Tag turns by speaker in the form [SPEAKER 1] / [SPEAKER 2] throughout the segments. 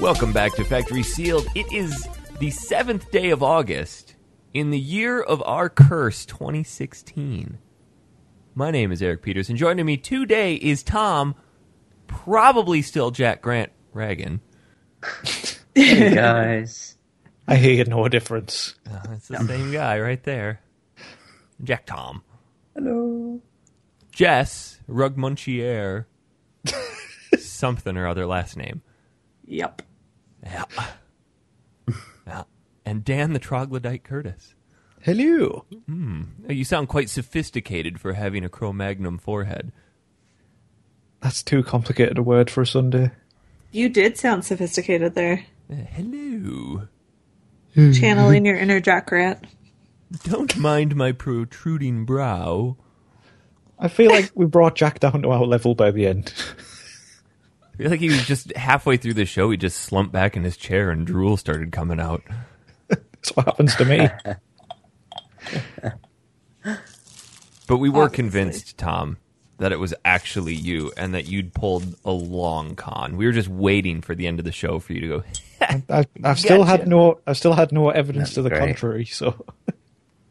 [SPEAKER 1] Welcome back to Factory Sealed. It is the seventh day of August in the year of our curse, 2016. My name is Eric Peters, and joining me today is Tom, probably still Jack Grant Reagan.
[SPEAKER 2] Hey guys.
[SPEAKER 3] I hear no difference.
[SPEAKER 1] Uh, it's the same guy right there. Jack Tom.
[SPEAKER 2] Hello.
[SPEAKER 1] Jess Rugmunchier. something or other last name.
[SPEAKER 2] Yep.
[SPEAKER 1] Yeah. Yeah. And Dan the Troglodyte Curtis.
[SPEAKER 3] Hello.
[SPEAKER 1] Uh, You sound quite sophisticated for having a Cro Magnum forehead.
[SPEAKER 3] That's too complicated a word for a Sunday.
[SPEAKER 4] You did sound sophisticated there,
[SPEAKER 1] Uh, hello.
[SPEAKER 4] channeling your inner Jack Rat.
[SPEAKER 1] Don't mind my protruding brow.
[SPEAKER 3] I feel like we brought Jack down to our level by the end.
[SPEAKER 1] I feel like he was just halfway through the show, he just slumped back in his chair and drool started coming out.
[SPEAKER 3] That's what happens to me.
[SPEAKER 1] But we were
[SPEAKER 2] Oh,
[SPEAKER 4] Obviously.
[SPEAKER 1] convinced, Tom, that it was actually you and that you'd pulled a long con. We were just waiting for the end of the show for you to go,
[SPEAKER 3] I, I've still had
[SPEAKER 1] Gotcha.
[SPEAKER 3] no. I've still had no evidence
[SPEAKER 2] That's
[SPEAKER 3] to the
[SPEAKER 2] great.
[SPEAKER 3] contrary. So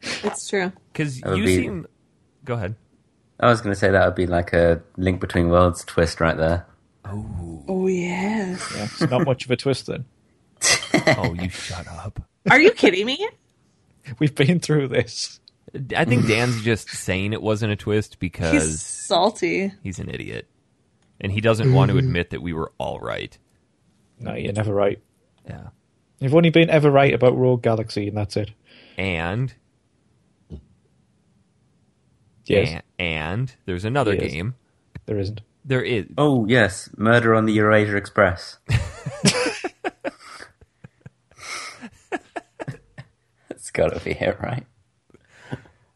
[SPEAKER 4] It's true.
[SPEAKER 1] because
[SPEAKER 2] That would
[SPEAKER 1] you
[SPEAKER 2] be-
[SPEAKER 1] seem. Go ahead.
[SPEAKER 2] I was going to say that would be like a Link Between Worlds twist right there.
[SPEAKER 4] Oh yeah.
[SPEAKER 3] yeah, it's not much of a twist then.
[SPEAKER 1] Oh, you shut up.
[SPEAKER 4] Are you kidding me?
[SPEAKER 3] We've been through this.
[SPEAKER 1] I think Dan's just saying it wasn't a twist because
[SPEAKER 4] He's
[SPEAKER 1] he's,
[SPEAKER 4] salty.
[SPEAKER 1] an idiot. And he doesn't want to admit that we were all right.
[SPEAKER 3] No, you're never right.
[SPEAKER 1] Yeah.
[SPEAKER 3] You've only been ever right about Rogue Galaxy, and that's it.
[SPEAKER 1] And,
[SPEAKER 3] Yes,
[SPEAKER 1] and, and there's another
[SPEAKER 3] Yes.
[SPEAKER 1] game.
[SPEAKER 3] there isn't.
[SPEAKER 1] There is.
[SPEAKER 2] Oh, yes. Murder on the Eurasia Express. it's got to be it, right?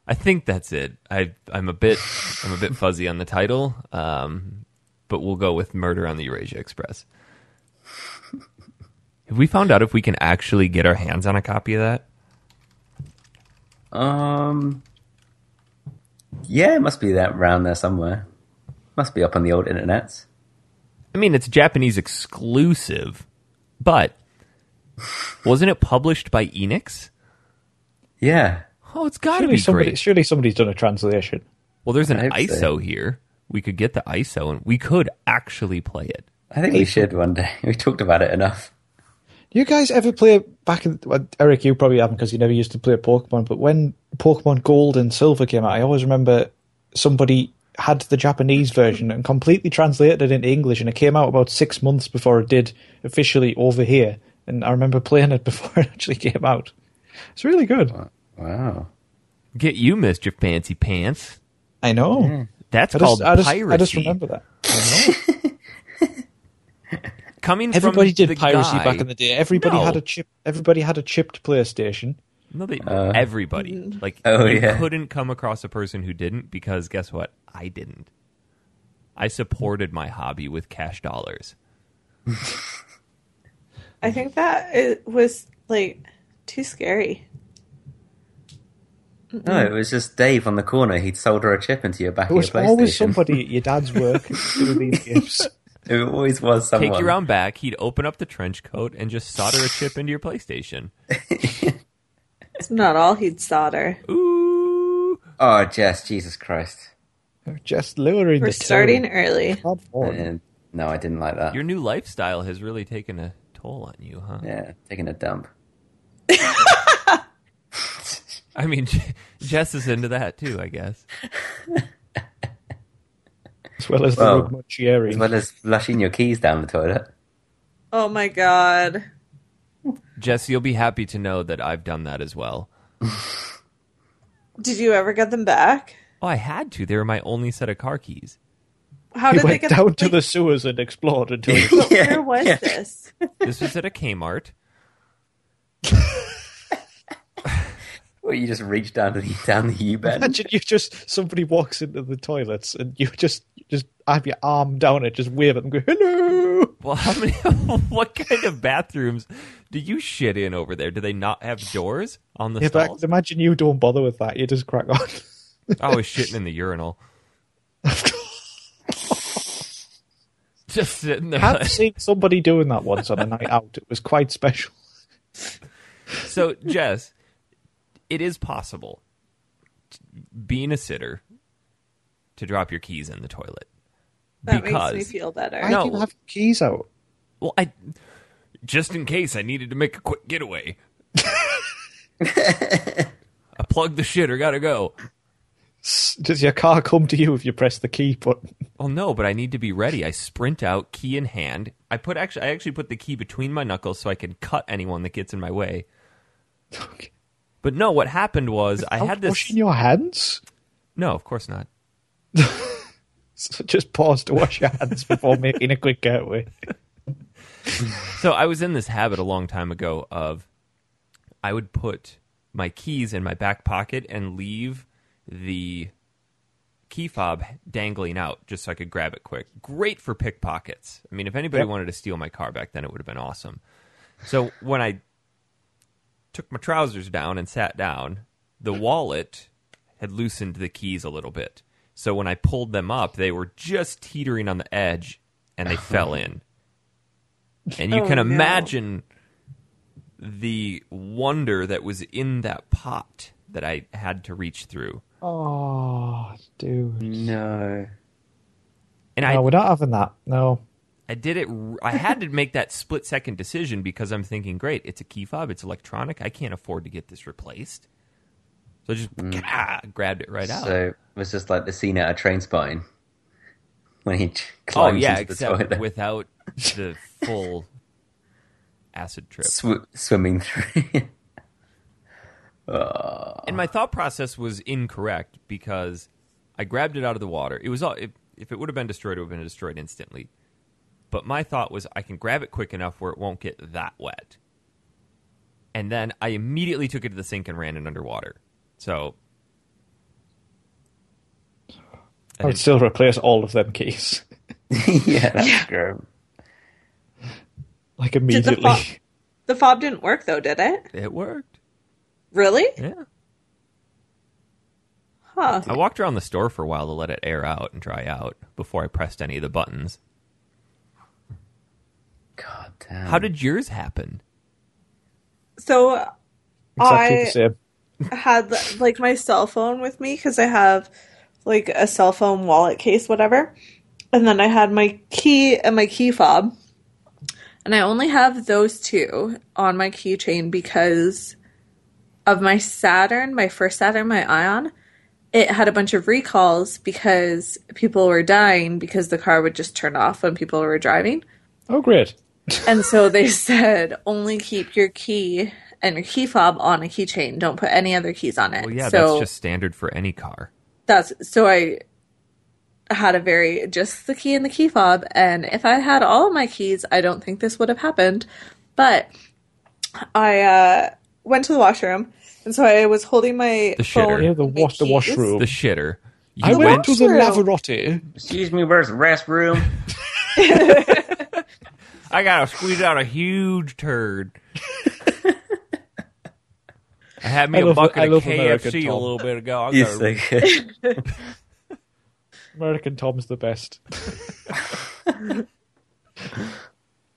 [SPEAKER 1] I think that's it. I, I'm a bit, I'm a bit fuzzy on the title, um, but we'll go with Murder on the Eurasia Express. Have we found out if we can actually get our hands on a copy of that?
[SPEAKER 2] Um. Yeah, it must be that round there somewhere. Must be up on the old internets.
[SPEAKER 1] I mean, it's Japanese exclusive, but wasn't it published by Enix?
[SPEAKER 2] Yeah.
[SPEAKER 1] Oh, it's got to
[SPEAKER 3] Surely
[SPEAKER 1] be
[SPEAKER 3] somebody.
[SPEAKER 1] great.
[SPEAKER 3] Surely somebody's done a translation.
[SPEAKER 1] Well, there's an
[SPEAKER 2] I hope
[SPEAKER 1] ISO
[SPEAKER 2] so.
[SPEAKER 1] here. We could get the ISO, and we could actually play it.
[SPEAKER 2] I think we should one day. We talked about it enough.
[SPEAKER 3] You guys ever play back in well, Eric? You probably haven't because you never used to play Pokemon. But when Pokemon Gold and Silver came out, I always remember somebody had the Japanese version and completely translated it into English, and it came out about six months before it did officially over here. And I remember playing it before it actually came out. It's really good.
[SPEAKER 2] Wow.
[SPEAKER 1] Get you, Mister Fancy Pants.
[SPEAKER 3] I know.
[SPEAKER 2] Mm.
[SPEAKER 1] That's
[SPEAKER 3] I
[SPEAKER 1] called
[SPEAKER 3] just, I just,
[SPEAKER 1] piracy.
[SPEAKER 3] I just remember that.
[SPEAKER 1] Coming
[SPEAKER 3] Everybody
[SPEAKER 1] from
[SPEAKER 3] did
[SPEAKER 1] the
[SPEAKER 3] piracy
[SPEAKER 1] guy-
[SPEAKER 3] back in the day. Everybody
[SPEAKER 1] No.
[SPEAKER 3] had a chip. Everybody had a chipped PlayStation.
[SPEAKER 1] No, they,
[SPEAKER 3] Uh.
[SPEAKER 1] everybody. Like
[SPEAKER 2] Oh,
[SPEAKER 1] you
[SPEAKER 2] yeah.
[SPEAKER 1] couldn't come across a person who didn't because guess what? I didn't. I supported my hobby with cash dollars.
[SPEAKER 4] I think that it was like too scary.
[SPEAKER 2] No, it was just Dave on the corner. He'd sold her a chip into your back
[SPEAKER 3] There was
[SPEAKER 2] of your PlayStation.
[SPEAKER 3] always somebody at your dad's work doing these games.
[SPEAKER 2] It always was someone.
[SPEAKER 1] Take your own back. He'd open up the trench coat and just solder a chip into your PlayStation.
[SPEAKER 4] It's not all he'd solder.
[SPEAKER 1] Ooh.
[SPEAKER 2] Oh, Jess, Jesus Christ.
[SPEAKER 3] Just luring
[SPEAKER 4] We're
[SPEAKER 3] the
[SPEAKER 4] starting
[SPEAKER 3] terror.
[SPEAKER 4] early.
[SPEAKER 3] Come on.
[SPEAKER 2] Uh, no, I didn't like that.
[SPEAKER 1] Your new lifestyle has really taken a toll on you, huh?
[SPEAKER 2] Yeah, taking a dump.
[SPEAKER 1] I mean, Jess is into that too, I guess.
[SPEAKER 3] As well as the
[SPEAKER 2] Well,
[SPEAKER 3] rug munchieri.
[SPEAKER 2] As well as flushing your keys down the toilet.
[SPEAKER 4] Oh my god.
[SPEAKER 1] Jess, you'll be happy to know that I've done that as well.
[SPEAKER 4] Did you ever get them back?
[SPEAKER 1] Oh, I had to. They were my only set of car keys.
[SPEAKER 4] How
[SPEAKER 3] he
[SPEAKER 4] did they
[SPEAKER 3] went
[SPEAKER 4] get
[SPEAKER 3] down to the
[SPEAKER 4] like,
[SPEAKER 3] sewers and explored until he
[SPEAKER 4] but Where was
[SPEAKER 2] yeah.
[SPEAKER 4] this?
[SPEAKER 1] This was at a Kmart.
[SPEAKER 2] Well, you just reach down to the down the U bend.
[SPEAKER 3] Imagine you just somebody walks into the toilets and you just you just have your arm down it, just wave it and go hello.
[SPEAKER 1] Well, how many? what kind of bathrooms do you shit in over there? Do they not have doors on the
[SPEAKER 3] Yeah, but
[SPEAKER 1] stalls?
[SPEAKER 3] imagine you don't bother with that. You just crack on.
[SPEAKER 1] I was shitting in the urinal. Just sitting there.
[SPEAKER 3] I've seen somebody doing that once on a night out. It was quite special.
[SPEAKER 1] So, Jess, it is possible, t- being a sitter, to drop your keys in the toilet.
[SPEAKER 4] That
[SPEAKER 1] because
[SPEAKER 4] makes me feel better.
[SPEAKER 3] I
[SPEAKER 1] No.
[SPEAKER 3] didn't have keys out.
[SPEAKER 1] well, I just in case I needed to make a quick getaway. I plugged the shit or gotta go.
[SPEAKER 3] S- Does your car come to you if you press the key button?
[SPEAKER 1] Well, no, but I need to be ready. I sprint out, key in hand. I put actually, I actually put the key between my knuckles so I can cut anyone that gets in my way. But no, what happened was I had this.
[SPEAKER 3] Washing your hands?
[SPEAKER 1] No, of course not.
[SPEAKER 3] So just pause to wash your hands before making a quick getaway.
[SPEAKER 1] So I was in this habit a long time ago of I would put my keys in my back pocket and leave the key fob dangling out just so I could grab it quick. Great for pickpockets. I mean, if anybody
[SPEAKER 3] Yep.
[SPEAKER 1] wanted to steal my car back then, it would have been awesome. So when I took my trousers down and sat down, the wallet had loosened the keys a little bit. So when I pulled them up, they were just teetering on the edge and they fell in. And you
[SPEAKER 4] Oh,
[SPEAKER 1] can
[SPEAKER 4] no.
[SPEAKER 1] imagine the wonder that was in that pot that I had to reach through.
[SPEAKER 3] Oh, dude.
[SPEAKER 2] No.
[SPEAKER 1] And
[SPEAKER 3] no,
[SPEAKER 1] I,
[SPEAKER 3] we're not having that. No.
[SPEAKER 1] I did it. r- I had to make that split second decision because I'm thinking, great, it's a key fob, it's electronic. I can't afford to get this replaced. So I just
[SPEAKER 2] Mm.
[SPEAKER 1] gah, grabbed it right out.
[SPEAKER 2] So it was just like the scene out of Train Spine when he ch-
[SPEAKER 1] oh
[SPEAKER 2] climbs
[SPEAKER 1] yeah,
[SPEAKER 2] into the
[SPEAKER 1] except
[SPEAKER 2] toilet,
[SPEAKER 1] without the full acid trip.
[SPEAKER 2] sw- swimming through.
[SPEAKER 1] And my thought process was incorrect because I grabbed it out of the water. It was all if, if it would have been destroyed, it would have been destroyed instantly. But my thought was I can grab it quick enough where it won't get that wet. And then I immediately took it to the sink and ran it underwater. So
[SPEAKER 3] I would still replace all of them keys.
[SPEAKER 2] yeah, that's grim.
[SPEAKER 3] Like
[SPEAKER 4] Did the
[SPEAKER 3] immediately.
[SPEAKER 4] fob, the fob didn't work though, did it?
[SPEAKER 1] it worked.
[SPEAKER 4] Really?
[SPEAKER 1] Yeah.
[SPEAKER 4] Huh.
[SPEAKER 1] I walked around the store for a while to let it air out and dry out before I pressed any of the buttons.
[SPEAKER 2] God damn.
[SPEAKER 1] How did yours happen?
[SPEAKER 4] So
[SPEAKER 3] exactly
[SPEAKER 4] I-
[SPEAKER 3] the same.
[SPEAKER 4] had like my cell phone with me because I have like a cell phone wallet case, whatever. And then I had my key and my key fob. And I only have those two on my keychain because of my Saturn, my first Saturn, my Ion. It had a bunch of recalls because people were dying because the car would just turn off when people were driving.
[SPEAKER 3] Oh, great.
[SPEAKER 4] And so they said, only keep your key and your key fob on a keychain. Don't put any other keys on it.
[SPEAKER 1] Well, yeah,
[SPEAKER 4] so
[SPEAKER 1] that's just standard for any car.
[SPEAKER 4] that's so I had a very just the key and the key fob. And if I had all my keys, I don't think this would have happened. But I uh, went to the washroom, and so I was holding my
[SPEAKER 1] The shitter.
[SPEAKER 4] phone.
[SPEAKER 1] Yeah,
[SPEAKER 3] Yeah, the,
[SPEAKER 4] and my
[SPEAKER 3] wash, the
[SPEAKER 4] keys.
[SPEAKER 1] The
[SPEAKER 3] washroom.
[SPEAKER 1] shitter. You
[SPEAKER 3] I went
[SPEAKER 1] went
[SPEAKER 3] to the
[SPEAKER 4] washroom.
[SPEAKER 3] Laverotti.
[SPEAKER 2] Excuse me, where's the restroom?
[SPEAKER 1] I gotta squeeze out a huge turd. I had me
[SPEAKER 3] I
[SPEAKER 1] a
[SPEAKER 3] love- I
[SPEAKER 1] bucket of
[SPEAKER 3] love America,
[SPEAKER 1] KFC a
[SPEAKER 3] Tom.
[SPEAKER 1] little bit ago. I'm
[SPEAKER 2] you
[SPEAKER 1] gonna-
[SPEAKER 2] so good.
[SPEAKER 3] American Tom's the best.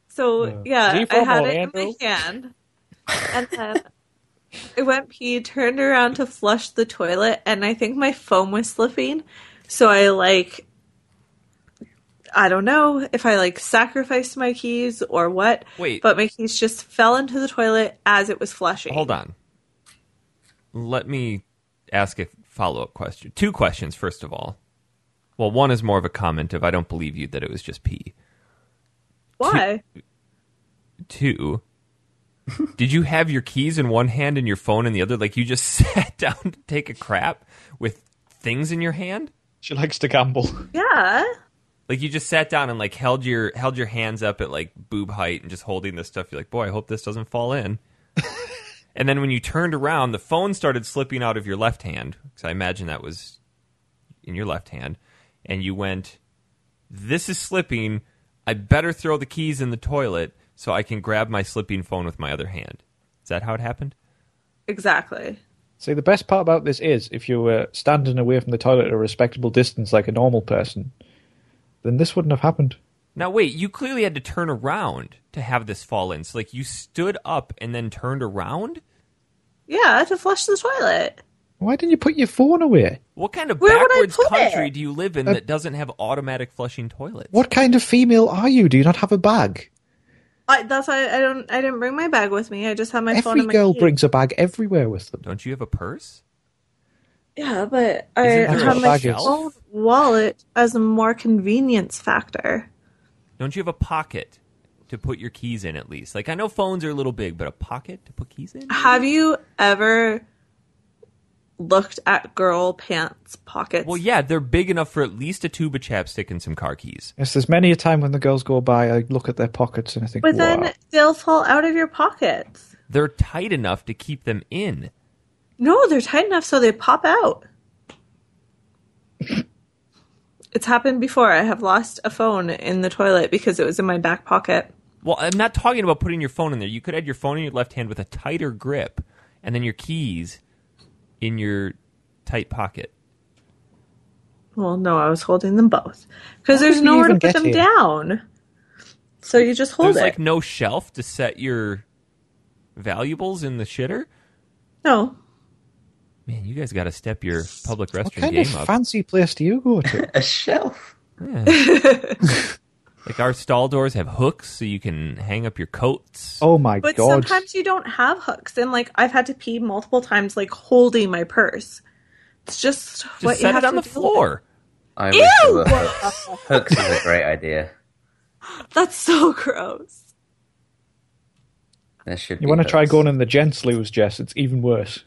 [SPEAKER 4] So yeah,
[SPEAKER 3] Is he
[SPEAKER 4] I
[SPEAKER 3] from
[SPEAKER 4] had it
[SPEAKER 3] Orlando?
[SPEAKER 4] in my hand, and then I went pee, turned around to flush the toilet, and I think my phone was slipping. So I like, I don't know if I like sacrificed my keys or what.
[SPEAKER 1] Wait.
[SPEAKER 4] but my keys just fell into the toilet as it was flushing.
[SPEAKER 1] Hold on. Let me ask a follow up question. Two questions, first of all. Well, one is more of a comment of I don't believe you that it was just pee.
[SPEAKER 4] Why?
[SPEAKER 1] Two, did you have your keys in one hand and your phone in the other? Like you just sat down to take a crap with things in your hand?
[SPEAKER 3] She likes to gamble.
[SPEAKER 4] Yeah.
[SPEAKER 1] like you just sat down and like held your held your hands up at like boob height and just holding this stuff you're like boy i hope this doesn't fall in and then when you turned around the phone started slipping out of your left hand because i imagine that was in your left hand and you went this is slipping i better throw the keys in the toilet so i can grab my slipping phone with my other hand is that how it happened
[SPEAKER 4] Exactly.
[SPEAKER 3] See, the best part about this is if you were standing away from the toilet at a respectable distance like a normal person, then this wouldn't have happened.
[SPEAKER 1] Now wait, you clearly had to turn around to have this fall in. So like you stood up and then turned around.
[SPEAKER 4] Yeah, to flush the toilet.
[SPEAKER 3] Why didn't you put your phone away?
[SPEAKER 1] What kind of
[SPEAKER 4] Where would I
[SPEAKER 1] backwards
[SPEAKER 4] put
[SPEAKER 1] country
[SPEAKER 4] it?
[SPEAKER 1] do you live in that doesn't have automatic flushing toilets?
[SPEAKER 3] What kind of female are you? Do you not have a bag?
[SPEAKER 4] I, that's why I don't. I didn't bring my bag with me. I just had my phone.
[SPEAKER 3] Every
[SPEAKER 4] and my
[SPEAKER 3] girl
[SPEAKER 4] key.
[SPEAKER 3] brings a bag everywhere with them.
[SPEAKER 1] Don't you have a purse?
[SPEAKER 4] Yeah, but I
[SPEAKER 1] Isn't
[SPEAKER 3] there
[SPEAKER 4] have
[SPEAKER 3] a
[SPEAKER 4] my
[SPEAKER 3] bag?
[SPEAKER 4] own wallet as a more convenience factor.
[SPEAKER 1] Don't you have a pocket to put your keys in at least? Like I know phones are a little big, but a pocket to put keys in?
[SPEAKER 4] Have you ever looked at girl pants pockets?
[SPEAKER 1] Well, yeah, they're big enough for at least a tube of chapstick and some car keys.
[SPEAKER 3] Yes, there's many a time when the girls go by, I look at their pockets and I think,
[SPEAKER 4] But
[SPEAKER 3] wow.
[SPEAKER 4] then they'll fall out of your pockets.
[SPEAKER 1] They're tight enough to keep them in.
[SPEAKER 4] No, they're tight enough so they pop out. it's happened before. I have lost a phone in the toilet because it was in my back pocket.
[SPEAKER 1] Well, I'm not talking about putting your phone in there. You could have your phone in your left hand with a tighter grip, and then your keys in your tight pocket.
[SPEAKER 4] Well, no, I was holding them both because there's
[SPEAKER 3] did you
[SPEAKER 4] nowhere to
[SPEAKER 3] even
[SPEAKER 4] put
[SPEAKER 3] get
[SPEAKER 4] them
[SPEAKER 3] here?
[SPEAKER 4] down. So you just hold
[SPEAKER 1] There's
[SPEAKER 4] it.
[SPEAKER 1] like no shelf to set your valuables in the shitter.
[SPEAKER 4] no,
[SPEAKER 1] Man, you guys got to step your public restroom
[SPEAKER 3] what kind
[SPEAKER 1] game
[SPEAKER 3] of
[SPEAKER 1] up.
[SPEAKER 3] fancy place do you go to?
[SPEAKER 2] A shelf.
[SPEAKER 1] Like our stall doors have hooks so you can hang up your coats.
[SPEAKER 3] oh my
[SPEAKER 4] But
[SPEAKER 3] god.
[SPEAKER 4] sometimes you don't have hooks, and like I've had to pee multiple times, like holding my purse. It's just,
[SPEAKER 1] Just
[SPEAKER 4] what you
[SPEAKER 1] set
[SPEAKER 4] have
[SPEAKER 1] it on
[SPEAKER 4] to
[SPEAKER 1] the
[SPEAKER 4] do.
[SPEAKER 1] floor.
[SPEAKER 2] I
[SPEAKER 4] Ew!
[SPEAKER 2] wish there were hooks. hooks is a great idea.
[SPEAKER 4] That's so gross.
[SPEAKER 2] There should be
[SPEAKER 3] you want to
[SPEAKER 2] hooks.
[SPEAKER 3] try going in the gents' loos, Jess? It's even worse.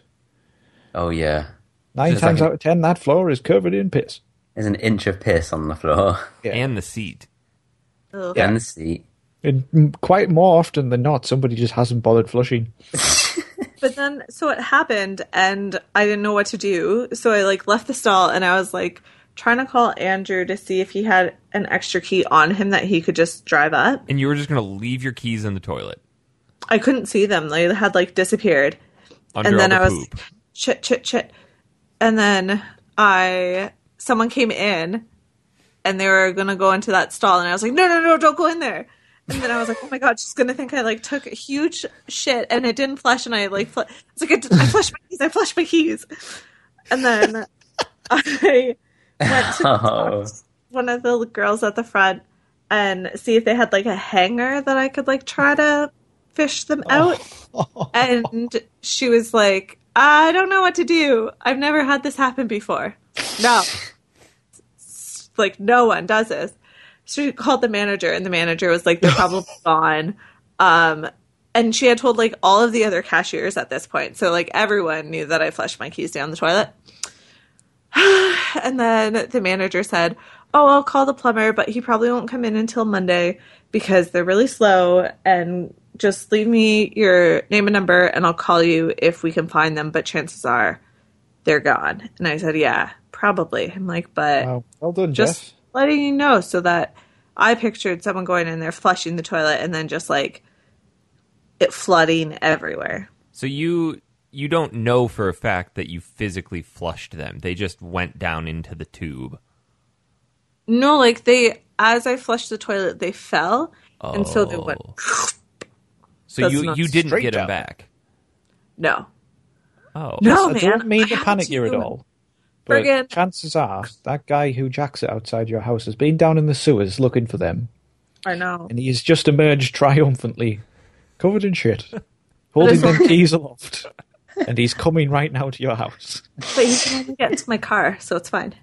[SPEAKER 2] Oh yeah.
[SPEAKER 3] Nine
[SPEAKER 2] Just
[SPEAKER 3] times
[SPEAKER 2] like-
[SPEAKER 3] out of ten, that floor is covered in piss.
[SPEAKER 2] There's an inch of piss on the floor.
[SPEAKER 3] Yeah.
[SPEAKER 1] and the seat.
[SPEAKER 4] Ugh.
[SPEAKER 2] And the seat.
[SPEAKER 3] And m- quite more often than not, somebody just hasn't bothered flushing.
[SPEAKER 4] But then, so it happened, and I didn't know what to do. So I like left the stall, and I was like trying to call Andrew to see if he had an extra key on him that he could just drive up.
[SPEAKER 1] And you were just going to leave your keys in the toilet
[SPEAKER 4] I couldn't see them; they had like disappeared.
[SPEAKER 1] under
[SPEAKER 4] and then
[SPEAKER 1] all the
[SPEAKER 4] I was
[SPEAKER 1] poop.
[SPEAKER 4] chit chit chit, and then I someone came in, and they were gonna go into that stall, and I was like, no no no, don't go in there. And then I was like, oh my god, she's gonna think I like took a huge shit, and it didn't flush, and I like fl- it's like I, did- I flushed my keys, I flushed my keys, and then I went to
[SPEAKER 2] Oh.
[SPEAKER 4] one of the girls at the front and see if they had like a hanger that I could like try to fish them out. and she was like, I don't know what to do. I've never had this happen before. No. S- like, no one does this. She called the manager, and the manager was like, they're probably gone. Um, and she had told like all of the other cashiers at this point. So, like, everyone knew that I flushed my keys down the toilet. And then the manager said, Oh, I'll call the plumber, but he probably won't come in until Monday because they're really slow. And just leave me your name and number, and I'll call you if we can find them. But chances are they're gone. And I said, Yeah, probably. I'm like, But
[SPEAKER 3] Wow. Well done,
[SPEAKER 4] just
[SPEAKER 3] Jess.
[SPEAKER 4] letting you know so that I pictured someone going in there, flushing the toilet, and then just like it flooding everywhere.
[SPEAKER 1] So you you don't know for a fact that you physically flushed them. They just went down into the tube.
[SPEAKER 4] No, like they, as I flushed the toilet, they fell. And so they went,
[SPEAKER 1] So
[SPEAKER 4] That's
[SPEAKER 1] you
[SPEAKER 4] not
[SPEAKER 1] you didn't
[SPEAKER 3] straight
[SPEAKER 1] get them
[SPEAKER 3] down.
[SPEAKER 1] back.
[SPEAKER 4] No.
[SPEAKER 1] Oh.
[SPEAKER 4] No,
[SPEAKER 3] I
[SPEAKER 4] man.
[SPEAKER 3] don't mean to
[SPEAKER 4] I had
[SPEAKER 3] panic you at
[SPEAKER 4] do it.
[SPEAKER 3] all. But
[SPEAKER 4] Friggin-
[SPEAKER 3] chances are that guy who jacks it outside your house has been down in the sewers looking for them,
[SPEAKER 4] I know.
[SPEAKER 3] and he has just emerged triumphantly, covered in shit, holding
[SPEAKER 4] it's
[SPEAKER 3] them keys aloft, and he's coming right now to your house.
[SPEAKER 4] But he can only get to my car, so it's fine.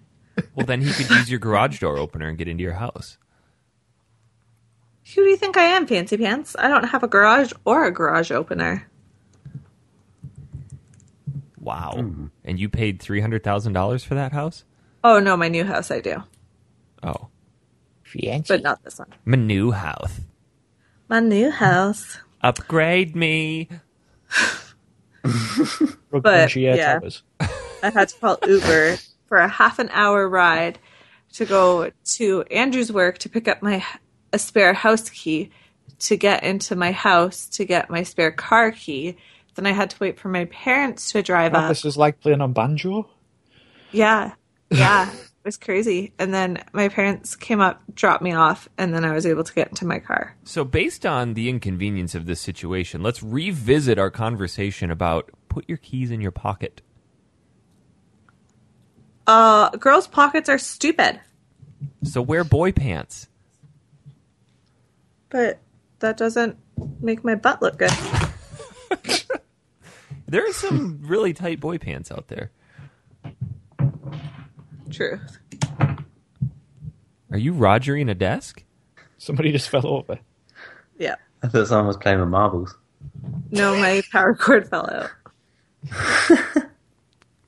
[SPEAKER 1] Well, then he could use your garage door opener and get into your house.
[SPEAKER 4] Who do you think I am, Fancy Pants? I don't have a garage or a garage opener.
[SPEAKER 1] Wow. And you paid three hundred thousand dollars for that house?
[SPEAKER 4] Oh, no, my new house I do,
[SPEAKER 1] Oh,
[SPEAKER 4] but not this one.
[SPEAKER 1] my new house.
[SPEAKER 4] My new house.
[SPEAKER 1] Upgrade me.
[SPEAKER 3] Rug
[SPEAKER 4] But,
[SPEAKER 3] punchy air
[SPEAKER 4] yeah.
[SPEAKER 3] towers.
[SPEAKER 4] I had to call Uber for a half an hour ride to go to Andrew's work to pick up my a spare house key to get into my house to get my spare car key. Then I had to wait for my parents to drive
[SPEAKER 3] God,
[SPEAKER 4] up.
[SPEAKER 3] This is like playing on banjo.
[SPEAKER 4] Yeah. Yeah. was crazy. And then my parents came up, dropped me off, and then I was able to get into my car.
[SPEAKER 1] So, based on the inconvenience of this situation, let's revisit our conversation about put your keys in your pocket.
[SPEAKER 4] Uh, girls' pockets are stupid,
[SPEAKER 1] So, wear boy pants.
[SPEAKER 4] but that doesn't make my butt look good.
[SPEAKER 1] There are some really tight boy pants out there.
[SPEAKER 4] True.
[SPEAKER 1] Are you Rogering a desk?
[SPEAKER 3] Somebody just fell over.
[SPEAKER 4] Yeah.
[SPEAKER 2] I thought someone was playing with marbles.
[SPEAKER 4] No, my power cord fell out.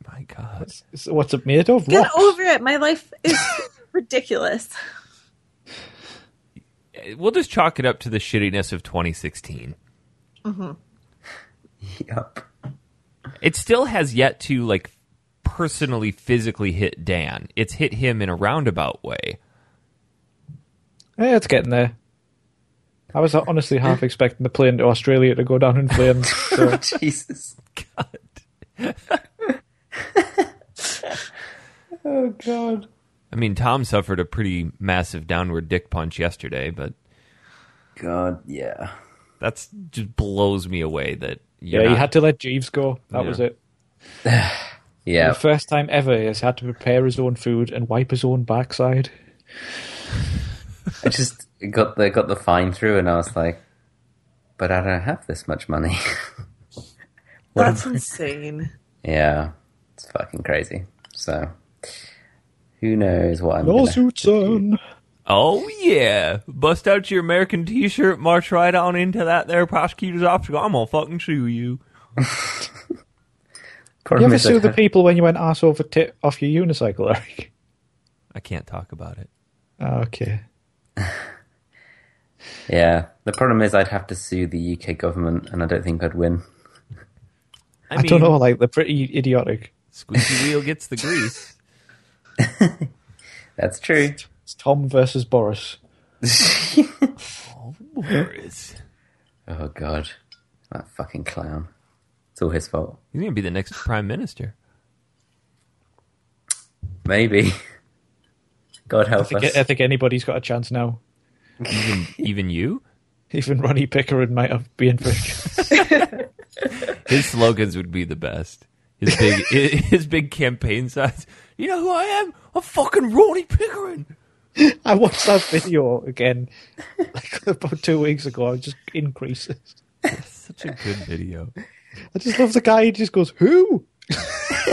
[SPEAKER 1] My God.
[SPEAKER 3] So what's it made of?
[SPEAKER 4] Get
[SPEAKER 3] Rocks.
[SPEAKER 4] over it. My life is ridiculous.
[SPEAKER 1] Eh, We'll just chalk it up to the shittiness of 2016.
[SPEAKER 2] Yep.
[SPEAKER 1] It still has yet to like personally physically hit Dan. It's hit him in a roundabout way.
[SPEAKER 3] Yeah, it's getting there. I was honestly half expecting the plane to Australia to go down in flames.
[SPEAKER 4] Oh,
[SPEAKER 3] So
[SPEAKER 2] Jesus.
[SPEAKER 1] God.
[SPEAKER 3] oh god.
[SPEAKER 1] I mean, Tom suffered a pretty massive downward dick punch yesterday, but
[SPEAKER 2] God, yeah.
[SPEAKER 1] that's just blows me away that
[SPEAKER 3] Yeah,
[SPEAKER 1] you're
[SPEAKER 3] you
[SPEAKER 1] not-
[SPEAKER 3] had to let Jeeves go. That
[SPEAKER 1] Yeah.
[SPEAKER 3] was it.
[SPEAKER 2] Yeah.
[SPEAKER 3] The first time ever he's had to prepare his own food and wipe his own backside.
[SPEAKER 2] I just got the got the fine through and I was like, but I don't have this much money. what
[SPEAKER 4] That's
[SPEAKER 2] am-
[SPEAKER 4] insane.
[SPEAKER 2] yeah. It's fucking crazy. So who knows what I'm gonna have
[SPEAKER 3] Lawsuit
[SPEAKER 2] to do.
[SPEAKER 3] son.
[SPEAKER 1] Oh yeah, bust out your American T-shirt, march right on into that there prosecutor's office. I'm gonna fucking sue you.
[SPEAKER 2] Problem
[SPEAKER 3] You ever
[SPEAKER 2] is I
[SPEAKER 3] sue the
[SPEAKER 2] don't-
[SPEAKER 3] people when you went ass over tit off your unicycle, Eric?
[SPEAKER 1] I can't talk about it.
[SPEAKER 3] Ah, Okay.
[SPEAKER 2] Yeah. The problem is I'd have to sue the UK government and I don't think I'd win.
[SPEAKER 1] I,
[SPEAKER 3] I,
[SPEAKER 1] mean,
[SPEAKER 3] don't know, like they're pretty idiotic.
[SPEAKER 1] Squeaky wheel gets the grease.
[SPEAKER 2] That's true.
[SPEAKER 3] It's Tom versus Boris.
[SPEAKER 1] Boris.
[SPEAKER 2] Oh god. That fucking clown. It's all his fault.
[SPEAKER 1] He's gonna be the next prime minister.
[SPEAKER 2] Maybe. God
[SPEAKER 3] I
[SPEAKER 2] help
[SPEAKER 3] think,
[SPEAKER 2] us.
[SPEAKER 3] I think anybody's got a chance now.
[SPEAKER 1] Even, even you.
[SPEAKER 3] Even Ronnie Pickering might have been for
[SPEAKER 1] His slogans would be the best. His big his big campaign signs. You know who I am? I'm fucking Ronnie Pickering.
[SPEAKER 3] I watched that video again like about two weeks ago. It just increases.
[SPEAKER 1] Such a good video.
[SPEAKER 3] I just love the guy. He just goes, "Who?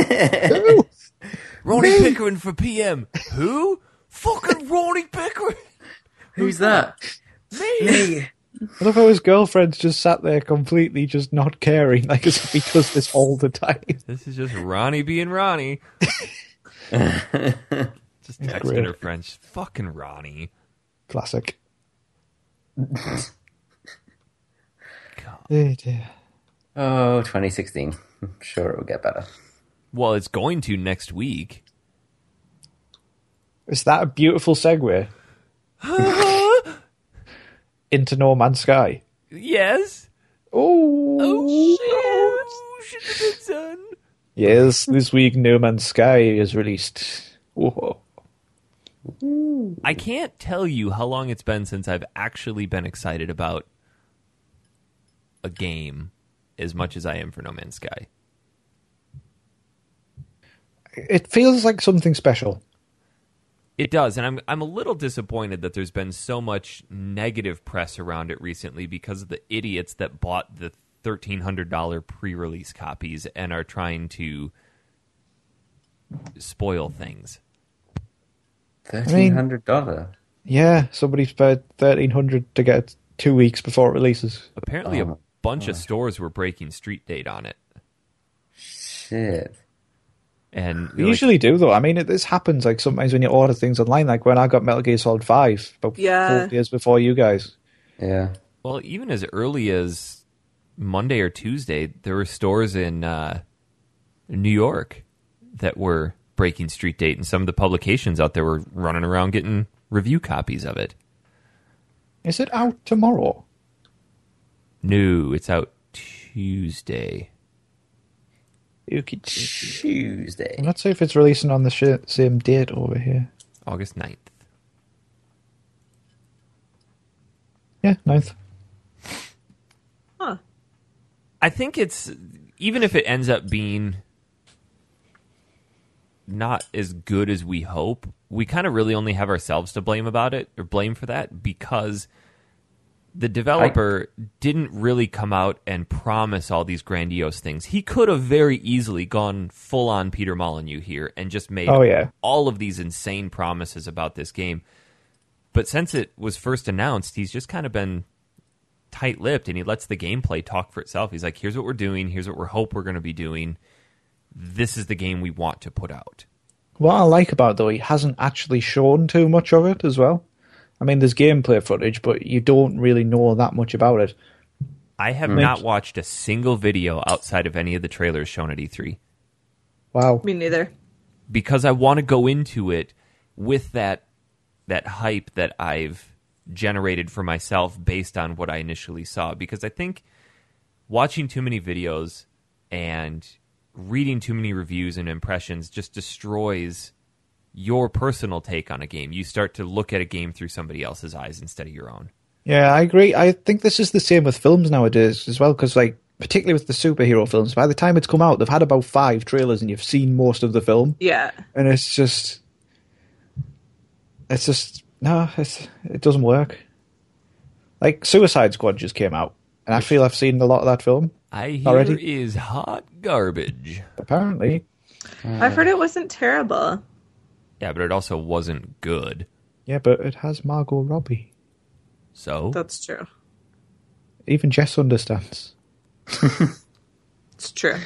[SPEAKER 3] Who?
[SPEAKER 1] Ronnie Pickering for PM. Who? Fucking Ronnie Pickering.
[SPEAKER 2] Who's that?
[SPEAKER 1] Me.
[SPEAKER 2] Me.
[SPEAKER 3] I love how his girlfriend's just sat there completely just not caring, like as if he does this all the time.
[SPEAKER 1] This is just Ronnie being Ronnie. just texted
[SPEAKER 3] great.
[SPEAKER 1] her French. Fucking Ronnie.
[SPEAKER 3] Classic.
[SPEAKER 1] God.
[SPEAKER 3] Oh, dear.
[SPEAKER 2] Oh, 2016. I'm sure it will get better.
[SPEAKER 1] Well, it's going to next week.
[SPEAKER 3] Is that a beautiful segue into No Man's Sky?
[SPEAKER 1] yes.
[SPEAKER 3] Oh,
[SPEAKER 1] Oh, shit. Oh, shit, son.
[SPEAKER 3] yes. This week, No Man's Sky is released. Whoa.
[SPEAKER 1] I can't tell you how long it's been since I've actually been excited about a game as much as I am for No Man's Sky.
[SPEAKER 3] It feels like something special.
[SPEAKER 1] It does, and I'm I'm a little disappointed that there's been so much negative press around it recently because of the idiots that bought the thirteen hundred dollar pre release copies and are trying to spoil things.
[SPEAKER 2] $1,300.
[SPEAKER 3] Yeah, somebody spent thirteen hundred to get it two weeks before it releases.
[SPEAKER 1] Apparently,
[SPEAKER 2] Oh
[SPEAKER 1] a
[SPEAKER 2] my
[SPEAKER 1] bunch of stores were breaking street date on it,
[SPEAKER 2] Shit.
[SPEAKER 1] and
[SPEAKER 3] They
[SPEAKER 1] like,
[SPEAKER 3] usually do though. I mean, it, this happens like sometimes when you order things online. Like when I got Metal Gear Solid Five about
[SPEAKER 4] Yeah.
[SPEAKER 3] four years before you guys.
[SPEAKER 2] Yeah.
[SPEAKER 1] Well, even as early as Monday or Tuesday, there were stores in uh, New York that were breaking street date, and some of the publications out there were running around getting review copies of it.
[SPEAKER 3] Is it out tomorrow?
[SPEAKER 1] No, it's out Tuesday.
[SPEAKER 3] Okey dokey. I'm
[SPEAKER 2] Tuesday.
[SPEAKER 3] not sure if it's releasing on the sh- same date over here.
[SPEAKER 1] August 9th.
[SPEAKER 3] Yeah, 9th.
[SPEAKER 4] Huh.
[SPEAKER 1] I think it's even if it ends up being not as good as we hope, we kind of really only have ourselves to blame about it or blame for that because the developer didn't really come out and promise all these grandiose things. He could have very easily gone full on Peter Molyneux here and just made
[SPEAKER 3] Oh, yeah.
[SPEAKER 1] all of these insane promises about this game. But since it was first announced, he's just kind of been tight lipped and he lets the gameplay talk for itself. He's like, here's what we're doing, here's what we hope we're going to be doing. This is the game we want to put out.
[SPEAKER 3] What I like about though, he hasn't actually shown too much of it as well. I mean, there's gameplay footage, but you don't really know that much about it.
[SPEAKER 1] I have not watched a single video outside of any of the trailers shown at E E3
[SPEAKER 3] Wow.
[SPEAKER 4] Me neither.
[SPEAKER 1] because I want to go into it with that that hype that I've generated for myself based on what I initially saw because I think watching too many videos and reading too many reviews and impressions just destroys your personal take on a game. You start to look at a game through somebody else's eyes instead of your own.
[SPEAKER 3] Yeah, I agree. I think this is the same with films nowadays as well, because like particularly with the superhero films, by the time it's come out, they've had about five trailers and you've seen most of the film,
[SPEAKER 4] Yeah.
[SPEAKER 3] and it's just, it's just no, it's it doesn't work. Like Suicide Squad just came out, and I feel I've seen a lot of that film.
[SPEAKER 1] I hear
[SPEAKER 3] Already?
[SPEAKER 1] is hot garbage.
[SPEAKER 3] Apparently,
[SPEAKER 4] I've heard it wasn't terrible.
[SPEAKER 1] Yeah, but it also wasn't good.
[SPEAKER 3] yeah, but it has Margot Robbie.
[SPEAKER 1] So
[SPEAKER 4] That's true.
[SPEAKER 3] Even Jess understands.
[SPEAKER 4] It's true.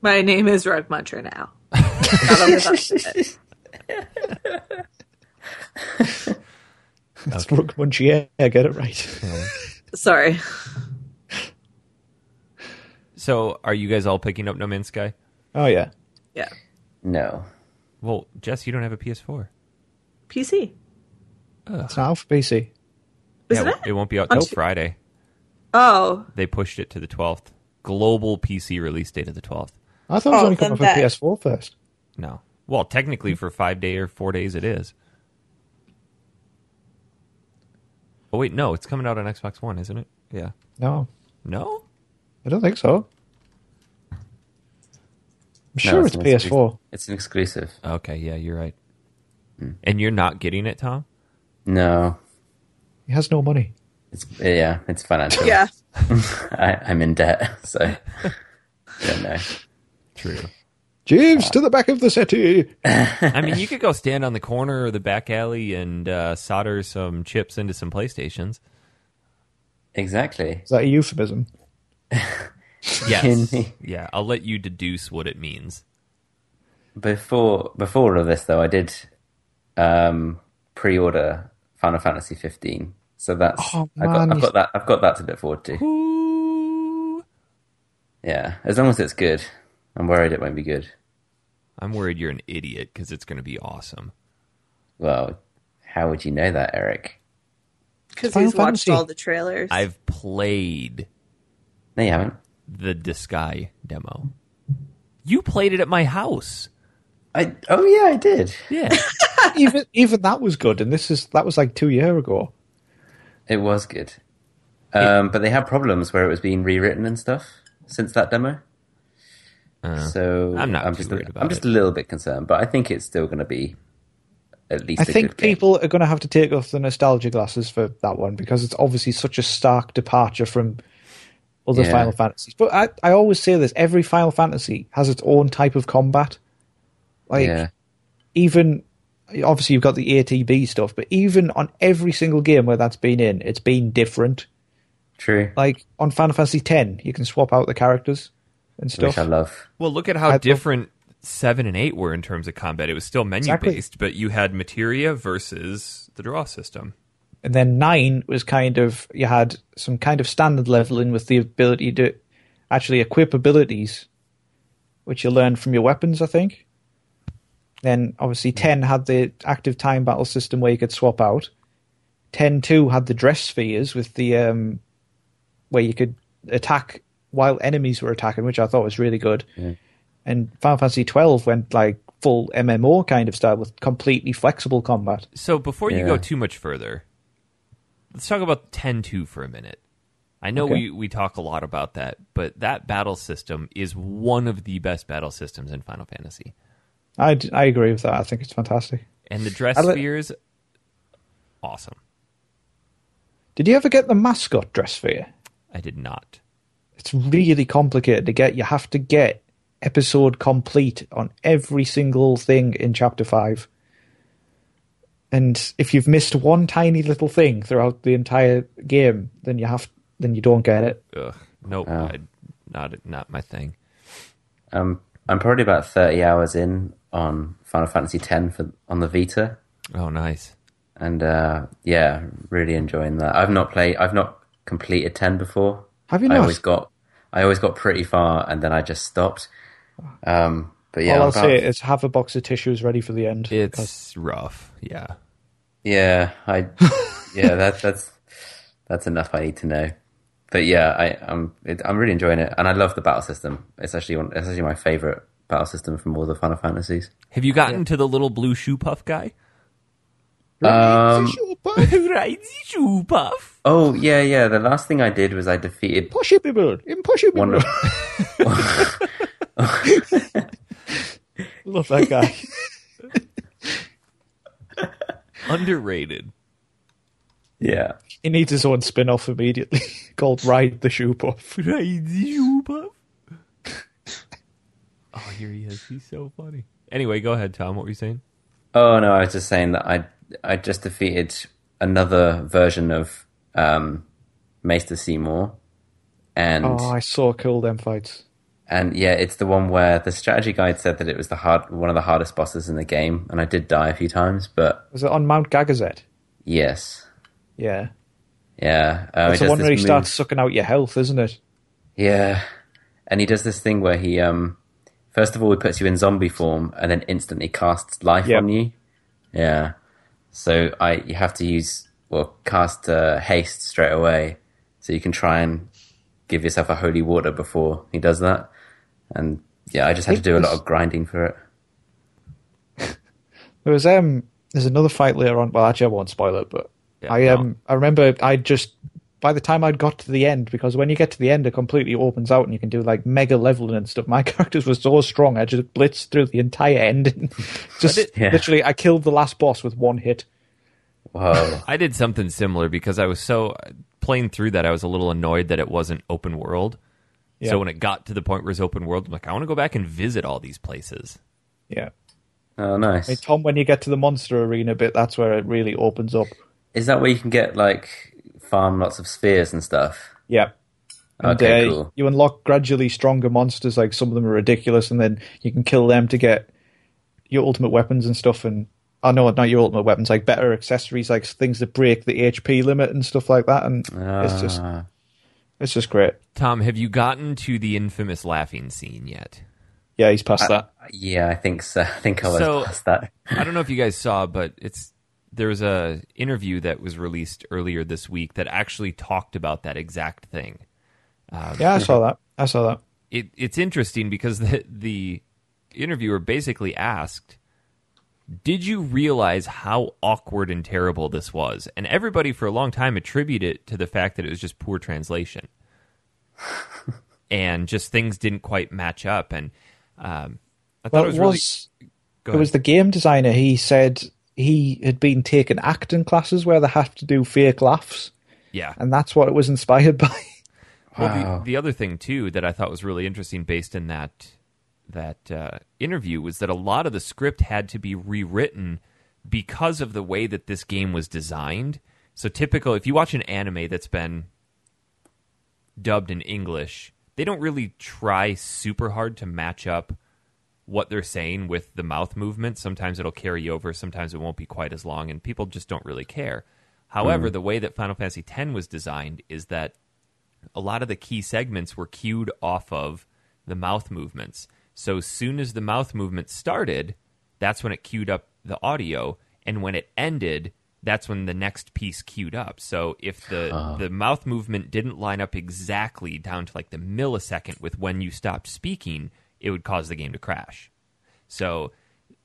[SPEAKER 4] My name is Rug Muncher now.
[SPEAKER 3] That's Rook Munchie. Yeah, get it right.
[SPEAKER 4] Sorry.
[SPEAKER 1] so are you guys all picking up No Man's Sky?
[SPEAKER 3] Oh yeah.
[SPEAKER 4] Yeah.
[SPEAKER 2] No.
[SPEAKER 1] Well, Jess, you don't have a PS4.
[SPEAKER 4] PC.
[SPEAKER 3] It's now for PC.
[SPEAKER 4] Isn't
[SPEAKER 1] yeah,
[SPEAKER 4] it?
[SPEAKER 1] it won't be out till
[SPEAKER 4] Nope.
[SPEAKER 1] Friday.
[SPEAKER 4] Oh.
[SPEAKER 1] They pushed it to the 12th. Global PC release date of the 12th.
[SPEAKER 3] I thought it was
[SPEAKER 4] Oh,
[SPEAKER 3] only coming
[SPEAKER 4] then
[SPEAKER 3] for
[SPEAKER 4] that-
[SPEAKER 3] PS4 first.
[SPEAKER 1] No. Well, technically for 5 day or 4 days it is. Oh wait, no, it's coming out on Xbox 1, isn't it? Yeah.
[SPEAKER 3] No,
[SPEAKER 1] No?
[SPEAKER 3] I don't think so. I'm
[SPEAKER 2] No,
[SPEAKER 3] sure it's,
[SPEAKER 2] an exclu-
[SPEAKER 3] PS4.
[SPEAKER 2] It's an exclusive.
[SPEAKER 1] Okay, yeah, you're right. And you're not getting it, Tom?
[SPEAKER 2] No.
[SPEAKER 3] He has no money.
[SPEAKER 2] It's yeah. It's financial.
[SPEAKER 4] Yeah.
[SPEAKER 2] I, I'm in debt, so don't know.
[SPEAKER 1] True.
[SPEAKER 3] Jeeves to the back of the settee.
[SPEAKER 1] I mean, you could go stand on the corner or the back alley and uh, solder some chips into some PlayStations.
[SPEAKER 2] Exactly.
[SPEAKER 3] Is that a euphemism?
[SPEAKER 1] Yes.
[SPEAKER 2] Can-
[SPEAKER 1] yeah, I'll let you deduce what it means.
[SPEAKER 2] Before before all of this, though, I did um, pre-order Final Fantasy 15, so that's
[SPEAKER 3] Oh,
[SPEAKER 2] I
[SPEAKER 3] man,
[SPEAKER 2] got, I've
[SPEAKER 3] you-
[SPEAKER 2] got that I've got that to look forward to.
[SPEAKER 1] Ooh.
[SPEAKER 2] Yeah, as long as it's good. I'm worried it won't be good.
[SPEAKER 1] I'm worried you're an idiot because it's going to be awesome.
[SPEAKER 2] Well, how would you know that, Eric?
[SPEAKER 4] Because
[SPEAKER 3] Final
[SPEAKER 4] he's watched
[SPEAKER 3] Fantasy.
[SPEAKER 4] all the trailers.
[SPEAKER 1] I've played
[SPEAKER 2] No, you haven't.
[SPEAKER 1] the Disguy demo. You played it at my house.
[SPEAKER 2] I oh yeah, I did.
[SPEAKER 1] Yeah.
[SPEAKER 3] even even that was good, and this is that was like two year ago.
[SPEAKER 2] It was good, um, but they had problems where it was being rewritten and stuff since that demo. so
[SPEAKER 1] Uh, I'm not too
[SPEAKER 2] just
[SPEAKER 1] worried
[SPEAKER 2] a,
[SPEAKER 1] about
[SPEAKER 2] I'm just
[SPEAKER 1] it.
[SPEAKER 2] a little bit concerned, but I think it's still going to be at least.
[SPEAKER 3] I
[SPEAKER 2] a
[SPEAKER 3] think
[SPEAKER 2] good game.
[SPEAKER 3] people are going to have to take off the nostalgia glasses for that one because it's obviously such a stark departure from other
[SPEAKER 2] Yeah.
[SPEAKER 3] Final Fantasies. But I, I always say this: every Final Fantasy has its own type of combat. Like
[SPEAKER 2] yeah,
[SPEAKER 3] even obviously you've got the ATB stuff, but even on every single game where that's been in, it's been different.
[SPEAKER 2] true.
[SPEAKER 3] Like on Final Fantasy X, you can swap out the characters and
[SPEAKER 2] Which
[SPEAKER 3] stuff.
[SPEAKER 2] I love.
[SPEAKER 1] well, look at how
[SPEAKER 3] I-
[SPEAKER 1] different seven and eight were in terms of combat. It was still menu
[SPEAKER 3] Exactly.
[SPEAKER 1] based, but you had materia versus the draw system.
[SPEAKER 3] and then nine was kind of you had some kind of standard leveling with the ability to actually equip abilities, which you learned from your weapons, I think. Then obviously ten had the active time battle system where you could swap out. Ten two had the dress spheres with the um, where you could attack while enemies were attacking, which I thought was really good. And Final Fantasy twelve went like full MMO kind of style with completely flexible combat.
[SPEAKER 1] So before you
[SPEAKER 2] Yeah.
[SPEAKER 1] go too much further, let's talk about 10-2 for a minute. I know
[SPEAKER 2] Okay.
[SPEAKER 1] we, we talk a lot about that, but that battle system is one of the best battle systems in Final Fantasy.
[SPEAKER 3] I, d- I agree with that. I think it's fantastic.
[SPEAKER 1] And the dress
[SPEAKER 3] I li-
[SPEAKER 1] spheres, awesome.
[SPEAKER 3] Did you ever get the mascot dress sphere?
[SPEAKER 1] I did not.
[SPEAKER 3] It's really complicated to get. You have to get episode complete on every single thing in chapter five. And if you've missed one tiny little thing throughout the entire game, then you have then you don't get it.
[SPEAKER 1] Ugh, nope,
[SPEAKER 2] Oh.
[SPEAKER 1] I, not not my thing.
[SPEAKER 2] Um, I'm probably about 30 hours in on Final Fantasy X for, on the Vita.
[SPEAKER 1] Oh, nice.
[SPEAKER 2] And uh, yeah, really enjoying that. I've not played, I've not completed 10 before.
[SPEAKER 3] Have you
[SPEAKER 2] I
[SPEAKER 3] not?
[SPEAKER 2] always got, I always got pretty far and then I just stopped. Um, but yeah,
[SPEAKER 3] All
[SPEAKER 2] I'm
[SPEAKER 3] I'll
[SPEAKER 2] about-
[SPEAKER 3] say is have a box of tissues ready for the end.
[SPEAKER 1] It's rough. Yeah.
[SPEAKER 2] Yeah, I. yeah, that, that's that's enough. I need to know. But yeah, I, I'm it, I'm really enjoying it, and I love the battle system. It's actually one, it's actually my favorite battle system from all the Final Fantasies.
[SPEAKER 1] Have you gotten to the little blue shoe puff guy?
[SPEAKER 2] Um,
[SPEAKER 1] Who rides the shoe puff?
[SPEAKER 2] oh yeah, yeah. The last thing I did was I defeated
[SPEAKER 3] Impossible! Impossible!
[SPEAKER 2] one of
[SPEAKER 3] Love that guy.
[SPEAKER 1] Underrated.
[SPEAKER 2] yeah.
[SPEAKER 3] he needs his own spin off immediately called Ride the Shoe Puff.
[SPEAKER 1] Rides the shoe puff. oh, here he is. He's so funny. Anyway, go ahead, Tom. What were you saying?
[SPEAKER 2] Oh no, I was just saying that I I just defeated another version of um, Maester Seymour, and
[SPEAKER 3] Oh, I so cool them fights.
[SPEAKER 2] And yeah, it's the one where the strategy guide said that it was the hard one of the hardest bosses in the game, and I did die a few times, but
[SPEAKER 3] Was it on Mount Gagazet?
[SPEAKER 2] yes.
[SPEAKER 3] Yeah.
[SPEAKER 2] Yeah. Um,
[SPEAKER 3] That's
[SPEAKER 2] he
[SPEAKER 3] the
[SPEAKER 2] does
[SPEAKER 3] one where he
[SPEAKER 2] this
[SPEAKER 3] starts
[SPEAKER 2] move-
[SPEAKER 3] sucking out your health, isn't it?
[SPEAKER 2] Yeah. And he does this thing where he um first of all he puts you in zombie form and then instantly casts life
[SPEAKER 3] Yep.
[SPEAKER 2] on you. Yeah. So I you have to use well, cast uh, haste straight away. So you can try and give yourself a holy water before he does that. And yeah, I just had to do a lot of grinding for it.
[SPEAKER 3] There was um there's another fight later on. Well actually I won't spoil it, but
[SPEAKER 1] Yeah,
[SPEAKER 3] I um
[SPEAKER 1] no.
[SPEAKER 3] I remember I just by the time I'd got to the end, because when you get to the end it completely opens out and you can do like mega leveling and stuff. My characters were so strong I just blitzed through the entire end. just
[SPEAKER 2] Yeah.
[SPEAKER 3] literally I killed the last boss with one hit.
[SPEAKER 2] Whoa.
[SPEAKER 1] I did something similar because I was so playing through that. I was a little annoyed that it wasn't open world.
[SPEAKER 3] Yeah.
[SPEAKER 1] So when it got to the point where it's open world, I'm like, I want to go back and visit all these places.
[SPEAKER 3] Yeah.
[SPEAKER 2] Oh, nice.
[SPEAKER 3] Hey, Tom, when you get to the monster arena bit, that's where it really opens up.
[SPEAKER 2] Is that where you can get like farm lots of spheres and stuff?
[SPEAKER 3] Yeah. And,
[SPEAKER 2] okay,
[SPEAKER 3] uh,
[SPEAKER 2] cool.
[SPEAKER 3] You unlock gradually stronger monsters, like some of them are ridiculous, and then you can kill them to get your ultimate weapons and stuff. And I know not your ultimate weapons, like better accessories, like things that break the HP limit and stuff like that. And it's just
[SPEAKER 2] Ah.
[SPEAKER 3] it's just great.
[SPEAKER 1] Tom, have you gotten to the infamous laughing scene yet?
[SPEAKER 3] Yeah, he's past that.
[SPEAKER 2] yeah, I think so. I think I was
[SPEAKER 1] So-
[SPEAKER 2] past that.
[SPEAKER 1] I don't know if you guys saw, but it's there was a interview that was released earlier this week that actually talked about that exact thing.
[SPEAKER 3] Yeah, I saw that. I saw that.
[SPEAKER 1] It, it's interesting because the, the interviewer basically asked, "Did you realize how awkward and terrible this was?" And everybody for a long time attributed it to the fact that it was just poor translation. and just things didn't quite match up and um, I thought
[SPEAKER 3] Well,
[SPEAKER 1] it was,
[SPEAKER 3] it was
[SPEAKER 1] really
[SPEAKER 3] it was the game designer. He said he had been taking acting classes where they have to do fake laughs,
[SPEAKER 1] yeah.
[SPEAKER 3] and that's what it was inspired by.
[SPEAKER 1] Well,
[SPEAKER 2] Wow.
[SPEAKER 1] the, the other thing too that I thought was really interesting, based in that that uh, interview, was that a lot of the script had to be rewritten because of the way that this game was designed. So, typical if you watch an anime that's been dubbed in English, they don't really try super hard to match up what they're saying with the mouth movement. Sometimes it'll carry over, sometimes it won't be quite as long, and people just don't really care. However, the way that Final Fantasy X was designed is that a lot of the key segments were cued off of the mouth movements. So as soon as the mouth movement started, that's when it queued up the audio, and when it ended, that's when the next piece queued up. So if the the mouth movement didn't line up exactly down to like the millisecond with when you stopped speaking, it would cause the game to crash. So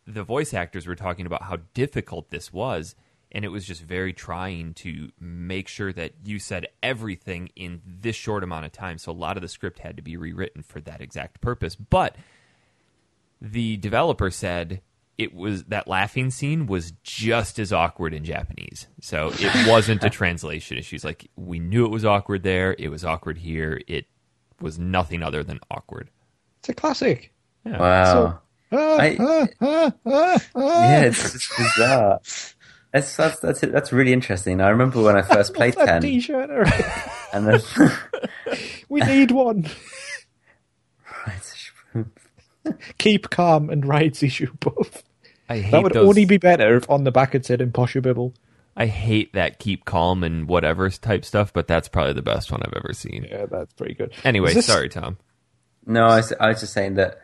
[SPEAKER 1] the voice actors were talking about how difficult this was, and it was just very trying to make sure that you said everything in this short amount of time. So a lot of the script had to be rewritten for that exact purpose. But the developer said it was that laughing scene was just as awkward in Japanese. So it wasn't a translation issue. It's like we knew it was awkward there, it was awkward here, it was nothing other than awkward.
[SPEAKER 3] It's a classic.
[SPEAKER 2] Wow.
[SPEAKER 3] Ah,
[SPEAKER 2] I-
[SPEAKER 3] ah, ah, ah, ah.
[SPEAKER 2] yeah, it's, it's bizarre. That's that's that's it. that's really interesting. I remember when I first played
[SPEAKER 3] That
[SPEAKER 2] Ten,
[SPEAKER 3] T-shirt. alright.
[SPEAKER 2] and then
[SPEAKER 3] we need one. Keep calm and rides issue buff.
[SPEAKER 1] I hate
[SPEAKER 3] That would
[SPEAKER 1] those-
[SPEAKER 3] only be better if on the back it said Imposher Bibble.
[SPEAKER 1] I hate that keep calm and whatever type stuff, but that's probably the best one I've ever seen.
[SPEAKER 3] Yeah, that's pretty good.
[SPEAKER 1] Anyway,
[SPEAKER 3] Is this-
[SPEAKER 1] sorry, Tom.
[SPEAKER 2] no, I was, I was just saying that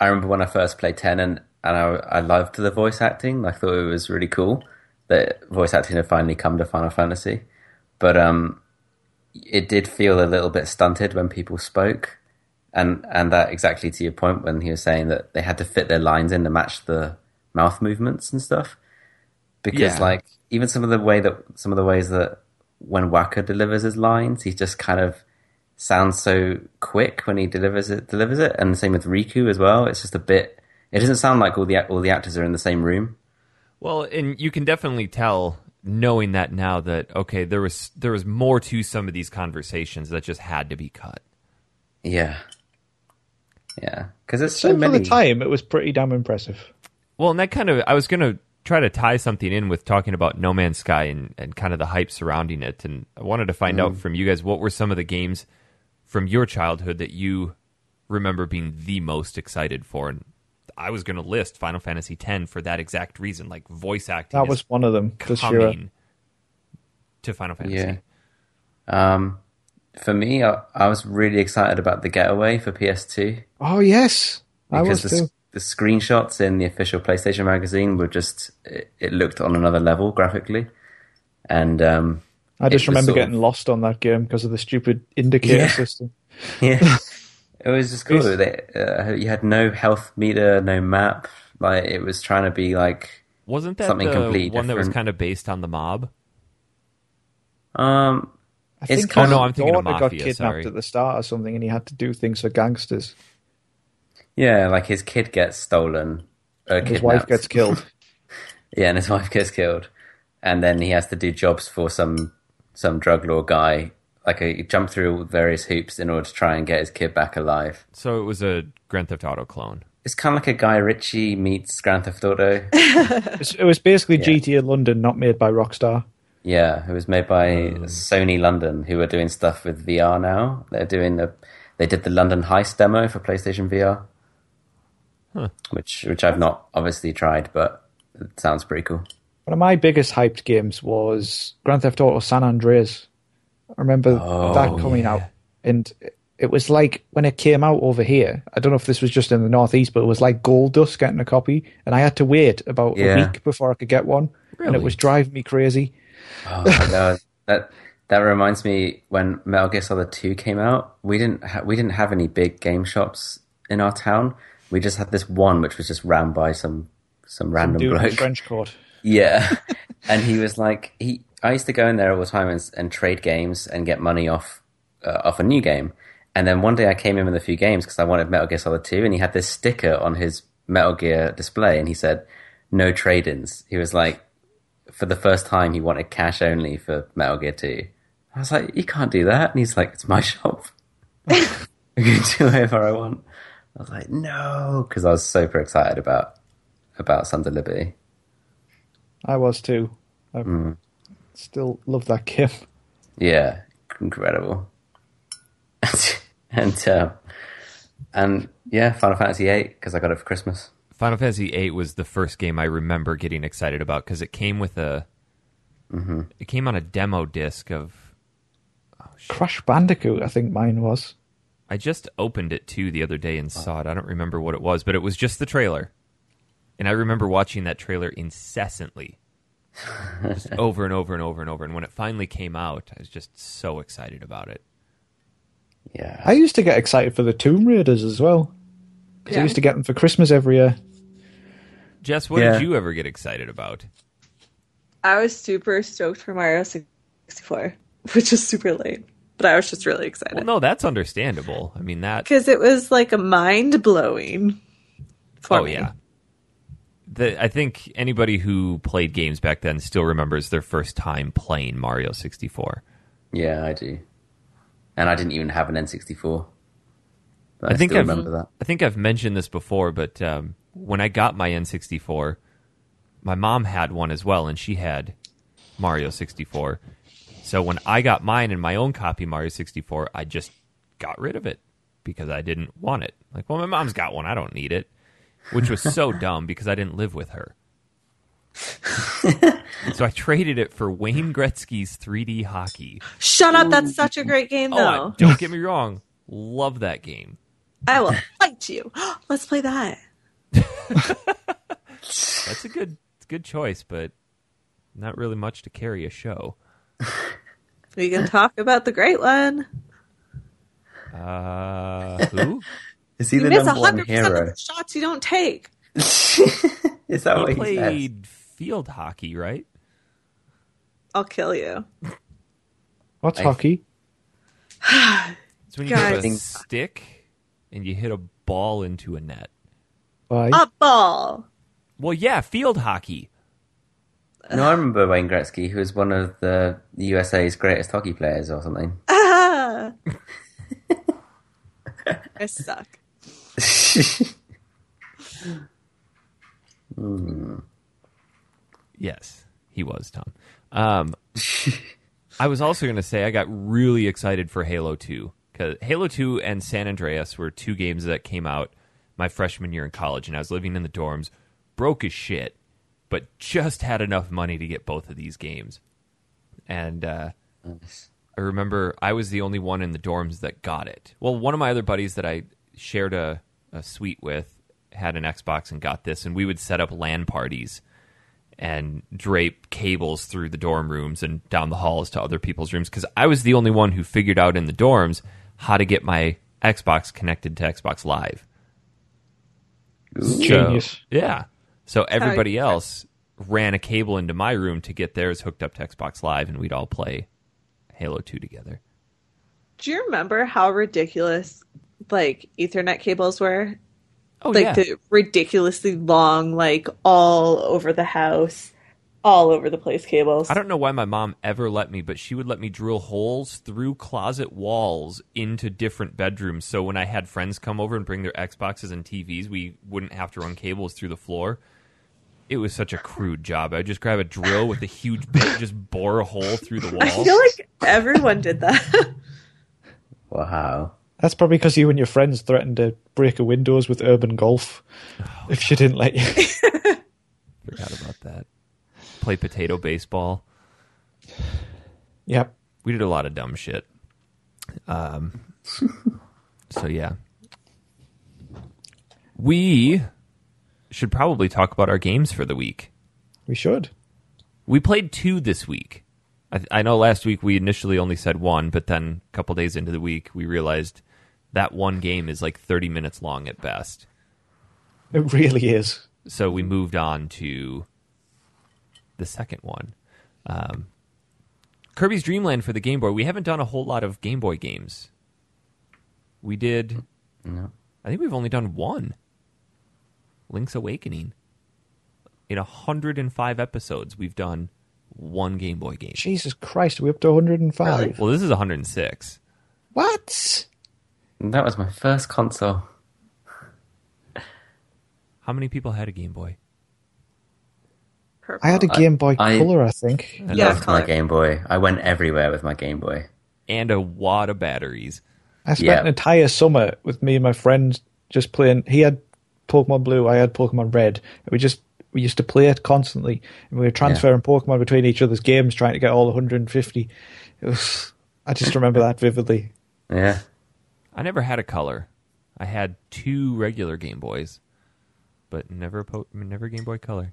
[SPEAKER 2] I remember when I first played Ten, and and I I loved the voice acting. I thought it was really cool that voice acting had finally come to Final Fantasy, but um, it did feel a little bit stunted when people spoke, and and that exactly to your point when he was saying that they had to fit their lines in to match the mouth movements and stuff. because
[SPEAKER 1] Yeah.
[SPEAKER 2] like even some of the way that some of the ways that when Waka delivers his lines, he just kind of sounds so quick when he delivers it. Delivers it, and the same with Riku as well. It's just a bit. It doesn't sound like all the act- all the actors are in the same room.
[SPEAKER 1] Well, and you can definitely tell knowing that now that okay, there was there was more to some of these conversations that just had to be cut.
[SPEAKER 2] Yeah, yeah, because there's so
[SPEAKER 3] So for
[SPEAKER 2] many.
[SPEAKER 3] the time, it was pretty damn impressive.
[SPEAKER 1] Well, and that kind of I was going to try to tie something in with talking about No Man's Sky and, and kind of the hype surrounding it, and I wanted to find
[SPEAKER 2] Mm.
[SPEAKER 1] out from you guys what were some of the games from your childhood that you remember being the most excited for. And I was going to list Final Fantasy X for that exact reason, like voice acting.
[SPEAKER 3] That
[SPEAKER 1] is
[SPEAKER 3] was one of them, for
[SPEAKER 1] coming
[SPEAKER 3] sure.
[SPEAKER 1] to Final Fantasy.
[SPEAKER 2] Yeah. Um, for me, I, I was really excited about the getaway for PS2
[SPEAKER 3] Oh, yes. I was
[SPEAKER 2] because the,
[SPEAKER 3] too.
[SPEAKER 2] s- the screenshots in the official PlayStation magazine were just it, it looked on another level graphically, and um,
[SPEAKER 3] I just
[SPEAKER 2] it was
[SPEAKER 3] remember
[SPEAKER 2] sort of-
[SPEAKER 3] getting lost on that game because of the stupid indicator
[SPEAKER 2] Yeah.
[SPEAKER 3] system.
[SPEAKER 2] yeah, it was just cool.
[SPEAKER 3] It's-
[SPEAKER 2] They, uh, you had no health meter, no map. Like it was trying to be like
[SPEAKER 1] Wasn't that
[SPEAKER 2] Something
[SPEAKER 1] the
[SPEAKER 2] completely
[SPEAKER 1] one that was
[SPEAKER 2] different.
[SPEAKER 1] kind of based on the mob?
[SPEAKER 2] um
[SPEAKER 3] I
[SPEAKER 2] It's
[SPEAKER 3] think
[SPEAKER 2] kind-
[SPEAKER 3] his
[SPEAKER 2] Oh,
[SPEAKER 1] no, I'm thinking of
[SPEAKER 3] daughter got
[SPEAKER 1] Mafia,
[SPEAKER 3] kidnapped
[SPEAKER 1] sorry.
[SPEAKER 3] at the start or something, and he had to do things for gangsters.
[SPEAKER 2] yeah, like his kid gets stolen, uh,
[SPEAKER 3] And his wife
[SPEAKER 2] kidnapped.
[SPEAKER 3] gets killed.
[SPEAKER 2] yeah, and his wife gets killed, and then he has to do jobs for some some drug law guy. Like he jumped through various hoops in order to try and get his kid back alive.
[SPEAKER 1] So it was a Grand Theft Auto clone.
[SPEAKER 2] It's kind of like a Guy Ritchie meets Grand Theft Auto.
[SPEAKER 3] It's- it was basically GTA London, not made by Rockstar.
[SPEAKER 2] yeah, it was made by Sony London, who are doing stuff with VR now. They're doing the, they did the London Heist demo for PlayStation VR, which which I've not obviously tried, but it sounds pretty cool.
[SPEAKER 3] One of my biggest hyped games was Grand Theft Auto San Andreas. I remember
[SPEAKER 2] Oh,
[SPEAKER 3] that coming out, and it was like when it came out over here. I don't know if this was just in the northeast, but it was like gold dust getting a copy, and I had to wait about
[SPEAKER 2] Yeah.
[SPEAKER 3] a week before I could get one, and it
[SPEAKER 1] Really?
[SPEAKER 3] was driving me crazy.
[SPEAKER 2] Oh, I know. that that reminds me when Metal Gear Solid Two came out, we didn't ha- we didn't have any big game shops in our town. We just had this one, which was just ran by some some random
[SPEAKER 3] Dude, in
[SPEAKER 2] bloke.
[SPEAKER 3] trench coat.
[SPEAKER 2] Yeah. and he was like, he. I used to go in there all the time and, and trade games and get money off uh, off a new game. And then one day I came in with a few games because I wanted Metal Gear Solid 2, and he had this sticker on his Metal Gear display, and he said, "No trade-ins." He was like, for the first time, he wanted cash only for Metal Gear 2. I was like, "You can't do that," and he's like, "It's my shop. I can do whatever I want." I was like, "No," because I was super excited about about Sons of Liberty.
[SPEAKER 3] I was too. I
[SPEAKER 2] Hmm.
[SPEAKER 3] still love that game.
[SPEAKER 2] Yeah, incredible. and uh, and yeah, Final Fantasy VIII because I got it for Christmas.
[SPEAKER 1] Final Fantasy VIII was the first game I remember getting excited about because it came with a. It came on a demo disc of.
[SPEAKER 3] Crash Bandicoot, I think mine was.
[SPEAKER 1] I just opened it too the other day and saw it. I don't remember what it was, but it was just the trailer, and I remember watching that trailer incessantly just over and over and over and over. And when it finally came out, I was just so excited about it.
[SPEAKER 2] Yeah.
[SPEAKER 3] I used to get excited for the Tomb Raiders as well. 'Cause I
[SPEAKER 4] Yeah.
[SPEAKER 3] used to get them for Christmas every year.
[SPEAKER 1] Jess, what
[SPEAKER 2] Yeah.
[SPEAKER 1] did you ever get excited about?
[SPEAKER 4] I was super stoked for Mario 64, which is super late, but I was just really
[SPEAKER 1] Well,
[SPEAKER 4] excited
[SPEAKER 1] no, that's understandable. I mean that.
[SPEAKER 4] because it was like a mind blowing.
[SPEAKER 1] oh yeah. The, I think anybody who played games back then still remembers their first time playing Mario 64.
[SPEAKER 2] Yeah, I do. And I didn't even have an N64. But I,
[SPEAKER 1] I think
[SPEAKER 2] still
[SPEAKER 1] I've-
[SPEAKER 2] remember that.
[SPEAKER 1] I think I've mentioned this before, but um, when I got my N64, my mom had one as well, and she had Mario 64. So when I got mine and my own copy Mario 64, I just got rid of it because I didn't want it. Like, well, my mom's got one, I don't need it, which was so dumb because I didn't live with her. so I traded it for Wayne Gretzky's 3D hockey.
[SPEAKER 4] Shut up! That's such a great game,
[SPEAKER 1] Oh,
[SPEAKER 4] though.
[SPEAKER 1] I- don't get me wrong, love that game.
[SPEAKER 4] I will fight you. Let's play that.
[SPEAKER 1] That's a good good choice, but not really much to carry a show.
[SPEAKER 4] We can talk about the great one.
[SPEAKER 1] Uh, who?
[SPEAKER 2] Is he
[SPEAKER 4] you
[SPEAKER 2] the
[SPEAKER 4] miss
[SPEAKER 2] number one
[SPEAKER 4] hundred percent of
[SPEAKER 2] hero?
[SPEAKER 4] the shots you don't take.
[SPEAKER 2] Is that what
[SPEAKER 1] he
[SPEAKER 2] he says?
[SPEAKER 1] played field hockey, right?
[SPEAKER 4] I'll kill you.
[SPEAKER 3] What's
[SPEAKER 2] I-
[SPEAKER 3] hockey?
[SPEAKER 1] It's when you have a
[SPEAKER 4] Guys.
[SPEAKER 1] stick and you hit a ball into a net.
[SPEAKER 3] Why?
[SPEAKER 4] A ball.
[SPEAKER 1] Well, yeah, field hockey.
[SPEAKER 2] No, I remember Wayne Gretzky, who was one of the USA's greatest hockey players or something.
[SPEAKER 4] Ah. I suck.
[SPEAKER 1] Yes, he was Tom. Um, I was also going to say I got really excited for Halo Two because Halo Two and San Andreas were two games that came out my freshman year in college, and I was living in the dorms, broke as shit, but just had enough money to get both of these games, and. Uh, I remember I was the only one in the dorms that got it. Well, one of my other buddies that I shared a, a suite with had an Xbox and got this, and we would set up LAN parties and drape cables through the dorm rooms and down the halls to other people's rooms because I was the only one who figured out in the dorms how to get my Xbox connected to Xbox Live.
[SPEAKER 3] Genius.
[SPEAKER 1] Yeah. So everybody
[SPEAKER 4] you-
[SPEAKER 1] else ran a cable into my room to get theirs hooked up to Xbox Live, and we'd all play Halo 2 together.
[SPEAKER 4] Do you remember how ridiculous like Ethernet cables were?
[SPEAKER 1] Oh,
[SPEAKER 4] like
[SPEAKER 1] yeah.
[SPEAKER 4] the ridiculously long, like all over the house, all over the place cables.
[SPEAKER 1] I don't know why my mom ever let me, but she would let me drill holes through closet walls into different bedrooms. So when I had friends come over and bring their Xboxes and TVs, we wouldn't have to run cables through the floor. It was such a crude job. I would just grab a drill with a huge bit, and just bore a hole through the
[SPEAKER 4] I
[SPEAKER 1] wall.
[SPEAKER 4] feel like everyone did that.
[SPEAKER 2] Wow.
[SPEAKER 3] That's probably because you and your friends threatened to break a windows with Urban Golf
[SPEAKER 2] Oh,
[SPEAKER 3] if she didn't let you.
[SPEAKER 1] Forgot about that. Play potato baseball.
[SPEAKER 3] yep.
[SPEAKER 1] we did a lot of dumb shit. Um, so yeah, we should probably talk about our games for the week.
[SPEAKER 3] We should.
[SPEAKER 1] We played two this week. I, I know last week we initially only said one, but then a couple days into the week we realized that one game is like thirty minutes long at best.
[SPEAKER 3] It really is.
[SPEAKER 1] So we moved on to the second one. Um, Kirby's Dream Land for the Game Boy. We haven't done a whole lot of Game Boy games. We did. I think we've only done one. Link's Awakening. In 105 episodes, we've done one Game Boy game.
[SPEAKER 3] Jesus Christ, are we up to 105?
[SPEAKER 4] Really?
[SPEAKER 1] Well, this is 106.
[SPEAKER 3] What?
[SPEAKER 2] That was my first console.
[SPEAKER 1] How many people had a Game Boy?
[SPEAKER 3] I had a
[SPEAKER 2] I-
[SPEAKER 3] Game Boy
[SPEAKER 2] I-
[SPEAKER 3] Color, I think.
[SPEAKER 2] I
[SPEAKER 4] Yeah,
[SPEAKER 2] loved my
[SPEAKER 4] colour.
[SPEAKER 2] Game Boy. I went everywhere with my Game Boy.
[SPEAKER 1] And a wad of batteries.
[SPEAKER 3] I spent
[SPEAKER 2] Yeah.
[SPEAKER 3] an entire summer with me and my friends just playing. He had Pokemon Blue, I had Pokemon Red. We just we used to play it constantly, and we were transferring Pokemon between each other's games, trying to get all 150. It was, I just remember that vividly.
[SPEAKER 2] Yeah.
[SPEAKER 1] I never had a color. I had two regular Game Boys, but never a po- never Game Boy Color.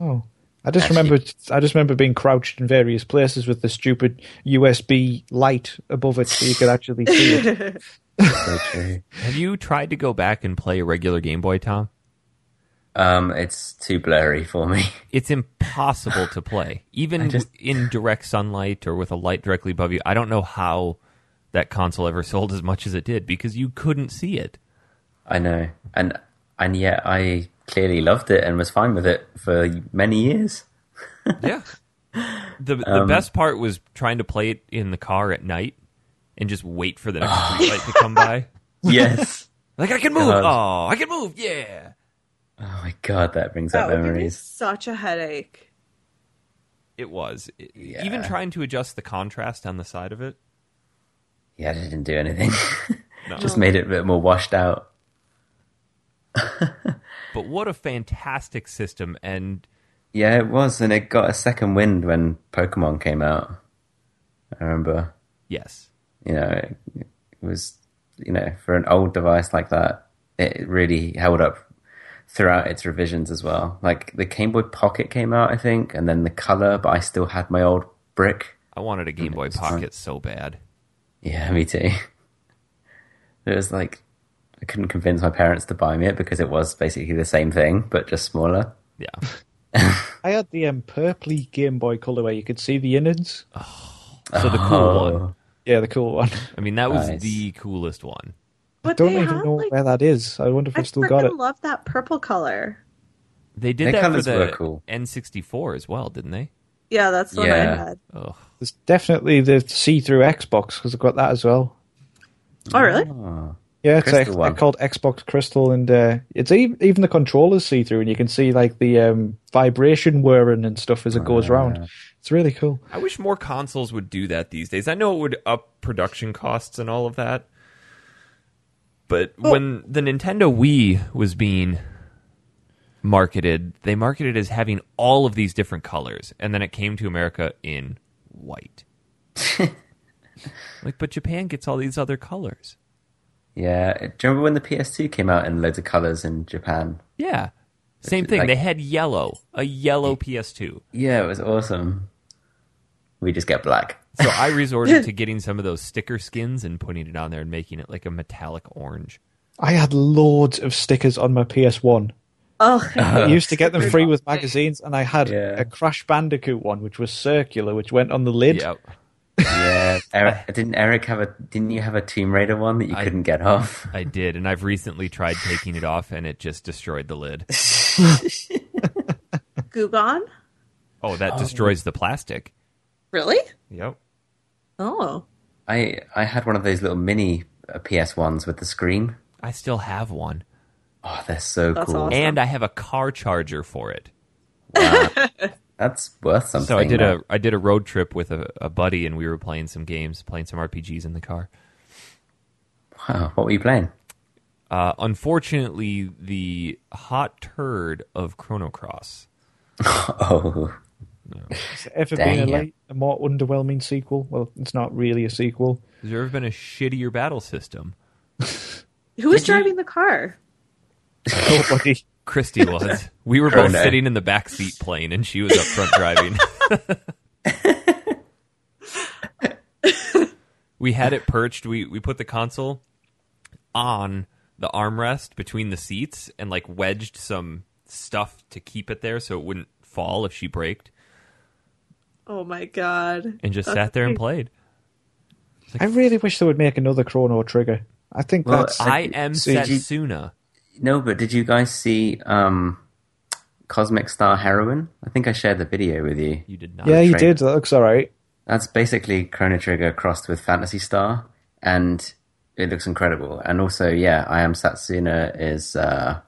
[SPEAKER 3] Oh, I just
[SPEAKER 2] Actually-
[SPEAKER 3] remember I just remember being crouched in various places with the stupid USB light above it so you could actually see it.
[SPEAKER 2] So true.
[SPEAKER 1] Have you tried to go back and play a regular Game Boy, Tom?
[SPEAKER 2] Um, it's too blurry for me.
[SPEAKER 1] It's impossible to play, even
[SPEAKER 2] just-
[SPEAKER 1] in direct sunlight or with a light directly above you. I don't know how that console ever sold as much as it did because you couldn't see it.
[SPEAKER 2] I know, and and yet I clearly loved it and was fine with it for many years.
[SPEAKER 1] Yeah. The
[SPEAKER 2] Um,
[SPEAKER 1] the best part was trying to play it in the car at night and just wait for the next street light to come by.
[SPEAKER 2] Yes.
[SPEAKER 1] Like I can move.
[SPEAKER 2] God.
[SPEAKER 1] Oh, I can move. Yeah.
[SPEAKER 2] oh my god, that brings
[SPEAKER 4] That
[SPEAKER 2] up
[SPEAKER 4] would give me
[SPEAKER 2] memories.
[SPEAKER 4] such a headache.
[SPEAKER 1] It was. It-
[SPEAKER 2] Yeah.
[SPEAKER 1] Even trying to adjust the contrast on the side of it.
[SPEAKER 2] Yeah, I didn't do anything.
[SPEAKER 1] No.
[SPEAKER 2] Just made it a bit more washed out.
[SPEAKER 1] But what a fantastic system and
[SPEAKER 2] Yeah, it was, and it got a second wind when Pokemon came out. I remember,
[SPEAKER 1] yes.
[SPEAKER 2] you know, it, it was, you know, for an old device like that, it really held up throughout its revisions as well. Like the Game Boy Pocket came out, I think, and then the Color, but I still had my old brick.
[SPEAKER 1] I wanted a Game Boy
[SPEAKER 2] It's fun.
[SPEAKER 1] Pocket so bad.
[SPEAKER 2] Yeah, me too. It was like I couldn't convince my parents to buy me it because it was basically the same thing but just smaller.
[SPEAKER 1] Yeah.
[SPEAKER 3] I had the um, purpley Game Boy Color where you could see the innards.
[SPEAKER 1] So Oh, the cool one.
[SPEAKER 3] Yeah, the cool one.
[SPEAKER 1] I mean, that was
[SPEAKER 2] Oh, Nice.
[SPEAKER 1] the coolest one.
[SPEAKER 4] But
[SPEAKER 3] Don't
[SPEAKER 4] they
[SPEAKER 3] even
[SPEAKER 4] had,
[SPEAKER 3] know
[SPEAKER 4] like,
[SPEAKER 3] where that is. I wonder if
[SPEAKER 4] I
[SPEAKER 3] I've still got it.
[SPEAKER 4] freaking love that purple color.
[SPEAKER 1] They did
[SPEAKER 2] Their
[SPEAKER 1] that for
[SPEAKER 2] colours were
[SPEAKER 1] the
[SPEAKER 2] cool.
[SPEAKER 1] N64 as well, didn't they?
[SPEAKER 4] Yeah, that's the one
[SPEAKER 2] Yeah.
[SPEAKER 4] I had.
[SPEAKER 1] Oh,
[SPEAKER 3] There's definitely the see-through Xbox because I've got that as well.
[SPEAKER 4] Oh, really?
[SPEAKER 3] Mm.
[SPEAKER 2] Oh.
[SPEAKER 3] Yeah, it's
[SPEAKER 2] Crystal
[SPEAKER 3] ex-
[SPEAKER 2] one.
[SPEAKER 3] called Xbox Crystal, and uh, it's even, even the controller's see-through, and you can see like the um, vibration whirring and stuff as it goes round. It's really cool.
[SPEAKER 1] I wish more consoles would do that these days. I know it would up production costs and all of that. But when the Nintendo Wii was being marketed, they marketed it as having all of these different colors, and then it came to America in white. like, but Japan gets all these other colors.
[SPEAKER 2] Yeah. Do you remember when the PS2 came out in loads of colors in Japan?
[SPEAKER 1] Yeah. Same thing.
[SPEAKER 2] like-
[SPEAKER 1] they had yellow, a yellow PS2.
[SPEAKER 2] Yeah, it was awesome. We just get black.
[SPEAKER 1] So I resorted to getting some of those sticker skins and putting it on there and making it like a metallic orange.
[SPEAKER 3] I had loads of stickers on my PS1.
[SPEAKER 4] Oh,
[SPEAKER 3] I used to get them free with magazines, and I had
[SPEAKER 2] Uh-huh. Yeah.
[SPEAKER 3] a Crash Bandicoot one, which was circular, which went on the lid.
[SPEAKER 1] Yep.
[SPEAKER 2] Yeah. Eric, didn't Eric have a? Didn't you have a Tomb Raider one that you
[SPEAKER 1] I-
[SPEAKER 2] couldn't get off?
[SPEAKER 1] I did, and I've recently tried taking it off, and it just destroyed the lid.
[SPEAKER 4] Gugon?
[SPEAKER 1] Oh, that destroys the plastic.
[SPEAKER 4] Really?
[SPEAKER 1] Yep.
[SPEAKER 4] Oh.
[SPEAKER 2] I I had one of those little mini uh, PS ones with the screen.
[SPEAKER 1] I still have one,
[SPEAKER 2] Oh, they're so
[SPEAKER 4] That's
[SPEAKER 2] cool.
[SPEAKER 4] awesome.
[SPEAKER 1] and I have a car charger for it.
[SPEAKER 2] That's worth something.
[SPEAKER 1] So I did
[SPEAKER 2] man.
[SPEAKER 1] a I did a road trip with a, a buddy, and we were playing some games, playing some RPGs in the car.
[SPEAKER 2] Wow, what were you playing?
[SPEAKER 1] Uh, unfortunately, the hot turd of Chrono Cross.
[SPEAKER 2] Oh,
[SPEAKER 3] Has there ever
[SPEAKER 2] Dang
[SPEAKER 3] been a,
[SPEAKER 2] it.
[SPEAKER 3] late, a more underwhelming sequel? Well, it's not really a sequel.
[SPEAKER 1] Has there ever been a shittier battle system?
[SPEAKER 4] Who was driving the car?
[SPEAKER 3] Nobody.
[SPEAKER 1] Christy was. We were
[SPEAKER 2] Oh,
[SPEAKER 1] both
[SPEAKER 2] no.
[SPEAKER 1] sitting in the back seat playing, and she was up front driving. we had it perched. We we put the console on the armrest between the seats and like wedged some stuff to keep it there so it wouldn't fall if she braked,
[SPEAKER 4] Oh my god.
[SPEAKER 1] and just
[SPEAKER 4] That's
[SPEAKER 1] sat there and played.
[SPEAKER 3] I really wish they would make another Chrono Trigger. I think
[SPEAKER 2] Well,
[SPEAKER 3] that's.
[SPEAKER 1] I am
[SPEAKER 3] so did
[SPEAKER 2] you-
[SPEAKER 1] Setsuna.
[SPEAKER 2] no, but did you guys see um, Cosmic Star Heroine? I think I shared the video with you.
[SPEAKER 1] You did not.
[SPEAKER 3] yeah, you
[SPEAKER 2] Trigger.
[SPEAKER 3] did. That looks all right.
[SPEAKER 2] That's basically Chrono Trigger crossed with Fantasy Star, and it looks incredible. And also, yeah, I Am Satsuna is uh,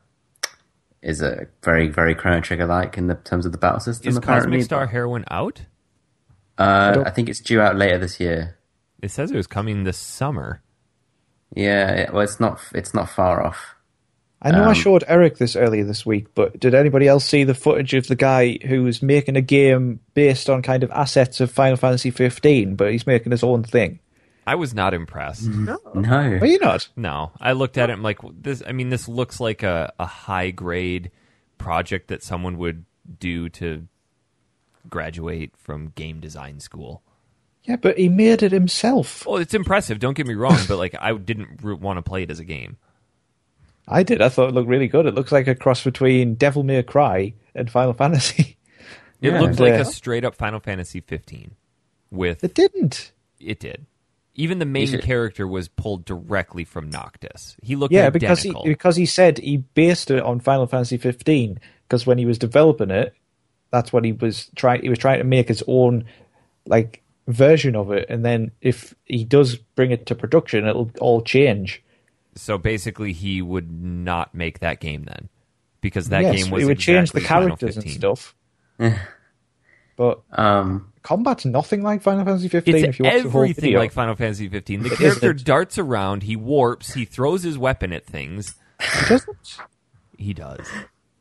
[SPEAKER 2] is a very very Chrono Trigger like in the terms of the battle system.
[SPEAKER 1] Is
[SPEAKER 2] apparently.
[SPEAKER 1] Cosmic Star Heroine out?
[SPEAKER 2] Uh,
[SPEAKER 3] don't-
[SPEAKER 2] I think it's due out later this year.
[SPEAKER 1] It says it was coming this summer.
[SPEAKER 2] Yeah, it, well, it's not it's not far off.
[SPEAKER 3] I know I
[SPEAKER 2] Um,
[SPEAKER 3] showed Eric this earlier this week, but did anybody else see the footage of the guy who was making a game based on kind of assets of Final Fantasy 15, but he's making his own thing?
[SPEAKER 1] I was not impressed.
[SPEAKER 2] No,
[SPEAKER 3] Are you not?
[SPEAKER 1] No, I looked at it. I'm like, this. I mean, this looks like a, a high grade project that someone would do to graduate from game design school.
[SPEAKER 3] Yeah, but he made it himself.
[SPEAKER 1] Well, it's impressive. Don't get me wrong, but like I didn't re- want to play it as a game.
[SPEAKER 3] I did. I thought it looked really good. It looks like a cross between Devil May Cry and Final Fantasy.
[SPEAKER 1] It
[SPEAKER 2] Yeah.
[SPEAKER 1] looked like
[SPEAKER 3] Yeah.
[SPEAKER 1] a straight up Final Fantasy 15. With
[SPEAKER 3] It didn't.
[SPEAKER 1] it did. Even the main
[SPEAKER 2] should-
[SPEAKER 1] character was pulled directly from Noctis. He looked
[SPEAKER 3] Yeah, because he,
[SPEAKER 1] identical.
[SPEAKER 3] because he said he based it on Final Fantasy 15 because when he was developing it, that's what he was trying. He was trying to make his own like version of it, and then if he does bring it to production, it'll all change.
[SPEAKER 1] so basically, he would not make that game then, because that
[SPEAKER 3] Yes,
[SPEAKER 1] game was
[SPEAKER 3] it would change the
[SPEAKER 1] exactly Final
[SPEAKER 3] characters and
[SPEAKER 1] 15.
[SPEAKER 3] stuff. but
[SPEAKER 2] Um,
[SPEAKER 3] combat's nothing like Final Fantasy 15.
[SPEAKER 1] It's
[SPEAKER 3] if you watch the whole
[SPEAKER 1] everything
[SPEAKER 3] video,
[SPEAKER 1] like Final Fantasy 15. The
[SPEAKER 3] It
[SPEAKER 1] character
[SPEAKER 3] isn't.
[SPEAKER 1] darts around, he warps, he throws his weapon at things.
[SPEAKER 3] it doesn't.
[SPEAKER 1] He does.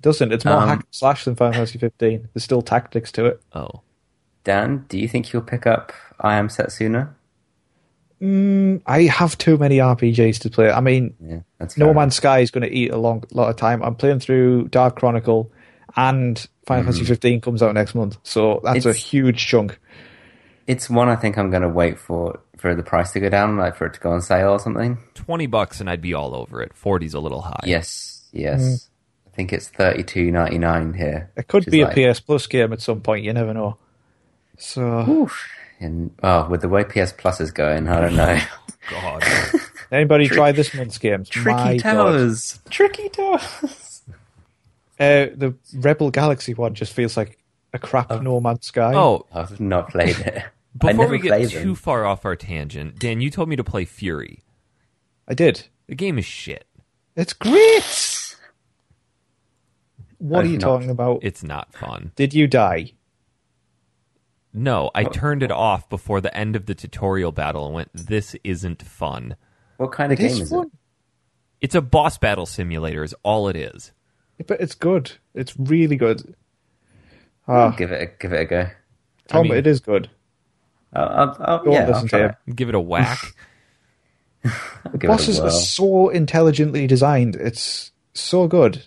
[SPEAKER 3] Doesn't it's more
[SPEAKER 2] Um,
[SPEAKER 3] hack and slash than Final Fantasy 15. There's still tactics to it.
[SPEAKER 1] Oh,
[SPEAKER 2] Dan, do you think you'll pick up I Am Setsuna?
[SPEAKER 3] Mm, I have too many RPGs to play. I mean,
[SPEAKER 2] Yeah, that's
[SPEAKER 3] No
[SPEAKER 2] fair.
[SPEAKER 3] Man's Sky is going to eat a long lot of time. I'm playing through Dark Chronicle, and Final Fantasy 15 comes out next month, so that's a
[SPEAKER 2] Mhm. It's-
[SPEAKER 3] huge chunk.
[SPEAKER 2] It's one I think I'm going to wait for for the price to go down, like for it to go on sale or something.
[SPEAKER 1] 20 bucks and I'd be all over it. 40's a little high.
[SPEAKER 2] Yes, yes. I think it's thirty two ninety nine here.
[SPEAKER 3] It Hmm. could
[SPEAKER 2] which is
[SPEAKER 3] be a
[SPEAKER 2] like-
[SPEAKER 3] PS Plus game at some point. You never know. So,
[SPEAKER 2] Oof. And oh, with the way PS Plus is going, I don't know.
[SPEAKER 1] God.
[SPEAKER 3] anybody try this month's games? My God.
[SPEAKER 2] tricky towers.
[SPEAKER 3] Uh, the Rebel Galaxy one just feels like a crap No Man's Sky.
[SPEAKER 1] Oh,
[SPEAKER 2] I've not played it. I
[SPEAKER 1] before
[SPEAKER 2] never
[SPEAKER 1] we get
[SPEAKER 2] play
[SPEAKER 1] too
[SPEAKER 2] them.
[SPEAKER 1] far off our tangent, Dan, you told me to play Fury.
[SPEAKER 3] I did.
[SPEAKER 1] The game is shit.
[SPEAKER 3] It's great. What
[SPEAKER 2] I've
[SPEAKER 3] are you
[SPEAKER 2] not-
[SPEAKER 3] talking about?
[SPEAKER 1] It's not fun.
[SPEAKER 3] Did you die?
[SPEAKER 1] No,
[SPEAKER 3] Oh.
[SPEAKER 1] I turned it off before the end of the tutorial battle and went, this isn't fun.
[SPEAKER 2] what kind of
[SPEAKER 3] It is
[SPEAKER 2] game is
[SPEAKER 3] fun.
[SPEAKER 2] it?
[SPEAKER 1] It's a boss battle simulator, is all it is.
[SPEAKER 3] But it's good. It's really good.
[SPEAKER 2] I'll
[SPEAKER 3] Ah,
[SPEAKER 2] give it a, give it a go.
[SPEAKER 3] Tom,
[SPEAKER 1] mean-
[SPEAKER 3] it is good.
[SPEAKER 2] I'll, I'll, I'll,
[SPEAKER 3] Go on,
[SPEAKER 2] yeah, I'll
[SPEAKER 3] listen to
[SPEAKER 2] try
[SPEAKER 3] him.
[SPEAKER 2] it.
[SPEAKER 1] Give it a whack.
[SPEAKER 2] I'll give it
[SPEAKER 3] Bosses
[SPEAKER 2] a
[SPEAKER 3] are
[SPEAKER 2] whirl.
[SPEAKER 3] so intelligently designed. It's so good.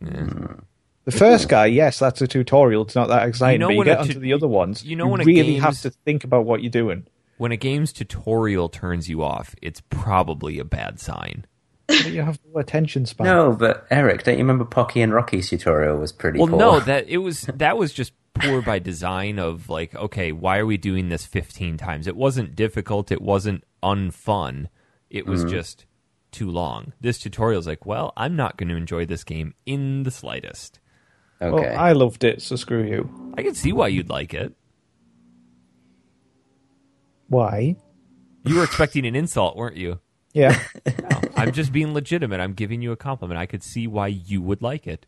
[SPEAKER 3] The first guy, yes, that's a tutorial. It's not that exciting.
[SPEAKER 1] You know
[SPEAKER 3] but you
[SPEAKER 1] when a
[SPEAKER 3] get
[SPEAKER 1] tu-
[SPEAKER 3] onto the other ones.
[SPEAKER 1] you know when a
[SPEAKER 3] really
[SPEAKER 1] game's-
[SPEAKER 3] have to think about what you're doing.
[SPEAKER 1] when a game's tutorial turns you off, it's probably a bad sign.
[SPEAKER 3] But You have no attention span.
[SPEAKER 2] No, but Eric, don't you remember Pocky and Rocky's tutorial was pretty
[SPEAKER 1] Well,
[SPEAKER 2] poor?
[SPEAKER 1] no, that it was that was just poor by design of like, okay, why are we doing this 15 times? It wasn't difficult, it wasn't unfun. It was just too long. This tutorial's like, well, I'm not going to enjoy this game in the slightest.
[SPEAKER 3] Well,
[SPEAKER 2] okay.
[SPEAKER 3] I loved it, so screw you.
[SPEAKER 1] I can see why you'd like it.
[SPEAKER 3] Why?
[SPEAKER 1] You were expecting an insult, weren't you?
[SPEAKER 3] Yeah.
[SPEAKER 1] No, I'm just being legitimate. I'm giving you a compliment. I could see why you would like it.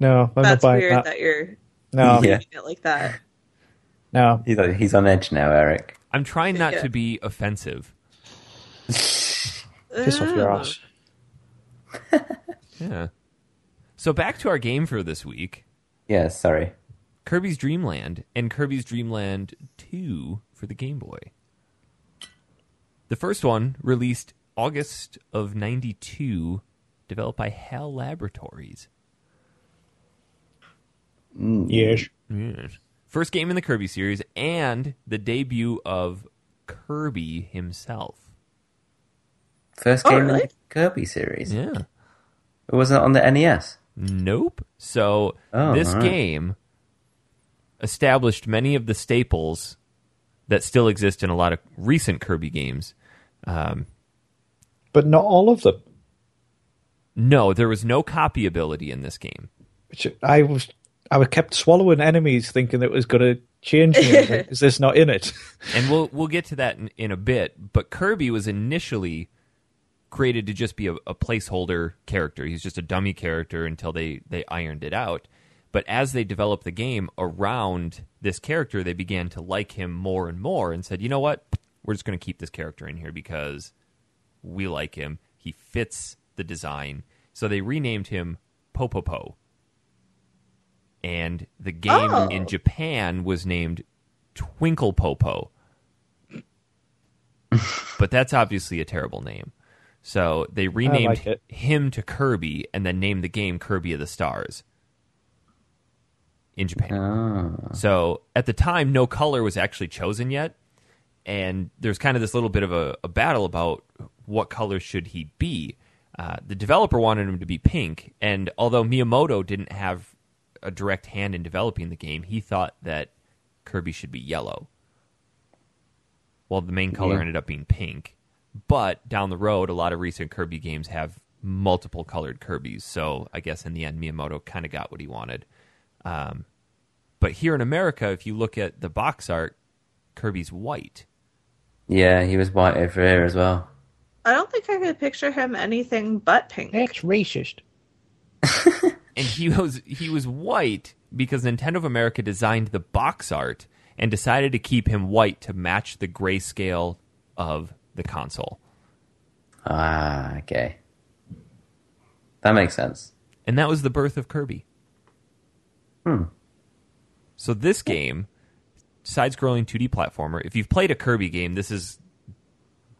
[SPEAKER 3] No, I'm not
[SPEAKER 4] That's
[SPEAKER 3] buying
[SPEAKER 4] weird that,
[SPEAKER 3] that.
[SPEAKER 4] you're
[SPEAKER 3] No,
[SPEAKER 2] Yeah.
[SPEAKER 4] doing it like that.
[SPEAKER 3] no.
[SPEAKER 2] He's on, he's on edge now, Eric.
[SPEAKER 1] I'm trying not
[SPEAKER 4] Yeah.
[SPEAKER 1] to be offensive.
[SPEAKER 4] Oh.
[SPEAKER 3] Piss off your
[SPEAKER 4] Ugh.
[SPEAKER 3] ass.
[SPEAKER 1] Yeah. So back to our game for this week.
[SPEAKER 2] Yeah, sorry.
[SPEAKER 1] Kirby's Dream Land and Kirby's Dream Land 2 for the Game Boy. The first one released August of 92, developed by HAL Laboratories.
[SPEAKER 3] Yes.
[SPEAKER 1] Yes. First game in the Kirby series and the debut of Kirby himself.
[SPEAKER 2] First
[SPEAKER 4] Oh,
[SPEAKER 2] game in
[SPEAKER 4] really?
[SPEAKER 2] the Kirby series.
[SPEAKER 1] Yeah.
[SPEAKER 2] It wasn't on the E NES.
[SPEAKER 1] Nope. So
[SPEAKER 2] Oh,
[SPEAKER 1] this
[SPEAKER 2] all right.
[SPEAKER 1] game established many of the staples that still exist in a lot of recent Kirby games. Um,
[SPEAKER 3] But not all of them.
[SPEAKER 1] no, there was no copy ability in this game.
[SPEAKER 3] which I was I was kept swallowing enemies, thinking that it was going to change me. I was like, Is this not in it?
[SPEAKER 1] And we'll we'll get to that in, in a bit. But Kirby was initially created to just be a, a placeholder character. He's just a dummy character until they they ironed it out. But as they developed the game around this character, they began to like him more and more, and said, "You know what? We're just going to keep this character in here because we like him. He fits the design." So they renamed him Popopo. And the game
[SPEAKER 4] Oh.
[SPEAKER 1] in Japan was named Twinkle Popo. but that's obviously a terrible name. So they renamed
[SPEAKER 3] like it.
[SPEAKER 1] him to Kirby and then named the game Kirby of the Stars. in Japan.
[SPEAKER 3] Ah.
[SPEAKER 2] Oh.
[SPEAKER 1] So at the time, no color was actually chosen yet, and there's kind of this little bit of a, a battle about what color should he be. Uh, the developer wanted him to be pink, and although Miyamoto didn't have a direct hand in developing the game, he thought that Kirby should be yellow. Well, the main color
[SPEAKER 2] Yeah.
[SPEAKER 1] ended up being pink, but down the road, a lot of recent Kirby games have multiple colored Kirby's. So I guess in the end, Miyamoto kind of got what he wanted. Um, But here in America, if you look at the box art, Kirby's white.
[SPEAKER 2] Yeah, he was white over here as well.
[SPEAKER 4] I don't think I could picture him anything but pink.
[SPEAKER 5] That's racist.
[SPEAKER 1] And he was he was white because Nintendo of America designed the box art and decided to keep him white to match the grayscale of the console.
[SPEAKER 2] Ah, okay. That makes sense.
[SPEAKER 1] And that was the birth of Kirby. So this game, side-scrolling 2D platformer, if you've played a Kirby game, this is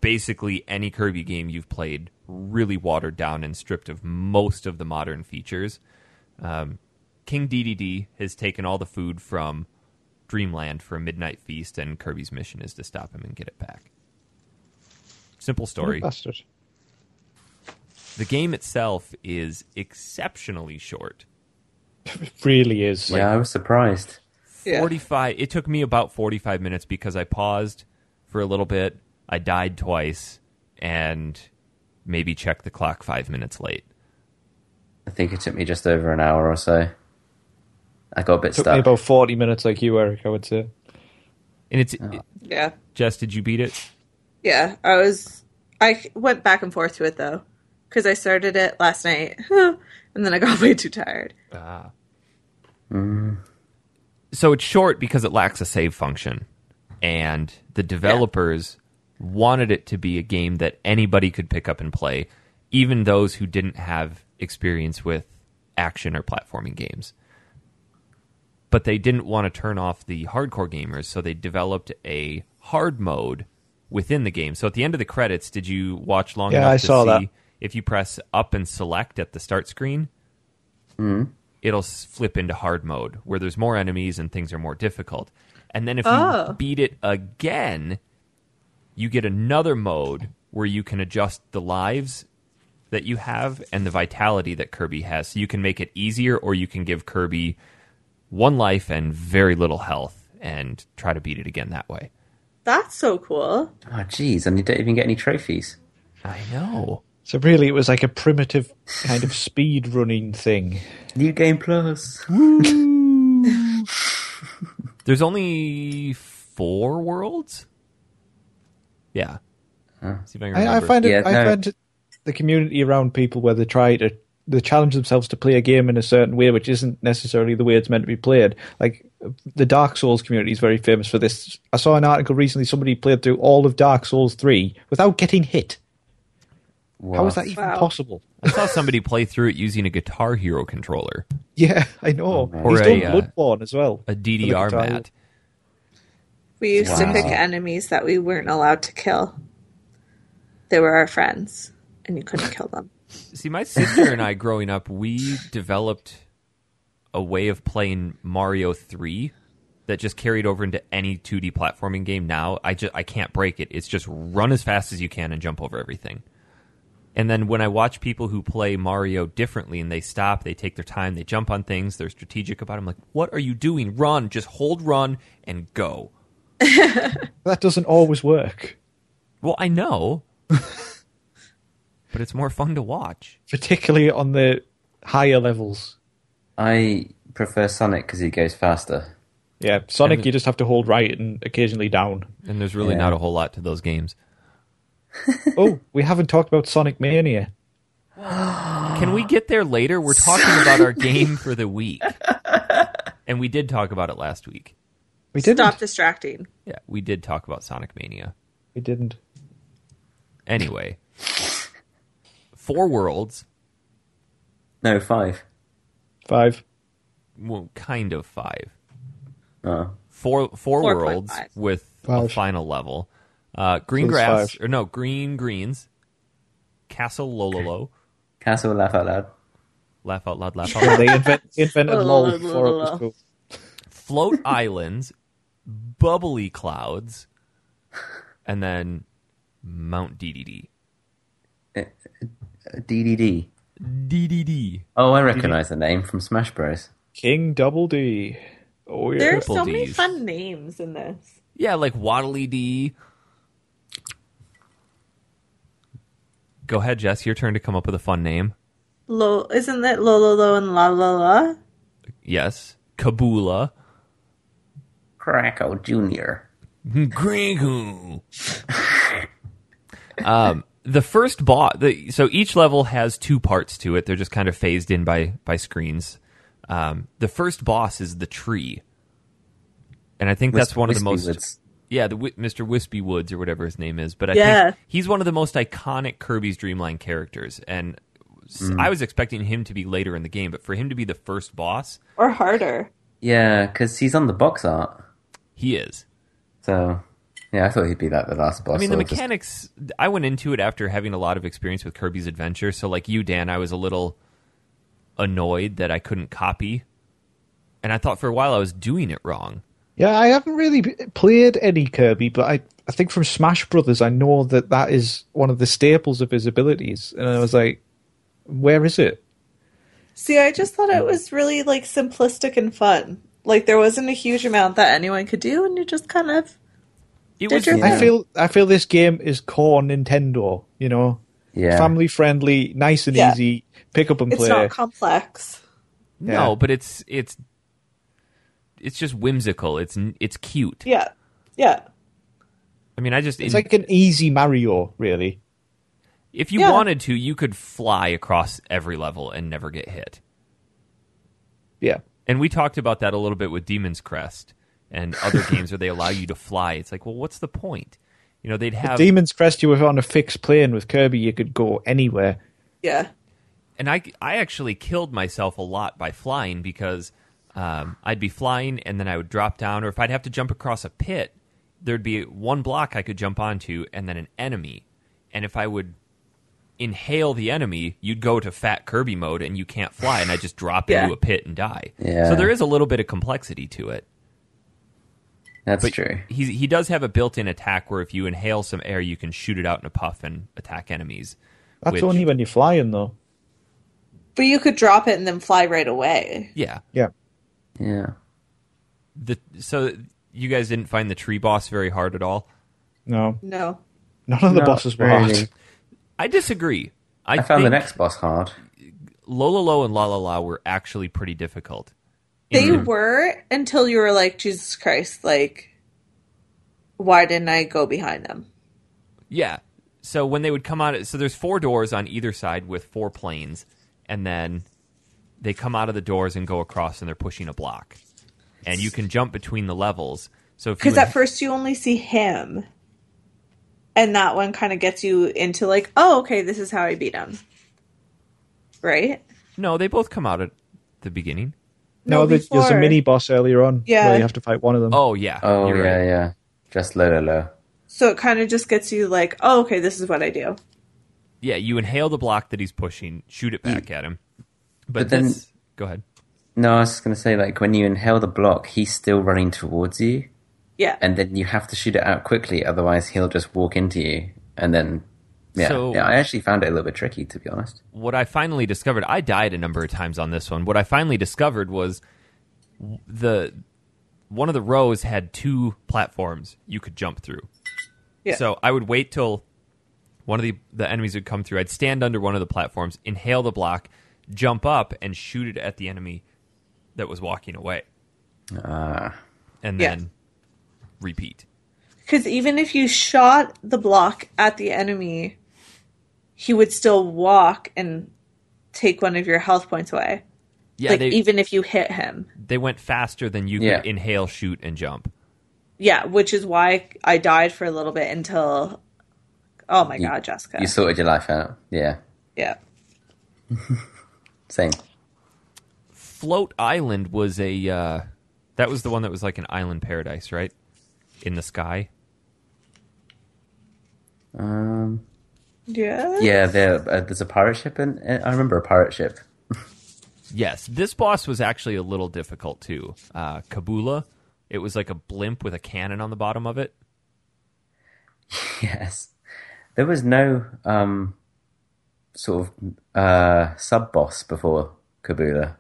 [SPEAKER 1] basically any Kirby game you've played really watered down and stripped of most of the modern features. Um, King DDD has taken all the food from Dreamland for a midnight feast, and Kirby's mission is to stop him and get it back. Simple story.
[SPEAKER 3] Bastard.
[SPEAKER 1] The game itself is exceptionally short.
[SPEAKER 3] It really is.
[SPEAKER 2] yeah, I was surprised.
[SPEAKER 1] 45 it took me about 45 minutes because i paused for a little bit i died twice and maybe checked the clock five minutes late
[SPEAKER 2] I think it took me just over an hour or so. I got a bit
[SPEAKER 3] Took
[SPEAKER 2] stuck.
[SPEAKER 3] me about 40 minutes, like you, Eric, I would say.
[SPEAKER 1] and it's
[SPEAKER 4] Yeah.
[SPEAKER 1] jess did you beat it
[SPEAKER 4] Yeah, I was. I went back and forth to it though, because I started it last night, and then I got way too tired.
[SPEAKER 1] so it's short because it lacks a save function and the developers wanted it to be a game that anybody could pick up and play even those who didn't have experience with action or platforming games but they didn't want to turn off the hardcore gamers so they developed a hard mode within the game so at the end of the credits did you watch long
[SPEAKER 3] Yeah,
[SPEAKER 1] enough
[SPEAKER 3] I
[SPEAKER 1] to
[SPEAKER 3] saw
[SPEAKER 1] see
[SPEAKER 3] that.
[SPEAKER 1] if you press up and select at the start screen it'll s- flip into hard mode where there's more enemies and things are more difficult. And then if you
[SPEAKER 4] Oh.
[SPEAKER 1] beat it again, you get another mode where you can adjust the lives that you have and the vitality that Kirby has. So you can make it easier or you can give Kirby one life and very little health and try to beat it again that way.
[SPEAKER 4] That's so cool.
[SPEAKER 2] Oh, jeez, and you don't even get any trophies.
[SPEAKER 1] I know.
[SPEAKER 3] So, really, it was like a primitive kind of speed running thing.
[SPEAKER 2] New Game Plus.
[SPEAKER 1] There's only four worlds? Yeah. See if I can
[SPEAKER 3] I, I
[SPEAKER 1] remember.
[SPEAKER 3] find it.
[SPEAKER 2] Yeah,
[SPEAKER 3] I
[SPEAKER 2] no.
[SPEAKER 3] find it, the community around people where they try to they challenge themselves to play a game in a certain way, which isn't necessarily the way it's meant to be played. Like the Dark Souls community is very famous for this. I saw an article recently. Somebody played through all of Dark Souls three without getting hit. How is that even
[SPEAKER 4] Wow.
[SPEAKER 3] possible?
[SPEAKER 1] I saw somebody play through it using a Guitar Hero controller,
[SPEAKER 3] Yeah, I know.
[SPEAKER 2] man.
[SPEAKER 1] Or
[SPEAKER 3] He's
[SPEAKER 1] a,
[SPEAKER 3] done
[SPEAKER 1] uh,
[SPEAKER 3] Bloodborne as well.
[SPEAKER 1] a DDR
[SPEAKER 3] For the guitar.
[SPEAKER 1] mat.
[SPEAKER 4] We used to
[SPEAKER 2] Wow.
[SPEAKER 4] pick enemies that we weren't allowed to kill. They were our friends, and you couldn't kill them.
[SPEAKER 1] See, my sister and I, growing up, we developed a way of playing Mario 3 that just carried over into any 2D platforming game now. I just I can't break it. It's just run as fast as you can and jump over everything. And then when I watch people who play Mario differently and they stop, they take their time, they jump on things, they're strategic about it. I'm like, "What are you doing? Run, just hold run and go."
[SPEAKER 3] That doesn't always work,
[SPEAKER 1] Well, I know. but it's more fun to watch.
[SPEAKER 3] particularly on the higher levels.
[SPEAKER 2] I prefer Sonic because he goes faster.
[SPEAKER 3] Yeah, Sonic,
[SPEAKER 1] And-
[SPEAKER 3] you just have to hold right and occasionally down.
[SPEAKER 1] And there's really
[SPEAKER 2] Yeah.
[SPEAKER 1] not a whole lot to those games.
[SPEAKER 3] oh, we haven't talked about Sonic Mania.
[SPEAKER 1] Can we get there later? We're talking about our game for the week. And we did talk about it last week.
[SPEAKER 3] We didn't.
[SPEAKER 4] Stop distracting.
[SPEAKER 1] Yeah, we did talk about Sonic Mania.
[SPEAKER 3] We didn't.
[SPEAKER 1] Anyway, Four Worlds,
[SPEAKER 2] No, five.
[SPEAKER 3] Five.
[SPEAKER 1] well, kind of five.
[SPEAKER 2] Oh,
[SPEAKER 1] Four four
[SPEAKER 4] 4.5.
[SPEAKER 1] worlds with a
[SPEAKER 3] Five.
[SPEAKER 1] final level. Uh, green
[SPEAKER 3] So it's
[SPEAKER 1] grass
[SPEAKER 3] five.
[SPEAKER 1] or no green greens, Castle Lololo.
[SPEAKER 2] Castle will laugh out loud.
[SPEAKER 1] Laugh out loud, laugh out loud.
[SPEAKER 3] Well, they invent, invented
[SPEAKER 4] La, la,
[SPEAKER 3] LOL
[SPEAKER 4] la, la,
[SPEAKER 3] before it
[SPEAKER 4] la,
[SPEAKER 3] was
[SPEAKER 4] la.
[SPEAKER 3] cool.
[SPEAKER 1] float islands, bubbly clouds, and then Mount DDD.
[SPEAKER 2] Eh, DDD.
[SPEAKER 1] DDD.
[SPEAKER 2] Oh, I recognize the name from Smash Bros.
[SPEAKER 3] King Double D. Oh yeah.
[SPEAKER 4] There are so
[SPEAKER 1] Triple
[SPEAKER 4] many
[SPEAKER 1] Ds.
[SPEAKER 4] fun names in this.
[SPEAKER 1] Yeah, like Waddly D. Go ahead, Jess. Your turn to come up with a fun name.
[SPEAKER 4] Lo, isn't that lo lo lo and la la la?
[SPEAKER 1] Yes. Kabula.
[SPEAKER 2] Krakow Junior.
[SPEAKER 1] Gringo. um, the first boss. The, so each level has two parts to it. They're just kind of phased in by by screens. Um, the first boss is the tree, and I think that's one of the most. Yeah, the Wi- Mr. Wispy Woods or whatever his name is, but I
[SPEAKER 4] Yeah.
[SPEAKER 1] think he's one of the most iconic Kirby's Dreamline characters, and s I I was expecting him to be later in the game, but for him to be the first boss,
[SPEAKER 4] Or harder.
[SPEAKER 2] Yeah, because he's on the box art.
[SPEAKER 1] he is.
[SPEAKER 2] So, yeah, I thought he'd be like the last boss.
[SPEAKER 1] I mean, the
[SPEAKER 2] or just-
[SPEAKER 1] mechanics. I went into it after having a lot of experience with Kirby's Adventure. So, like you, Dan, I was a little annoyed that I couldn't copy, and I thought for a while I was doing it wrong.
[SPEAKER 3] Yeah, I haven't really b- played any Kirby, but I, I think from Smash Brothers, I know that that is one of the staples of his abilities. And I was like, where is it?
[SPEAKER 4] See, I just thought it was really like simplistic and fun. Like there wasn't a huge amount that anyone could do, and you just kind of
[SPEAKER 1] It
[SPEAKER 4] Did
[SPEAKER 1] was
[SPEAKER 4] your-
[SPEAKER 3] I
[SPEAKER 2] Yeah.
[SPEAKER 3] feel I feel this game is core Nintendo. You know,
[SPEAKER 2] yeah.
[SPEAKER 3] family friendly, nice and
[SPEAKER 4] Yeah.
[SPEAKER 3] easy. Pick up and
[SPEAKER 4] it's
[SPEAKER 3] play.
[SPEAKER 4] not complex.
[SPEAKER 1] no,
[SPEAKER 3] Yeah.
[SPEAKER 1] but it's it's it's just whimsical. It's n- it's cute.
[SPEAKER 4] Yeah, yeah.
[SPEAKER 1] I mean, I just
[SPEAKER 3] it's like an easy Mario, really.
[SPEAKER 1] if you
[SPEAKER 4] Yeah.
[SPEAKER 1] wanted to, you could fly across every level and never get hit.
[SPEAKER 3] Yeah,
[SPEAKER 1] And we talked about that a little bit with Demon's Crest and other games where they allow you to fly. It's like, well, what's the point? You know, they'd have
[SPEAKER 3] Demon's Crest. You were on a fixed plane with Kirby. You could go anywhere.
[SPEAKER 4] Yeah.
[SPEAKER 1] and I, I actually killed myself a lot by flying because um, I'd be flying and then I would drop down, or if I'd have to jump across a pit, there'd be one block I could jump onto and then an enemy. And if I would inhale the enemy, you'd go to fat Kirby mode and you can't fly, and I just drop
[SPEAKER 4] Yeah.
[SPEAKER 1] into a pit and die.
[SPEAKER 2] Yeah.
[SPEAKER 1] So there is a little bit of complexity to it.
[SPEAKER 2] That's true.
[SPEAKER 1] He, he does have a built in attack where if you inhale some air, you can shoot it out in a puff and attack enemies.
[SPEAKER 3] That's
[SPEAKER 1] which-
[SPEAKER 3] only when you're flying, though.
[SPEAKER 4] But you could drop it and then fly right away.
[SPEAKER 1] Yeah.
[SPEAKER 3] Yeah,
[SPEAKER 2] Yeah.
[SPEAKER 1] the so you guys didn't find the tree boss very hard at all.
[SPEAKER 3] no,
[SPEAKER 4] No.
[SPEAKER 3] none of the
[SPEAKER 2] Not
[SPEAKER 3] bosses were
[SPEAKER 2] really.
[SPEAKER 3] hard.
[SPEAKER 1] I disagree. I,
[SPEAKER 2] I found the
[SPEAKER 1] think
[SPEAKER 2] next boss hard.
[SPEAKER 1] Lola Lo and La La La were actually pretty difficult.
[SPEAKER 4] They were until you were like, Jesus Christ, like, why didn't I go behind them?
[SPEAKER 1] Yeah. So when they would come out, so there's four doors on either side with four planes, and then they come out of the doors and go across, and they're pushing a block, and you can jump between the levels. So if you
[SPEAKER 4] Because at
[SPEAKER 1] inha-
[SPEAKER 4] first you only see him. And that one kind of gets you into like, oh, okay, this is how I beat him. Right?
[SPEAKER 1] no, they both come out at the beginning.
[SPEAKER 3] No,
[SPEAKER 4] No,
[SPEAKER 3] there's, there's a
[SPEAKER 4] before.
[SPEAKER 3] mini boss earlier on
[SPEAKER 4] Yeah.
[SPEAKER 3] where you have to fight one of them.
[SPEAKER 1] Oh yeah.
[SPEAKER 2] Oh,
[SPEAKER 1] You're
[SPEAKER 2] yeah,
[SPEAKER 1] right.
[SPEAKER 2] yeah. Just low, low, low.
[SPEAKER 4] So it kind of just gets you like, oh, okay, this is what I do.
[SPEAKER 1] yeah. You inhale the block that he's pushing, shoot it back at him. But,
[SPEAKER 2] Mm. But then-
[SPEAKER 1] this- go ahead.
[SPEAKER 2] No, I was just going to say, like, when you inhale the block, he's still running towards you,
[SPEAKER 4] Yeah.
[SPEAKER 2] and then you have to shoot it out quickly, otherwise he'll just walk into you, and then, yeah.
[SPEAKER 1] So-
[SPEAKER 2] yeah I actually found it a little bit tricky, to be honest.
[SPEAKER 1] what I finally discovered, I died a number of times on this one. What I finally discovered was the one of the rows had two platforms you could jump through.
[SPEAKER 4] Yeah.
[SPEAKER 1] So I would wait till one of the, the enemies would come through. I'd stand under one of the platforms, inhale the block, jump up, and shoot it at the enemy that was walking away,
[SPEAKER 2] Uh,
[SPEAKER 1] and
[SPEAKER 4] Ah. Yeah.
[SPEAKER 1] then repeat.
[SPEAKER 4] Because even if you shot the block at the enemy, he would still walk and take one of your health points away.
[SPEAKER 1] Yeah,
[SPEAKER 4] like,
[SPEAKER 1] they
[SPEAKER 4] even if you hit him.
[SPEAKER 1] they went faster than you
[SPEAKER 2] Yeah.
[SPEAKER 1] could inhale, shoot, and jump.
[SPEAKER 4] Yeah, which is why I died for a little bit until. Oh my God, Jessica.
[SPEAKER 2] you sorted your life out. Yeah.
[SPEAKER 4] yeah.
[SPEAKER 2] Same.
[SPEAKER 1] Float Island was a uh, that was the one that was like an island paradise, right? In the sky.
[SPEAKER 2] Um,
[SPEAKER 4] Yeah.
[SPEAKER 2] yeah, there, uh, there's a pirate ship, and uh, I remember a pirate ship.
[SPEAKER 1] Yes, this boss was actually a little difficult too. Uh, Kabula, it was like a blimp with a cannon on the bottom of it.
[SPEAKER 2] Yes. There was no um, sort of uh, sub boss before Kabula.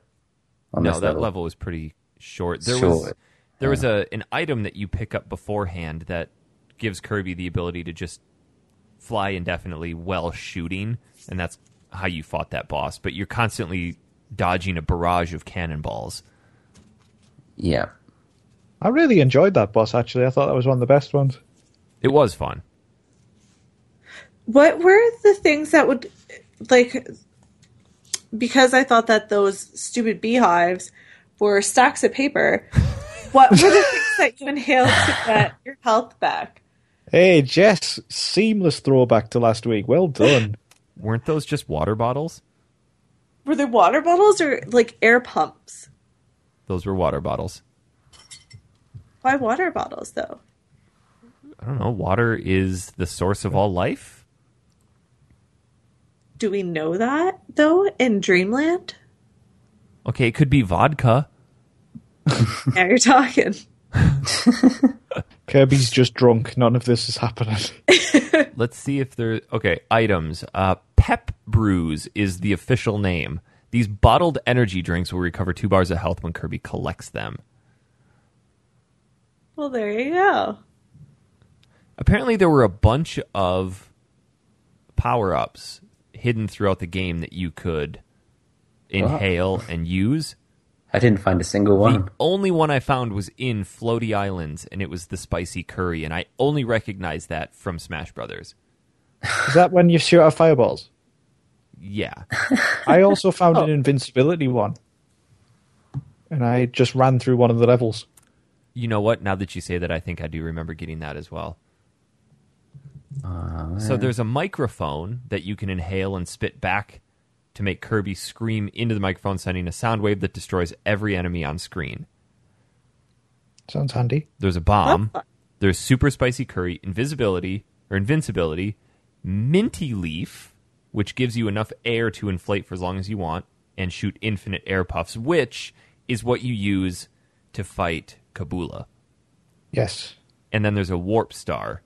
[SPEAKER 2] On
[SPEAKER 1] No,
[SPEAKER 2] this
[SPEAKER 1] that level was pretty short. There was
[SPEAKER 2] Short,
[SPEAKER 1] there was a an item that you pick up beforehand that gives Kirby the ability to just fly indefinitely while shooting, and that's how you fought that boss. But you're constantly dodging a barrage of cannonballs.
[SPEAKER 2] Yeah.
[SPEAKER 3] I really enjoyed that boss. Actually, I thought that was one of the best ones.
[SPEAKER 1] It was fun.
[SPEAKER 4] What were the things that would like because I thought that those stupid beehives were stacks of paper, what were the things that you inhaled to get your health back?
[SPEAKER 3] Hey, Jess, seamless throwback to last week. Well done.
[SPEAKER 1] Weren't those just water bottles?
[SPEAKER 4] Were there water bottles or like air pumps?
[SPEAKER 1] Those were water bottles.
[SPEAKER 4] Why water bottles though?
[SPEAKER 1] I don't know. Water is the source of all life.
[SPEAKER 4] Do we know that though in Dreamland?
[SPEAKER 1] Okay, it could be vodka.
[SPEAKER 4] Now you're talking.
[SPEAKER 3] Kirby's just drunk. None of this is happening.
[SPEAKER 1] Let's see if there. Okay, items. Uh, Pep Brews is the official name. These bottled energy drinks will recover two bars of health when Kirby collects them.
[SPEAKER 4] Well, there you go.
[SPEAKER 1] Apparently, there were a bunch of power ups hidden throughout the game that you could inhale and use.
[SPEAKER 2] I didn't find a single
[SPEAKER 1] The
[SPEAKER 2] one.
[SPEAKER 1] only one I found was in Floaty Islands, and it was the spicy curry, and I only recognized that from Smash Brothers.
[SPEAKER 3] Is that when you shoot out fireballs?
[SPEAKER 1] Yeah.
[SPEAKER 3] I also found
[SPEAKER 1] Oh.
[SPEAKER 3] an invincibility one, and I just ran through one of the levels.
[SPEAKER 1] you know what? Now that you say that, I think I do remember getting that as well. so there's a microphone that you can inhale and spit back to make Kirby scream into the microphone, sending a sound wave that destroys every enemy on screen.
[SPEAKER 3] Sounds handy.
[SPEAKER 1] There's a bomb. There's super spicy curry, invisibility or invincibility, minty leaf, which gives you enough air to inflate for as long as you want, and shoot infinite air puffs, which is what you use to fight Kabula.
[SPEAKER 3] Yes.
[SPEAKER 1] And then there's a warp star,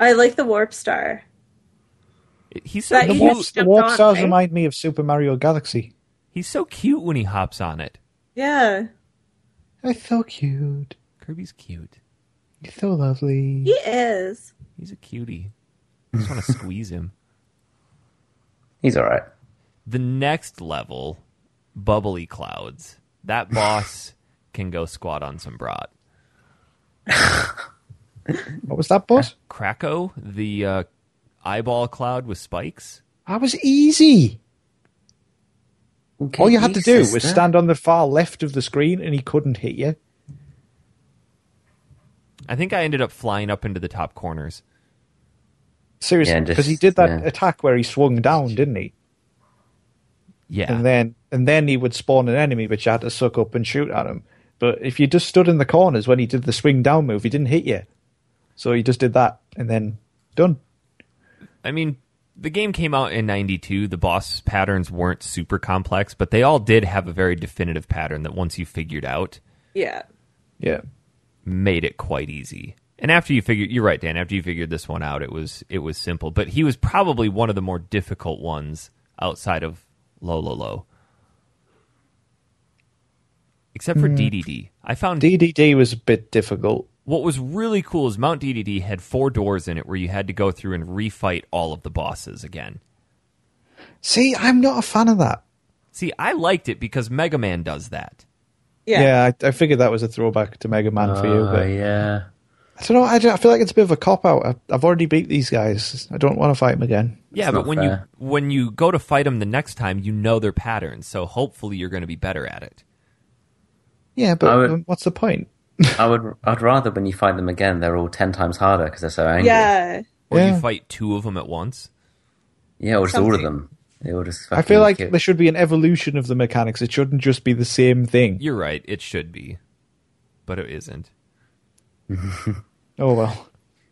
[SPEAKER 4] I like the warp star.
[SPEAKER 1] He's so
[SPEAKER 4] That
[SPEAKER 3] The
[SPEAKER 4] He
[SPEAKER 3] warp,
[SPEAKER 1] cute.
[SPEAKER 4] just
[SPEAKER 3] the
[SPEAKER 4] jumped eh?
[SPEAKER 3] warp
[SPEAKER 4] on,
[SPEAKER 3] stars
[SPEAKER 4] right?
[SPEAKER 3] remind me of Super Mario Galaxy.
[SPEAKER 1] He's so cute when he hops on it.
[SPEAKER 4] Yeah,
[SPEAKER 3] You're so cute.
[SPEAKER 1] Kirby's cute.
[SPEAKER 3] You're so lovely.
[SPEAKER 4] he is.
[SPEAKER 1] He's a cutie. I just want to squeeze him.
[SPEAKER 2] He's all right.
[SPEAKER 1] The next level, bubbly clouds. That boss can go squat on some broad.
[SPEAKER 3] What was that, boss?
[SPEAKER 1] Krakow, the uh, eyeball cloud with spikes.
[SPEAKER 3] That was easy. All you had to do was stand on the far left of the screen, and he couldn't hit you.
[SPEAKER 1] I think I ended up flying up into the top corners.
[SPEAKER 3] Seriously,
[SPEAKER 2] Yeah,
[SPEAKER 3] because
[SPEAKER 2] just-
[SPEAKER 3] he did that
[SPEAKER 2] yeah.
[SPEAKER 3] attack where he swung down, didn't he?
[SPEAKER 1] Yeah.
[SPEAKER 3] And then and then he would spawn an enemy, which you had to suck up and shoot at him. But if you just stood in the corners when he did the swing down move, he didn't hit you. So he just did that, and then done.
[SPEAKER 1] I mean, the game came out in 92. The boss patterns weren't super complex, but they all did have a very definitive pattern that once you figured out,
[SPEAKER 4] Yeah.
[SPEAKER 3] Yeah.
[SPEAKER 1] made it quite easy. And after you figured, you're right, Dan. After you figured this one out, it was it was simple. But he was probably one of the more difficult ones outside of Lololo, except for DDD. I found
[SPEAKER 3] DDD was a bit difficult.
[SPEAKER 1] what was really cool is Mount DDD had four doors in it where you had to go through and refight all of the bosses again.
[SPEAKER 3] See, I'm not a fan of that.
[SPEAKER 1] See, I liked it because Mega Man does that.
[SPEAKER 4] Yeah.
[SPEAKER 3] Yeah, I, I figured that was a throwback to Mega Man for you.
[SPEAKER 2] Oh,
[SPEAKER 3] But
[SPEAKER 2] yeah.
[SPEAKER 3] I don't know. I, ju- I feel like it's a bit of a cop out. I, I've already beat these guys. I don't want to fight them again.
[SPEAKER 1] Yeah,
[SPEAKER 2] That's
[SPEAKER 1] but
[SPEAKER 2] not
[SPEAKER 1] when
[SPEAKER 2] fair.
[SPEAKER 1] you when you go to fight them the next time, you know their patterns, so hopefully you're going to be better at it.
[SPEAKER 3] Yeah,
[SPEAKER 2] I
[SPEAKER 3] but
[SPEAKER 2] would-
[SPEAKER 3] um, what's the point?
[SPEAKER 2] I would. I'd rather when you fight them again, they're all ten times harder because they're so angry.
[SPEAKER 4] Yeah.
[SPEAKER 1] Or
[SPEAKER 3] Yeah.
[SPEAKER 1] you fight two of them at once.
[SPEAKER 2] Yeah, or just all of
[SPEAKER 4] Something.
[SPEAKER 2] them. They all just.
[SPEAKER 3] I
[SPEAKER 2] Fucking
[SPEAKER 3] feel like
[SPEAKER 2] kill-
[SPEAKER 3] there should be an evolution of the mechanics. It shouldn't just be the same thing.
[SPEAKER 1] You're right, it should be. But it isn't.
[SPEAKER 3] Oh well.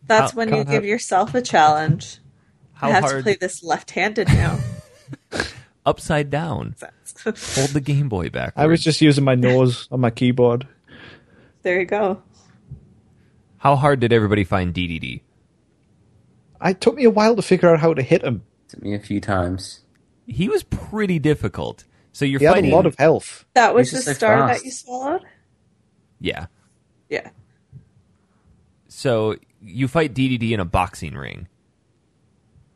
[SPEAKER 4] That's
[SPEAKER 1] How-
[SPEAKER 4] when you
[SPEAKER 3] God, how-
[SPEAKER 4] give yourself a challenge.
[SPEAKER 1] How
[SPEAKER 4] I have
[SPEAKER 1] hard
[SPEAKER 4] to play this left handed now.
[SPEAKER 1] upside down.
[SPEAKER 4] sense.
[SPEAKER 1] Hold the Game Boy back.
[SPEAKER 3] I was just using my nose on my keyboard.
[SPEAKER 4] there you go.
[SPEAKER 1] How hard did everybody find DDD?
[SPEAKER 3] It took me a while to figure out how to hit him.
[SPEAKER 2] Took me a few times.
[SPEAKER 1] He was pretty difficult. So you're
[SPEAKER 3] He had
[SPEAKER 1] fighting
[SPEAKER 3] a lot of health.
[SPEAKER 4] That was
[SPEAKER 2] This
[SPEAKER 4] the
[SPEAKER 2] is so
[SPEAKER 4] star
[SPEAKER 2] fast.
[SPEAKER 4] that you swallowed.
[SPEAKER 1] Yeah.
[SPEAKER 4] Yeah.
[SPEAKER 1] So you fight DDD in a boxing ring.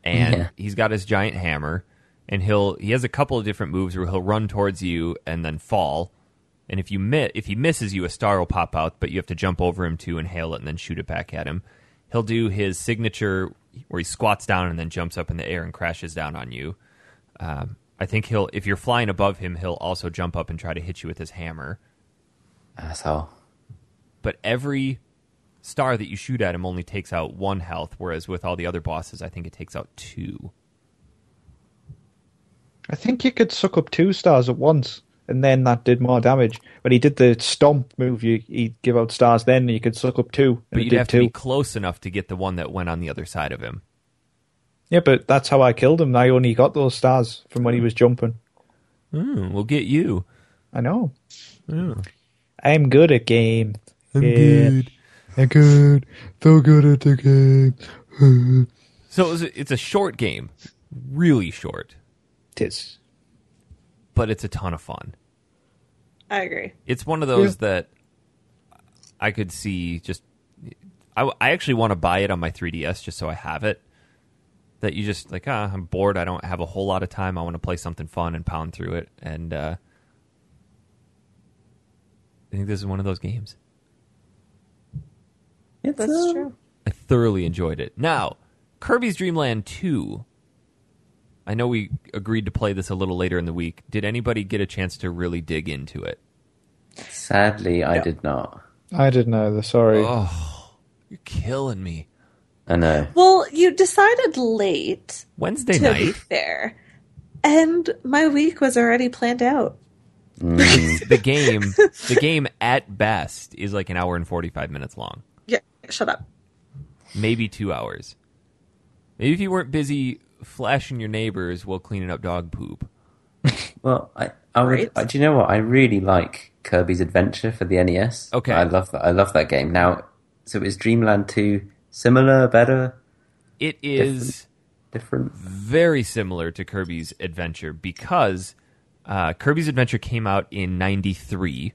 [SPEAKER 1] And
[SPEAKER 2] Yeah.
[SPEAKER 1] he's got his giant hammer and he'll he has a couple of different moves where he'll run towards you and then fall. And if you mi- if he misses you a star will pop out, but you have to jump over him to inhale it and then shoot it back at him. He'll do his signature where he squats down and then jumps up in the air and crashes down on you. Um, I think he'll if you're flying above him, he'll also jump up and try to hit you with his hammer
[SPEAKER 2] Asshole.
[SPEAKER 1] but every star that you shoot at him only takes out one health, whereas with all the other bosses, I think it takes out two.
[SPEAKER 3] I think you could suck up two stars at once, and then that did more damage. When he did the stomp move, you, he'd give out stars then, and you could suck up two, and
[SPEAKER 1] But
[SPEAKER 3] it
[SPEAKER 1] you'd
[SPEAKER 3] did
[SPEAKER 1] have to
[SPEAKER 3] two.
[SPEAKER 1] be close enough to get the one that went on the other side of him.
[SPEAKER 3] Yeah, but that's how I killed him. I only got those stars from when he was jumping.
[SPEAKER 1] Hmm, we'll get you.
[SPEAKER 3] I know. I'm good at game. I'm
[SPEAKER 1] good.
[SPEAKER 3] I'm good. So good at the game.
[SPEAKER 1] So it was a, it's a short game, really short,
[SPEAKER 3] Tis.
[SPEAKER 1] but it's a ton of fun.
[SPEAKER 4] I agree.
[SPEAKER 1] It's one of those that I could see just. I, I actually want to buy it on my 3DS just so I have it. That you just like, ah, I'm bored. I don't have a whole lot of time. I want to play something fun and pound through it. And uh, I think this is one of those games.
[SPEAKER 2] It's,
[SPEAKER 4] That's
[SPEAKER 2] um,
[SPEAKER 4] true.
[SPEAKER 1] I thoroughly enjoyed it. Now, Kirby's Dream Land 2. I know we agreed to play this a little later in the week. Did anybody get a chance to really dig into it?
[SPEAKER 2] Sadly, I did not.
[SPEAKER 3] I didn't either. Sorry.
[SPEAKER 1] Oh. You're killing me.
[SPEAKER 2] I know.
[SPEAKER 4] Well, you decided late
[SPEAKER 1] Wednesday
[SPEAKER 4] to be
[SPEAKER 1] night.
[SPEAKER 4] fair, and my week was already planned out.
[SPEAKER 1] the game the game at best is like an hour and 45 minutes long
[SPEAKER 4] Yeah, shut up.
[SPEAKER 1] maybe two hours maybe if you weren't busy flashing your neighbors while cleaning up dog poop
[SPEAKER 2] Well, I, I would.
[SPEAKER 4] Right.
[SPEAKER 2] I, do you know what? I really like Kirby's Adventure for the NES.
[SPEAKER 1] Okay.
[SPEAKER 2] I love that. I love that game. Now, so is Dreamland Two similar, better,
[SPEAKER 1] it is
[SPEAKER 2] different?
[SPEAKER 1] very similar to kirby's adventure because uh, kirby's adventure came out in 93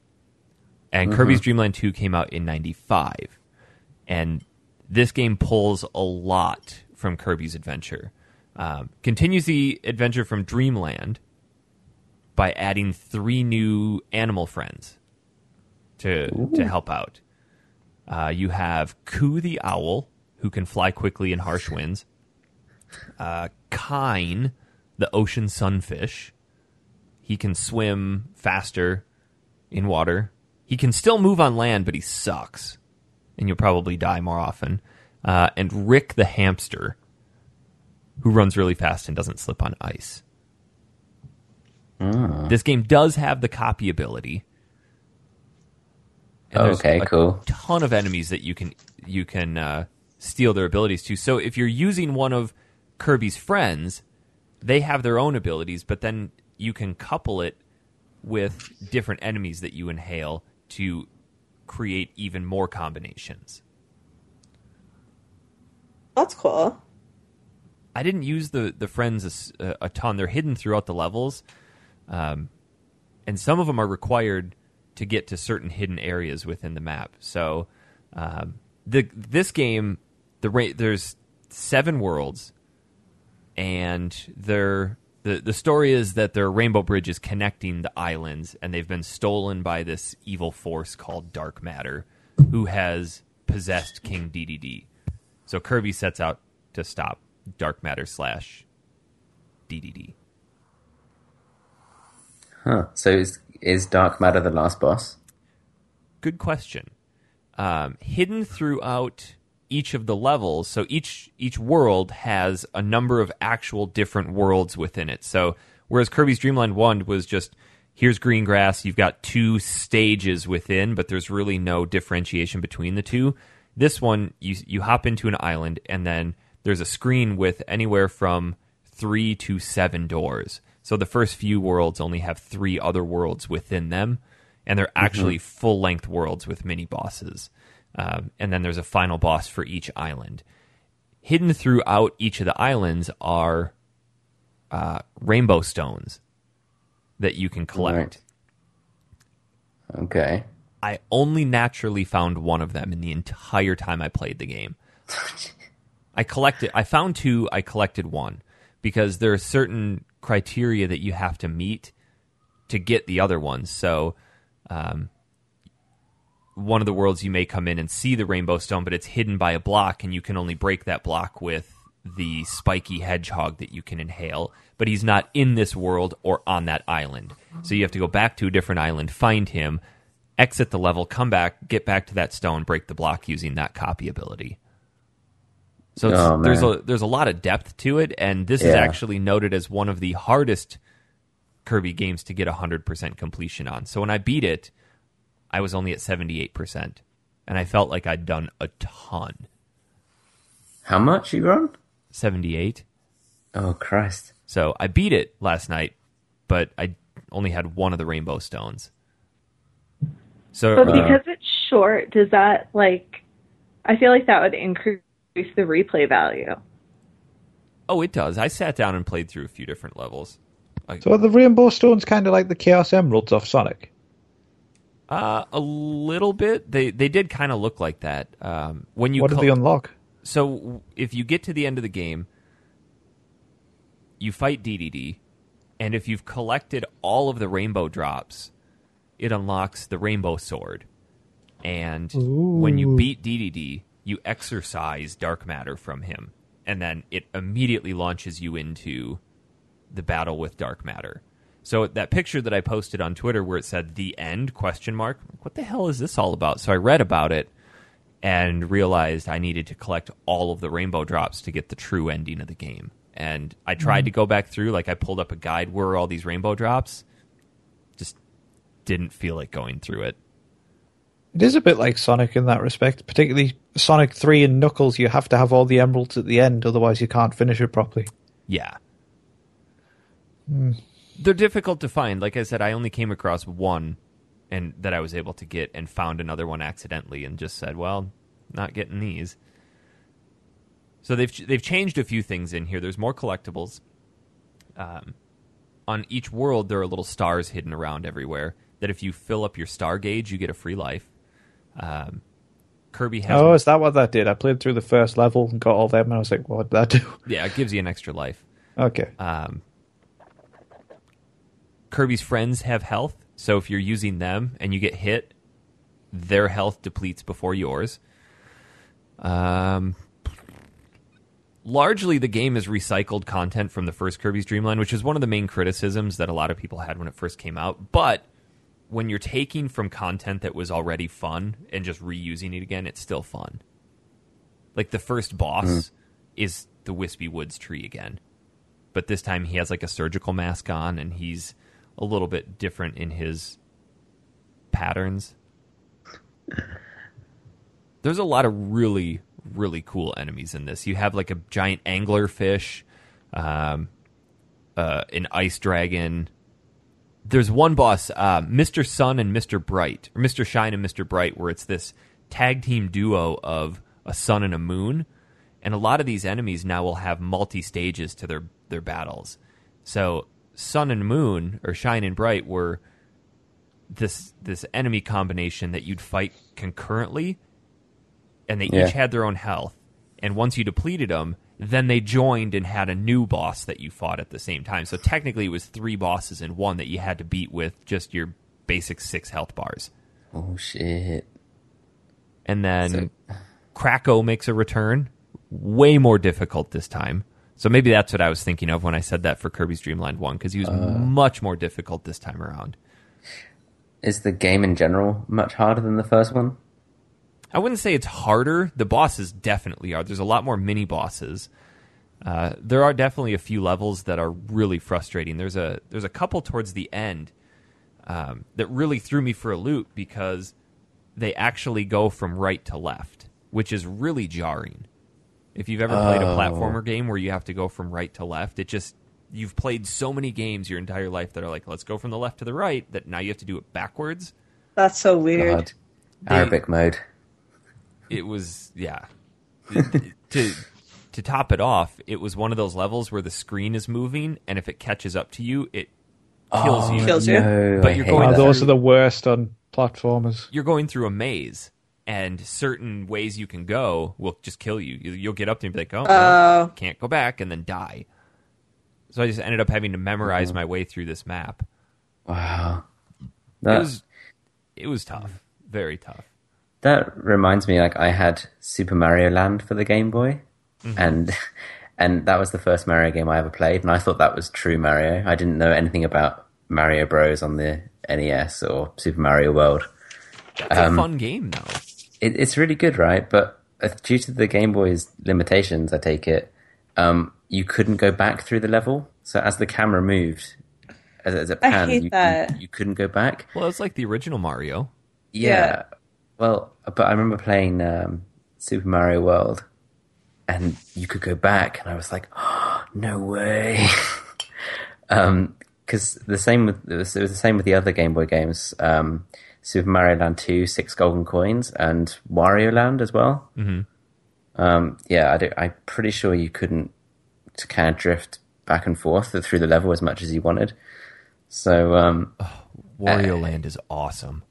[SPEAKER 1] and kirby's dreamland 2 came out in 95 and this game pulls a lot from kirby's adventure um, continues the adventure from dreamland by adding three new animal friends to to help out. Uh, you have Koo the owl, who can fly quickly in harsh winds. Uh, Kine, the ocean sunfish, he can swim faster in water. He can still move on land, but he sucks, and you'll probably die more often. Uh, and Rick the hamster, who runs really fast and doesn't slip on ice.
[SPEAKER 2] Ah.
[SPEAKER 1] This game does have the copy ability. And there's
[SPEAKER 2] Okay,
[SPEAKER 1] a
[SPEAKER 2] cool.
[SPEAKER 1] Ton of enemies that you can you can uh, steal their abilities to. So if you're using one of Kirby's friends, they have their own abilities, but then you can couple it with different enemies that you inhale to create even more combinations.
[SPEAKER 4] That's cool.
[SPEAKER 1] I didn't use the the friends a s- a, a ton. They're hidden throughout the levels, um, and some of them are required to get to certain hidden areas within the map. So, um, the this game, the ra- there's seven worlds, and they're. The, the story is that their rainbow bridge is connecting the islands, and they've been stolen by this evil force called Dark Matter, who has possessed King DDD. So Kirby sets out to stop Dark Matter slash DDD.
[SPEAKER 2] Huh. So is is Dark Matter the last boss?
[SPEAKER 1] Good question. Um, hidden throughout each of the levels, so each each world has a number of actual different worlds within it. So whereas Kirby's Dreamland One was just here's green grass, you've got two stages within, but there's really no differentiation between the two. This one, you you hop into an island, and then there's a screen with anywhere from three to seven doors. So the first few worlds only have three other worlds within them, and they're actually full length worlds with mini bosses. Um, and then there's a final boss for each island. Hidden throughout each of the islands are uh, rainbow stones that you can collect.
[SPEAKER 2] Right. Okay.
[SPEAKER 1] I only naturally found one of them in the entire time I played the game. I collected I found two, I collected one because there are certain criteria that you have to meet to get the other ones. So um, one of the worlds you may come in and see the rainbow stone, but it's hidden by a block and you can only break that block with the spiky hedgehog that you can inhale, but he's not in this world or on that island. So you have to go back to a different island, find him, exit the level, come back, get back to that stone, break the block using that copy ability. So it's-
[SPEAKER 2] Oh, man.
[SPEAKER 1] there's a there's a lot of depth to it, and this is
[SPEAKER 2] Yeah.
[SPEAKER 1] actually noted as one of the hardest Kirby games to get 100% completion on. So when I beat it, I was only at 78%, and I felt like I'd done a ton.
[SPEAKER 2] How much you run?
[SPEAKER 1] 78.
[SPEAKER 2] Oh Christ.
[SPEAKER 1] So I beat it last night, but I only had one of the rainbow stones. So uh,
[SPEAKER 4] But because it's short, does that like? I feel like that would increase the replay value.
[SPEAKER 1] oh, it does. I sat down and played through a few different levels.
[SPEAKER 3] So are the Rainbow Stones kind of like the Chaos Emeralds of Sonic?
[SPEAKER 1] Uh, a little bit. They they did kind of look like that. Um, when you
[SPEAKER 3] what did
[SPEAKER 1] col-
[SPEAKER 3] they unlock?
[SPEAKER 1] so w- if you get to the end of the game, you fight DDD, and if you've collected all of the rainbow drops, it unlocks the rainbow sword. And when you beat DDD, you exercise dark matter from him, and then it immediately launches you into the battle with dark matter. So that picture that I posted on Twitter where it said the end question mark, what the hell is this all about? So I read about it and realized I needed to collect all of the rainbow drops to get the true ending of the game. And I tried to go back through, like I pulled up a guide where are all these rainbow drops. Just didn't feel like going through it.
[SPEAKER 3] It is a bit like Sonic in that respect, particularly Sonic 3 and Knuckles. You have to have all the emeralds at the end, otherwise, you can't finish it properly.
[SPEAKER 1] Yeah. They're difficult to find. Like I said, I only came across one and that I was able to get and found another one accidentally and just said, "Well, not getting these." So they've they've changed a few things in here. There's more collectibles. Um, on each world there are little stars hidden around everywhere that if you fill up your star gauge, you get a free life. Um, Kirby has
[SPEAKER 3] Oh, is that what that did? I played through the first level and got all them, and I was like, what did that do?
[SPEAKER 1] yeah, it gives you an extra life.
[SPEAKER 3] Okay.
[SPEAKER 1] Um, Kirby's friends have health, so if you're using them and you get hit, their health depletes before yours. Um, largely, the game is recycled content from the first Kirby's Dream Line, which is one of the main criticisms that a lot of people had when it first came out. But when you're taking from content that was already fun and just reusing it again, it's still fun. Like the first boss is the Wispy Woods tree again but this time he has like a surgical mask on and he's a little bit different in his patterns. There's a lot of really, really cool enemies in this. You have like a giant angler fish, um, uh, an ice dragon. There's one boss, uh, Mr. Sun and Mr. Bright, or Mr. Shine and Mr. Bright, where it's this tag team duo of a sun and a moon. And a lot of these enemies now will have multi stages to their, their battles. So Sun and Moon, or Shine and Bright, were this this enemy combination that you'd fight concurrently, and they
[SPEAKER 2] Yeah.
[SPEAKER 1] each had their own health. And once you depleted them, then they joined and had a new boss that you fought at the same time. So technically, it was three bosses in one that you had to beat with just your basic six health bars.
[SPEAKER 2] Oh shit.
[SPEAKER 1] And then Krakow makes a return, way more difficult this time. So maybe that's what I was thinking of when I said that for Kirby's Dreamland 1, because he was much more difficult this time around.
[SPEAKER 2] Is the game in general much harder than the first one?
[SPEAKER 1] I wouldn't say it's harder. The bosses definitely are. There's a lot more mini bosses. Uh, there are definitely a few levels that are really frustrating. There's a there's a couple towards the end um, that really threw me for a loop because they actually go from right to left, which is really jarring. If you've ever played a platformer game where you have to go from right to left, it just you've played so many games your entire life that are like, let's go from the left to the right, that now you have to do it backwards.
[SPEAKER 4] That's so weird.
[SPEAKER 2] God. Arabic mode.
[SPEAKER 1] It was yeah. to to top it off, it was one of those levels where the screen is moving, and if it catches up to you, it
[SPEAKER 2] Oh,
[SPEAKER 1] kills you.
[SPEAKER 4] Kills you.
[SPEAKER 2] No,
[SPEAKER 1] But
[SPEAKER 2] I
[SPEAKER 1] you're
[SPEAKER 2] hate
[SPEAKER 1] going
[SPEAKER 3] Wow,
[SPEAKER 2] that.
[SPEAKER 1] to-
[SPEAKER 3] those are the worst on platformers.
[SPEAKER 1] You're going through a maze, and certain ways you can go will just kill you. You- You'll get up there and be like, oh, well,
[SPEAKER 4] Oh.
[SPEAKER 1] can't go back, and then die. So I just ended up having to memorize my way through this map.
[SPEAKER 2] Wow.
[SPEAKER 1] It
[SPEAKER 2] That,
[SPEAKER 1] was it was tough, very tough.
[SPEAKER 2] that reminds me, like I had Super Mario Land for the Game Boy, and and that was the first Mario game I ever played, and I thought that was true Mario. I didn't know anything about Mario Bros on the NES or Super Mario World.
[SPEAKER 1] That's a fun game though.
[SPEAKER 2] it, it's really good, right? But uh, due to the Game Boy's limitations, I take it, um, you couldn't go back through the level. So as the camera moved, as, as it
[SPEAKER 4] I
[SPEAKER 2] panned,
[SPEAKER 4] hate
[SPEAKER 2] you,
[SPEAKER 4] that.
[SPEAKER 2] You, you couldn't go back.
[SPEAKER 1] Well, it's like the original Mario.
[SPEAKER 2] Yeah.
[SPEAKER 4] Yeah.
[SPEAKER 2] Well, but I remember playing um, Super Mario World, and you could go back, and I was like, oh, no way. because the same with it was, it was the same with the other Game Boy games, um, Super Mario Land Two, Six Golden Coins, and Wario Land as well. Mm-hmm. Um, yeah, I do, I'm pretty sure you couldn't to kind of drift back and forth through the level as much as you wanted. So um,
[SPEAKER 1] Wario Land is awesome.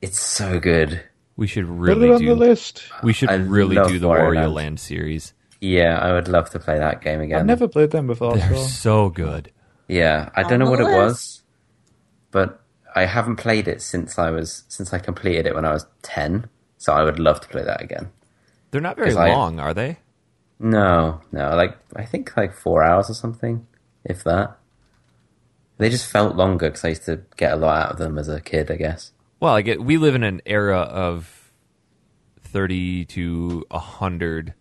[SPEAKER 2] it's so good.
[SPEAKER 1] We should
[SPEAKER 3] Put
[SPEAKER 1] really
[SPEAKER 3] it on the
[SPEAKER 1] do.
[SPEAKER 3] list.
[SPEAKER 1] We should
[SPEAKER 2] I
[SPEAKER 1] really
[SPEAKER 2] love
[SPEAKER 1] do the
[SPEAKER 2] Wario
[SPEAKER 1] Wario Land.
[SPEAKER 2] Land.
[SPEAKER 1] series.
[SPEAKER 2] Yeah, I would love to play that game again.
[SPEAKER 3] I've never played them before.
[SPEAKER 1] They're
[SPEAKER 3] so-
[SPEAKER 1] so good.
[SPEAKER 2] Yeah, I don't
[SPEAKER 4] On
[SPEAKER 2] know what
[SPEAKER 4] the
[SPEAKER 2] it was,
[SPEAKER 4] list.
[SPEAKER 2] but I haven't played it since I was since I completed it when I was ten. So I would love to play that again.
[SPEAKER 1] They're not very
[SPEAKER 2] 'Cause I-
[SPEAKER 1] long, are they?
[SPEAKER 2] No, no, like I think like four hours or something, if that. They just felt longer because I used to get a lot out of them as a kid, I guess.
[SPEAKER 1] Well, I get, we live in an era of 30 to 100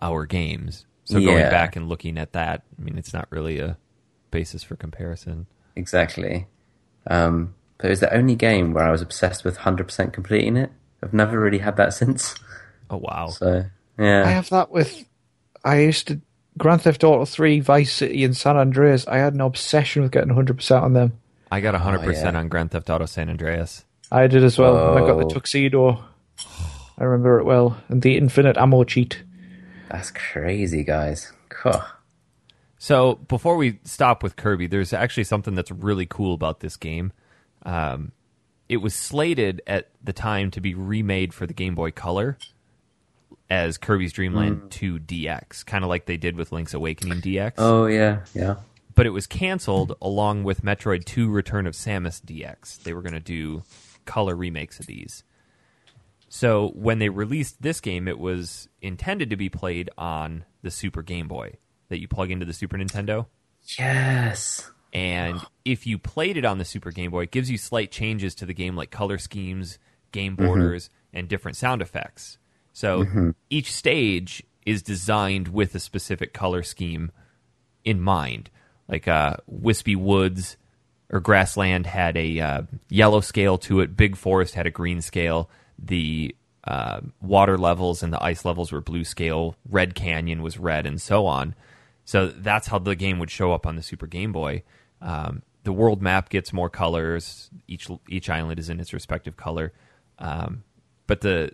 [SPEAKER 1] hour games. So going
[SPEAKER 2] Yeah.
[SPEAKER 1] back and looking at that, I mean, it's not really a basis for comparison.
[SPEAKER 2] Exactly. Um, but it was the only game where I was obsessed with hundred percent completing it. I've never really had that since.
[SPEAKER 1] Oh, wow.
[SPEAKER 2] So
[SPEAKER 3] I
[SPEAKER 2] yeah,
[SPEAKER 3] have that with. I used to Grand Theft Auto Three, Vice City, and San Andreas. I had an obsession with getting 100 percent on them.
[SPEAKER 1] I got 100%
[SPEAKER 2] oh, yeah.
[SPEAKER 1] on Grand Theft Auto San Andreas.
[SPEAKER 3] I did as well. and I got
[SPEAKER 2] Oh.
[SPEAKER 3] the tuxedo. I remember it well, and the infinite ammo cheat.
[SPEAKER 2] that's crazy, guys. Cool.
[SPEAKER 1] So before we stop with Kirby, there's actually something that's really cool about this game. Um, it was slated at the time to be remade for the Game Boy Color as Kirby's Dream Land 2 DX, kind of like they did with Link's Awakening DX.
[SPEAKER 2] Oh yeah, yeah.
[SPEAKER 1] But it was canceled along with Metroid 2 Return of Samus DX. They were going to do color remakes of these. So when they released this game, it was intended to be played on the Super Game Boy that you plug into the Super Nintendo.
[SPEAKER 2] Yes.
[SPEAKER 1] And if you played it on the Super Game Boy, it gives you slight changes to the game, like color schemes, game borders, and different sound effects. So each stage is designed with a specific color scheme in mind. Like uh, Wispy Woods or Grassland had a uh, yellow scale to it, Big Forest had a green scale, the uh, water levels and the ice levels were blue scale, Red Canyon was red, and so on. So that's how the game would show up on the Super Game Boy. Um, the world map gets more colors. Each each island is in its respective color, um, but the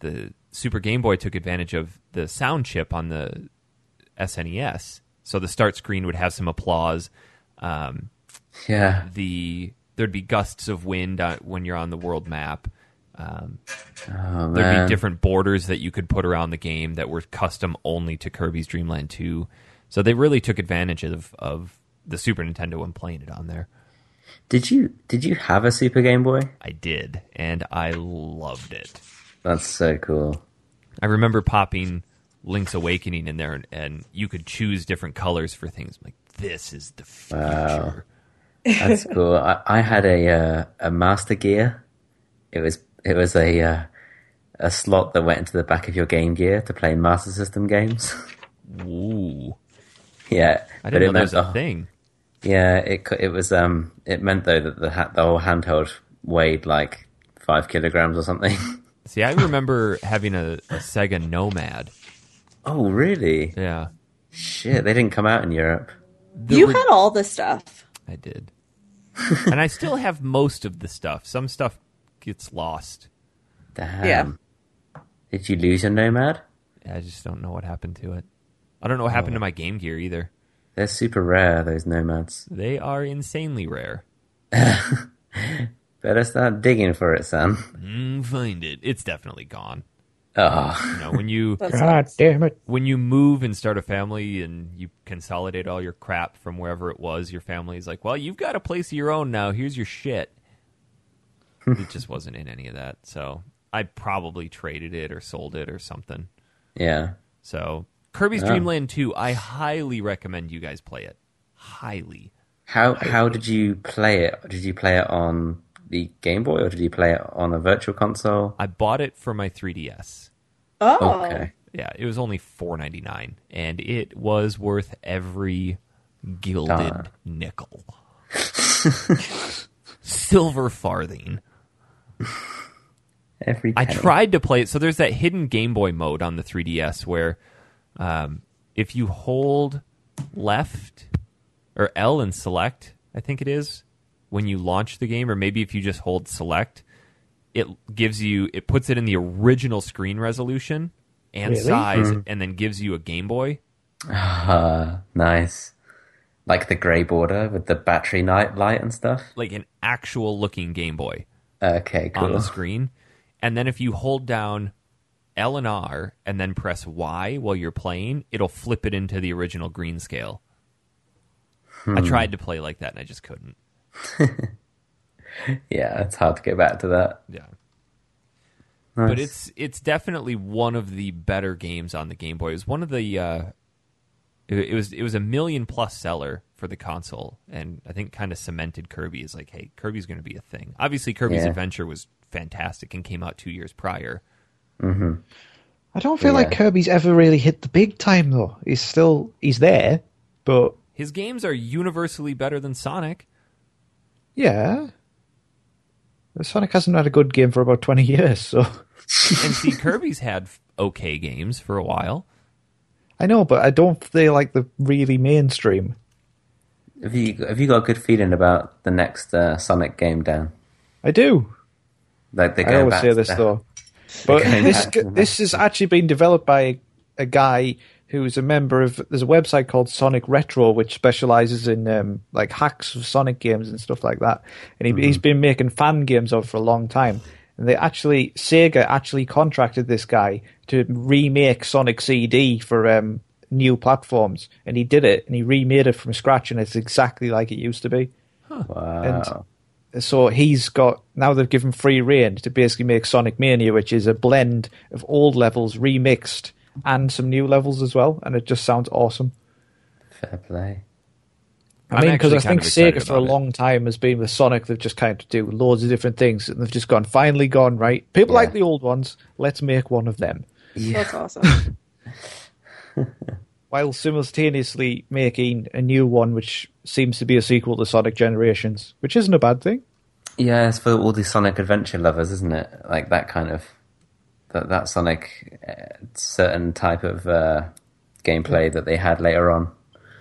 [SPEAKER 1] the Super Game Boy took advantage of the sound chip on the SNES. E So the start screen would have some applause. Um,
[SPEAKER 2] Yeah.
[SPEAKER 1] the there'd be gusts of wind uh, when you're on the world map. Um,
[SPEAKER 2] Oh,
[SPEAKER 1] there'd
[SPEAKER 2] man.
[SPEAKER 1] be different borders that you could put around the game that were custom only to Kirby's Dream Land 2. So they really took advantage of of the Super Nintendo and playing it on there.
[SPEAKER 2] Did you did you have a Super Game Boy?
[SPEAKER 1] I did, and I loved it.
[SPEAKER 2] That's so cool.
[SPEAKER 1] I remember popping Link's Awakening in there, and, and you could choose different colors for things. I'm like, this is the future.
[SPEAKER 2] That's cool. I, I had a uh, a Master Gear. It was it was a uh, a slot that went into the back of your Game Gear to play Master System games.
[SPEAKER 1] Ooh.
[SPEAKER 2] yeah,
[SPEAKER 1] I
[SPEAKER 2] but
[SPEAKER 1] didn't know there
[SPEAKER 2] meant
[SPEAKER 1] was a
[SPEAKER 2] the-
[SPEAKER 1] thing.
[SPEAKER 2] Yeah, it co- it was um it meant though that the ha- the whole handheld weighed like five kilograms or something.
[SPEAKER 1] See, I remember having a, a Sega Nomad.
[SPEAKER 2] oh really?
[SPEAKER 1] Yeah.
[SPEAKER 2] Shit, they didn't come out in Europe.
[SPEAKER 1] The
[SPEAKER 4] You
[SPEAKER 1] re-
[SPEAKER 4] had all the stuff.
[SPEAKER 1] I did. and I still have most of the stuff. Some stuff gets lost.
[SPEAKER 2] Damn.
[SPEAKER 4] Yeah.
[SPEAKER 2] Did you lose your Nomad?
[SPEAKER 1] I just don't know what happened to it. I don't know what happened to my Game Gear either.
[SPEAKER 2] They're super rare, those Nomads.
[SPEAKER 1] They are insanely rare.
[SPEAKER 2] Better start digging for it, son.
[SPEAKER 1] Mm, find it. It's definitely gone.
[SPEAKER 2] Oh,
[SPEAKER 1] You know, when you
[SPEAKER 4] That's
[SPEAKER 3] God damn it.
[SPEAKER 1] when you move and start a family and you consolidate all your crap from wherever it was, your family's like, "Well, you've got a place of your own now. Here's your shit." it just wasn't in any of that. So, I probably traded it or sold it or something.
[SPEAKER 2] yeah.
[SPEAKER 1] So Kirby's
[SPEAKER 2] Yeah.
[SPEAKER 1] Dream Land 2, I highly recommend you guys play it. Highly.
[SPEAKER 2] How how did you play it? Did you play it on the Game Boy or did you play it on a virtual console?
[SPEAKER 1] I bought it for my 3DS.
[SPEAKER 4] Oh,
[SPEAKER 2] Okay.
[SPEAKER 1] Yeah, it was only 4.99 and it was worth every gilded
[SPEAKER 2] Dollar.
[SPEAKER 1] nickel. Silver farthing.
[SPEAKER 2] Every
[SPEAKER 1] I
[SPEAKER 2] penny.
[SPEAKER 1] tried to play it. So there's that hidden Game Boy mode on the 3DS where um, if you hold left or L and select, I think it is, when you launch the game, or maybe if you just hold select, it gives you, it puts it in the original screen resolution and
[SPEAKER 3] Really?
[SPEAKER 1] size and then gives you a Game Boy.
[SPEAKER 2] Ah, nice. Like the grey border with the battery night light and stuff.
[SPEAKER 1] like an actual looking Game Boy
[SPEAKER 2] Okay,
[SPEAKER 1] on
[SPEAKER 2] cool.
[SPEAKER 1] the screen. And then if you hold down L and R and then press Y while you're playing, it'll flip it into the original green scale. I tried to play like that and I just couldn't.
[SPEAKER 2] Yeah, it's hard to get back to that.
[SPEAKER 1] Yeah.
[SPEAKER 2] Nice.
[SPEAKER 1] But it's it's definitely one of the better games on the Game Boy. It was one of the uh, it, it was it was a million plus seller for the console, and I think kind of cemented Kirby as like, hey, Kirby's going to be a thing. Obviously, Kirby's
[SPEAKER 2] Yeah.
[SPEAKER 1] Adventure was fantastic and came out two years prior.
[SPEAKER 3] I don't feel like
[SPEAKER 2] Yeah.
[SPEAKER 3] Kirby's ever really hit the big time though. He's still he's there, but
[SPEAKER 1] His games are universally better than Sonic.
[SPEAKER 3] yeah. Sonic hasn't had a good game for about twenty years, so
[SPEAKER 1] And see, Kirby's had f- okay games for a while.
[SPEAKER 3] I know, but I don't feel like the really mainstream.
[SPEAKER 2] have you have you got a good feeling about the next uh, Sonic game, Dan?
[SPEAKER 3] I do.
[SPEAKER 2] Like they
[SPEAKER 3] I
[SPEAKER 2] go
[SPEAKER 3] always
[SPEAKER 2] back
[SPEAKER 3] say
[SPEAKER 2] to
[SPEAKER 3] this
[SPEAKER 2] the-
[SPEAKER 3] though. But
[SPEAKER 2] going
[SPEAKER 3] this
[SPEAKER 2] back to that.
[SPEAKER 3] this has actually been developed by a guy who's a member of. There's a website called Sonic Retro, which specializes in um, like hacks of Sonic games and stuff like that. And he,
[SPEAKER 2] Hmm.
[SPEAKER 3] he's been making fan games of for a long time. And they actually Sega actually contracted this guy to remake Sonic CD for um, new platforms, and he did it. And he remade it from scratch, and it's exactly like it used to be
[SPEAKER 2] Wow.
[SPEAKER 3] so he's got now they've given free reign to basically make Sonic Mania, which is a blend of old levels remixed and some new levels as well, and it just sounds awesome.
[SPEAKER 2] Fair play.
[SPEAKER 3] I
[SPEAKER 1] I'm
[SPEAKER 3] mean, because
[SPEAKER 1] actually
[SPEAKER 3] I
[SPEAKER 1] kind
[SPEAKER 3] think
[SPEAKER 1] of excited
[SPEAKER 3] Sega for a
[SPEAKER 1] about it.
[SPEAKER 3] long time has been with Sonic, they've just kind of do loads of different things, and they've just gone finally gone right. People
[SPEAKER 2] Yeah.
[SPEAKER 3] like the old ones, let's make one of them,
[SPEAKER 2] Yeah.
[SPEAKER 4] that's awesome.
[SPEAKER 3] while simultaneously making a new one, which seems to be a sequel to Sonic Generations, which isn't a bad thing.
[SPEAKER 2] Yeah, it's for all the Sonic Adventure lovers, isn't it? Like that kind of that that Sonic uh, certain type of uh, gameplay that they had later on.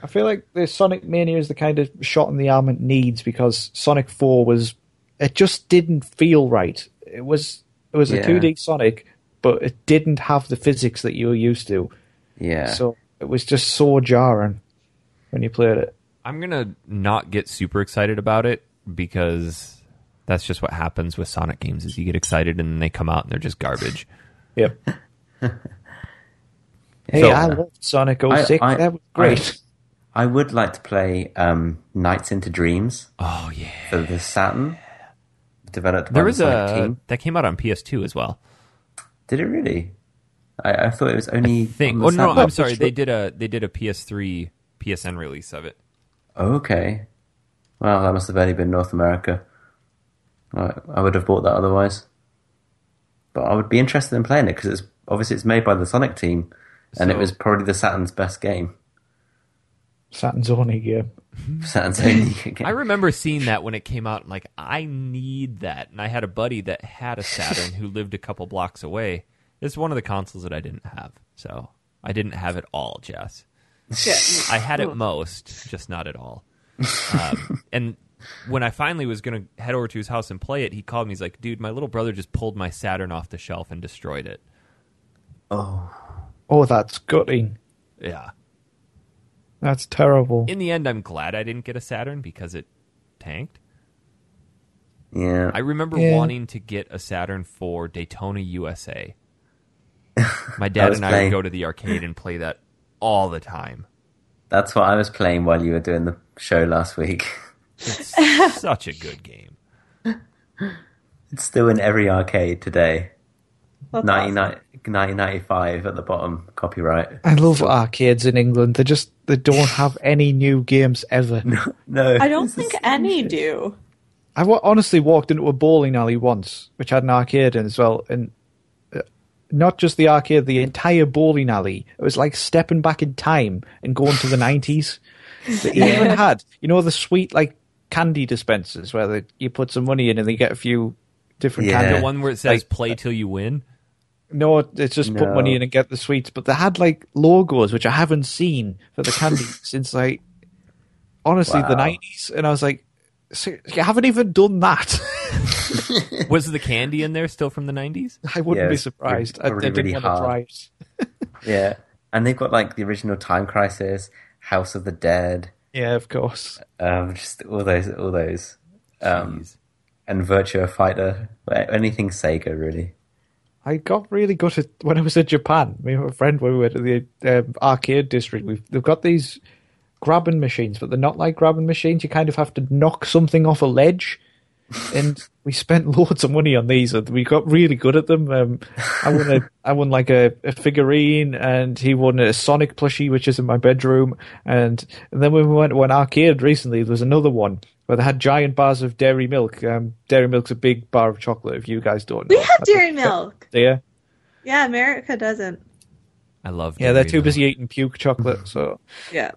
[SPEAKER 3] I feel like the Sonic Mania is the kind of shot in the arm it needs because Sonic Four was it just didn't feel right. It was it was a
[SPEAKER 2] Yeah.
[SPEAKER 3] two D Sonic, but it didn't have the physics that you were used to.
[SPEAKER 2] Yeah.
[SPEAKER 3] So it was just so jarring when you played it.
[SPEAKER 1] I'm gonna not get super excited about it because that's just what happens with Sonic games: is you get excited and then they come out and they're just garbage.
[SPEAKER 3] Yep. hey,
[SPEAKER 2] So- uh,
[SPEAKER 3] I loved Sonic 06.
[SPEAKER 2] I-
[SPEAKER 3] that was
[SPEAKER 2] I-
[SPEAKER 3] great.
[SPEAKER 2] I would like to play um, Nights into Dreams
[SPEAKER 1] oh yeah,
[SPEAKER 2] for the Saturn, developed by
[SPEAKER 1] there
[SPEAKER 2] the
[SPEAKER 1] was
[SPEAKER 2] Sonic
[SPEAKER 1] a
[SPEAKER 2] team.
[SPEAKER 1] that came out on PS2 as well.
[SPEAKER 2] Did it really? I, I thought it was only
[SPEAKER 1] Thing.
[SPEAKER 2] on the
[SPEAKER 1] Oh no,
[SPEAKER 2] Saturn.
[SPEAKER 1] I'm sorry. They did a they did a PS3 PSN release of it.
[SPEAKER 2] Oh, okay. Well, that must have only been North America. I, I would have bought that otherwise. But I would be interested in playing it because it's obviously it's made by the Sonic team, and it
[SPEAKER 1] So-
[SPEAKER 2] was probably the Saturn's best game.
[SPEAKER 3] Saturn's only game.
[SPEAKER 2] Saturn's only game.
[SPEAKER 1] I remember seeing that when it came out. and like, I need that. And I had a buddy that had a Saturn who lived a couple blocks away. It's one of the consoles that I didn't have, so I didn't have it all, Jess.
[SPEAKER 4] Shit.
[SPEAKER 1] I had it most, just not at all. Um, and when I finally was going to head over to his house and play it, he called me. He's like, dude, my little brother just pulled my Saturn off the shelf and destroyed it.
[SPEAKER 3] Oh, that's gutting.
[SPEAKER 1] Yeah.
[SPEAKER 3] That's terrible.
[SPEAKER 1] In the end, I'm glad I didn't get a Saturn because it tanked.
[SPEAKER 2] Yeah.
[SPEAKER 1] I remember
[SPEAKER 3] Yeah.
[SPEAKER 1] wanting to get a Saturn for Daytona USA. My
[SPEAKER 2] I
[SPEAKER 1] dad
[SPEAKER 2] was
[SPEAKER 1] and I
[SPEAKER 2] playing-
[SPEAKER 1] would go to the arcade and play that all the time.
[SPEAKER 2] That's what I was playing while you were doing the show last week.
[SPEAKER 1] It's such a good game.
[SPEAKER 2] It's still in every arcade today.
[SPEAKER 4] That's
[SPEAKER 2] 99 1995 at the bottom, copyright.
[SPEAKER 3] I love arcades in England. They just they don't have any new games ever.
[SPEAKER 2] No.
[SPEAKER 4] I don't
[SPEAKER 2] it's
[SPEAKER 4] think
[SPEAKER 2] just-
[SPEAKER 4] any do.
[SPEAKER 3] I wa- honestly walked into a bowling alley once, which had an arcade in as well, and uh, not just the arcade, the entire bowling alley. It was like stepping back in time and going to the nineties. They even had, you know, the sweet like candy dispensers where they, you put some money in and they get a few different
[SPEAKER 2] Yeah. uh,
[SPEAKER 1] The
[SPEAKER 3] candy.
[SPEAKER 1] one where it says play till you win.
[SPEAKER 3] No, it's just put
[SPEAKER 2] No.
[SPEAKER 3] money in and get the sweets. But they had like logos which I haven't seen for the candy since like honestly the
[SPEAKER 2] Wow.
[SPEAKER 3] nineties, and I was like, "So- you haven't even done that.
[SPEAKER 1] Was the candy in there still from the 90s?
[SPEAKER 3] I wouldn't
[SPEAKER 2] Yeah,
[SPEAKER 3] be
[SPEAKER 2] it's
[SPEAKER 3] surprised. I, I
[SPEAKER 2] probably
[SPEAKER 3] didn't
[SPEAKER 2] really
[SPEAKER 3] want to
[SPEAKER 2] hard.
[SPEAKER 3] try it.
[SPEAKER 2] Yeah. And they've got like the original Time Crisis, House of the Dead,
[SPEAKER 3] Yeah, of course.
[SPEAKER 2] um, just all those, all those, um,
[SPEAKER 1] Jeez.
[SPEAKER 2] and Virtua Fighter, like, anything Sega really.
[SPEAKER 3] I got really good at when I was in Japan. Me and my friend, when we went to the um, arcade district, we've they've got these grabbing machines, but they're not like grabbing machines. You kind of have to knock something off a ledge, and we spent loads of money on these. and We got really good at them. Um, I won a, I won like a, a figurine, and he won a Sonic plushie, which is in my bedroom. And, and then when we went to an arcade recently, there was another one. Where they had giant bars of Dairy Milk. Um, Dairy Milk's a big bar of chocolate. If you guys don't,
[SPEAKER 4] We
[SPEAKER 3] know.
[SPEAKER 4] have
[SPEAKER 3] That's a-
[SPEAKER 4] Dairy Milk.
[SPEAKER 3] Yeah,
[SPEAKER 4] Yeah, America doesn't.
[SPEAKER 1] I love
[SPEAKER 3] yeah, they're
[SPEAKER 1] Dairy
[SPEAKER 3] too
[SPEAKER 1] Milk.
[SPEAKER 3] busy eating puke chocolate. So,
[SPEAKER 4] Yeah.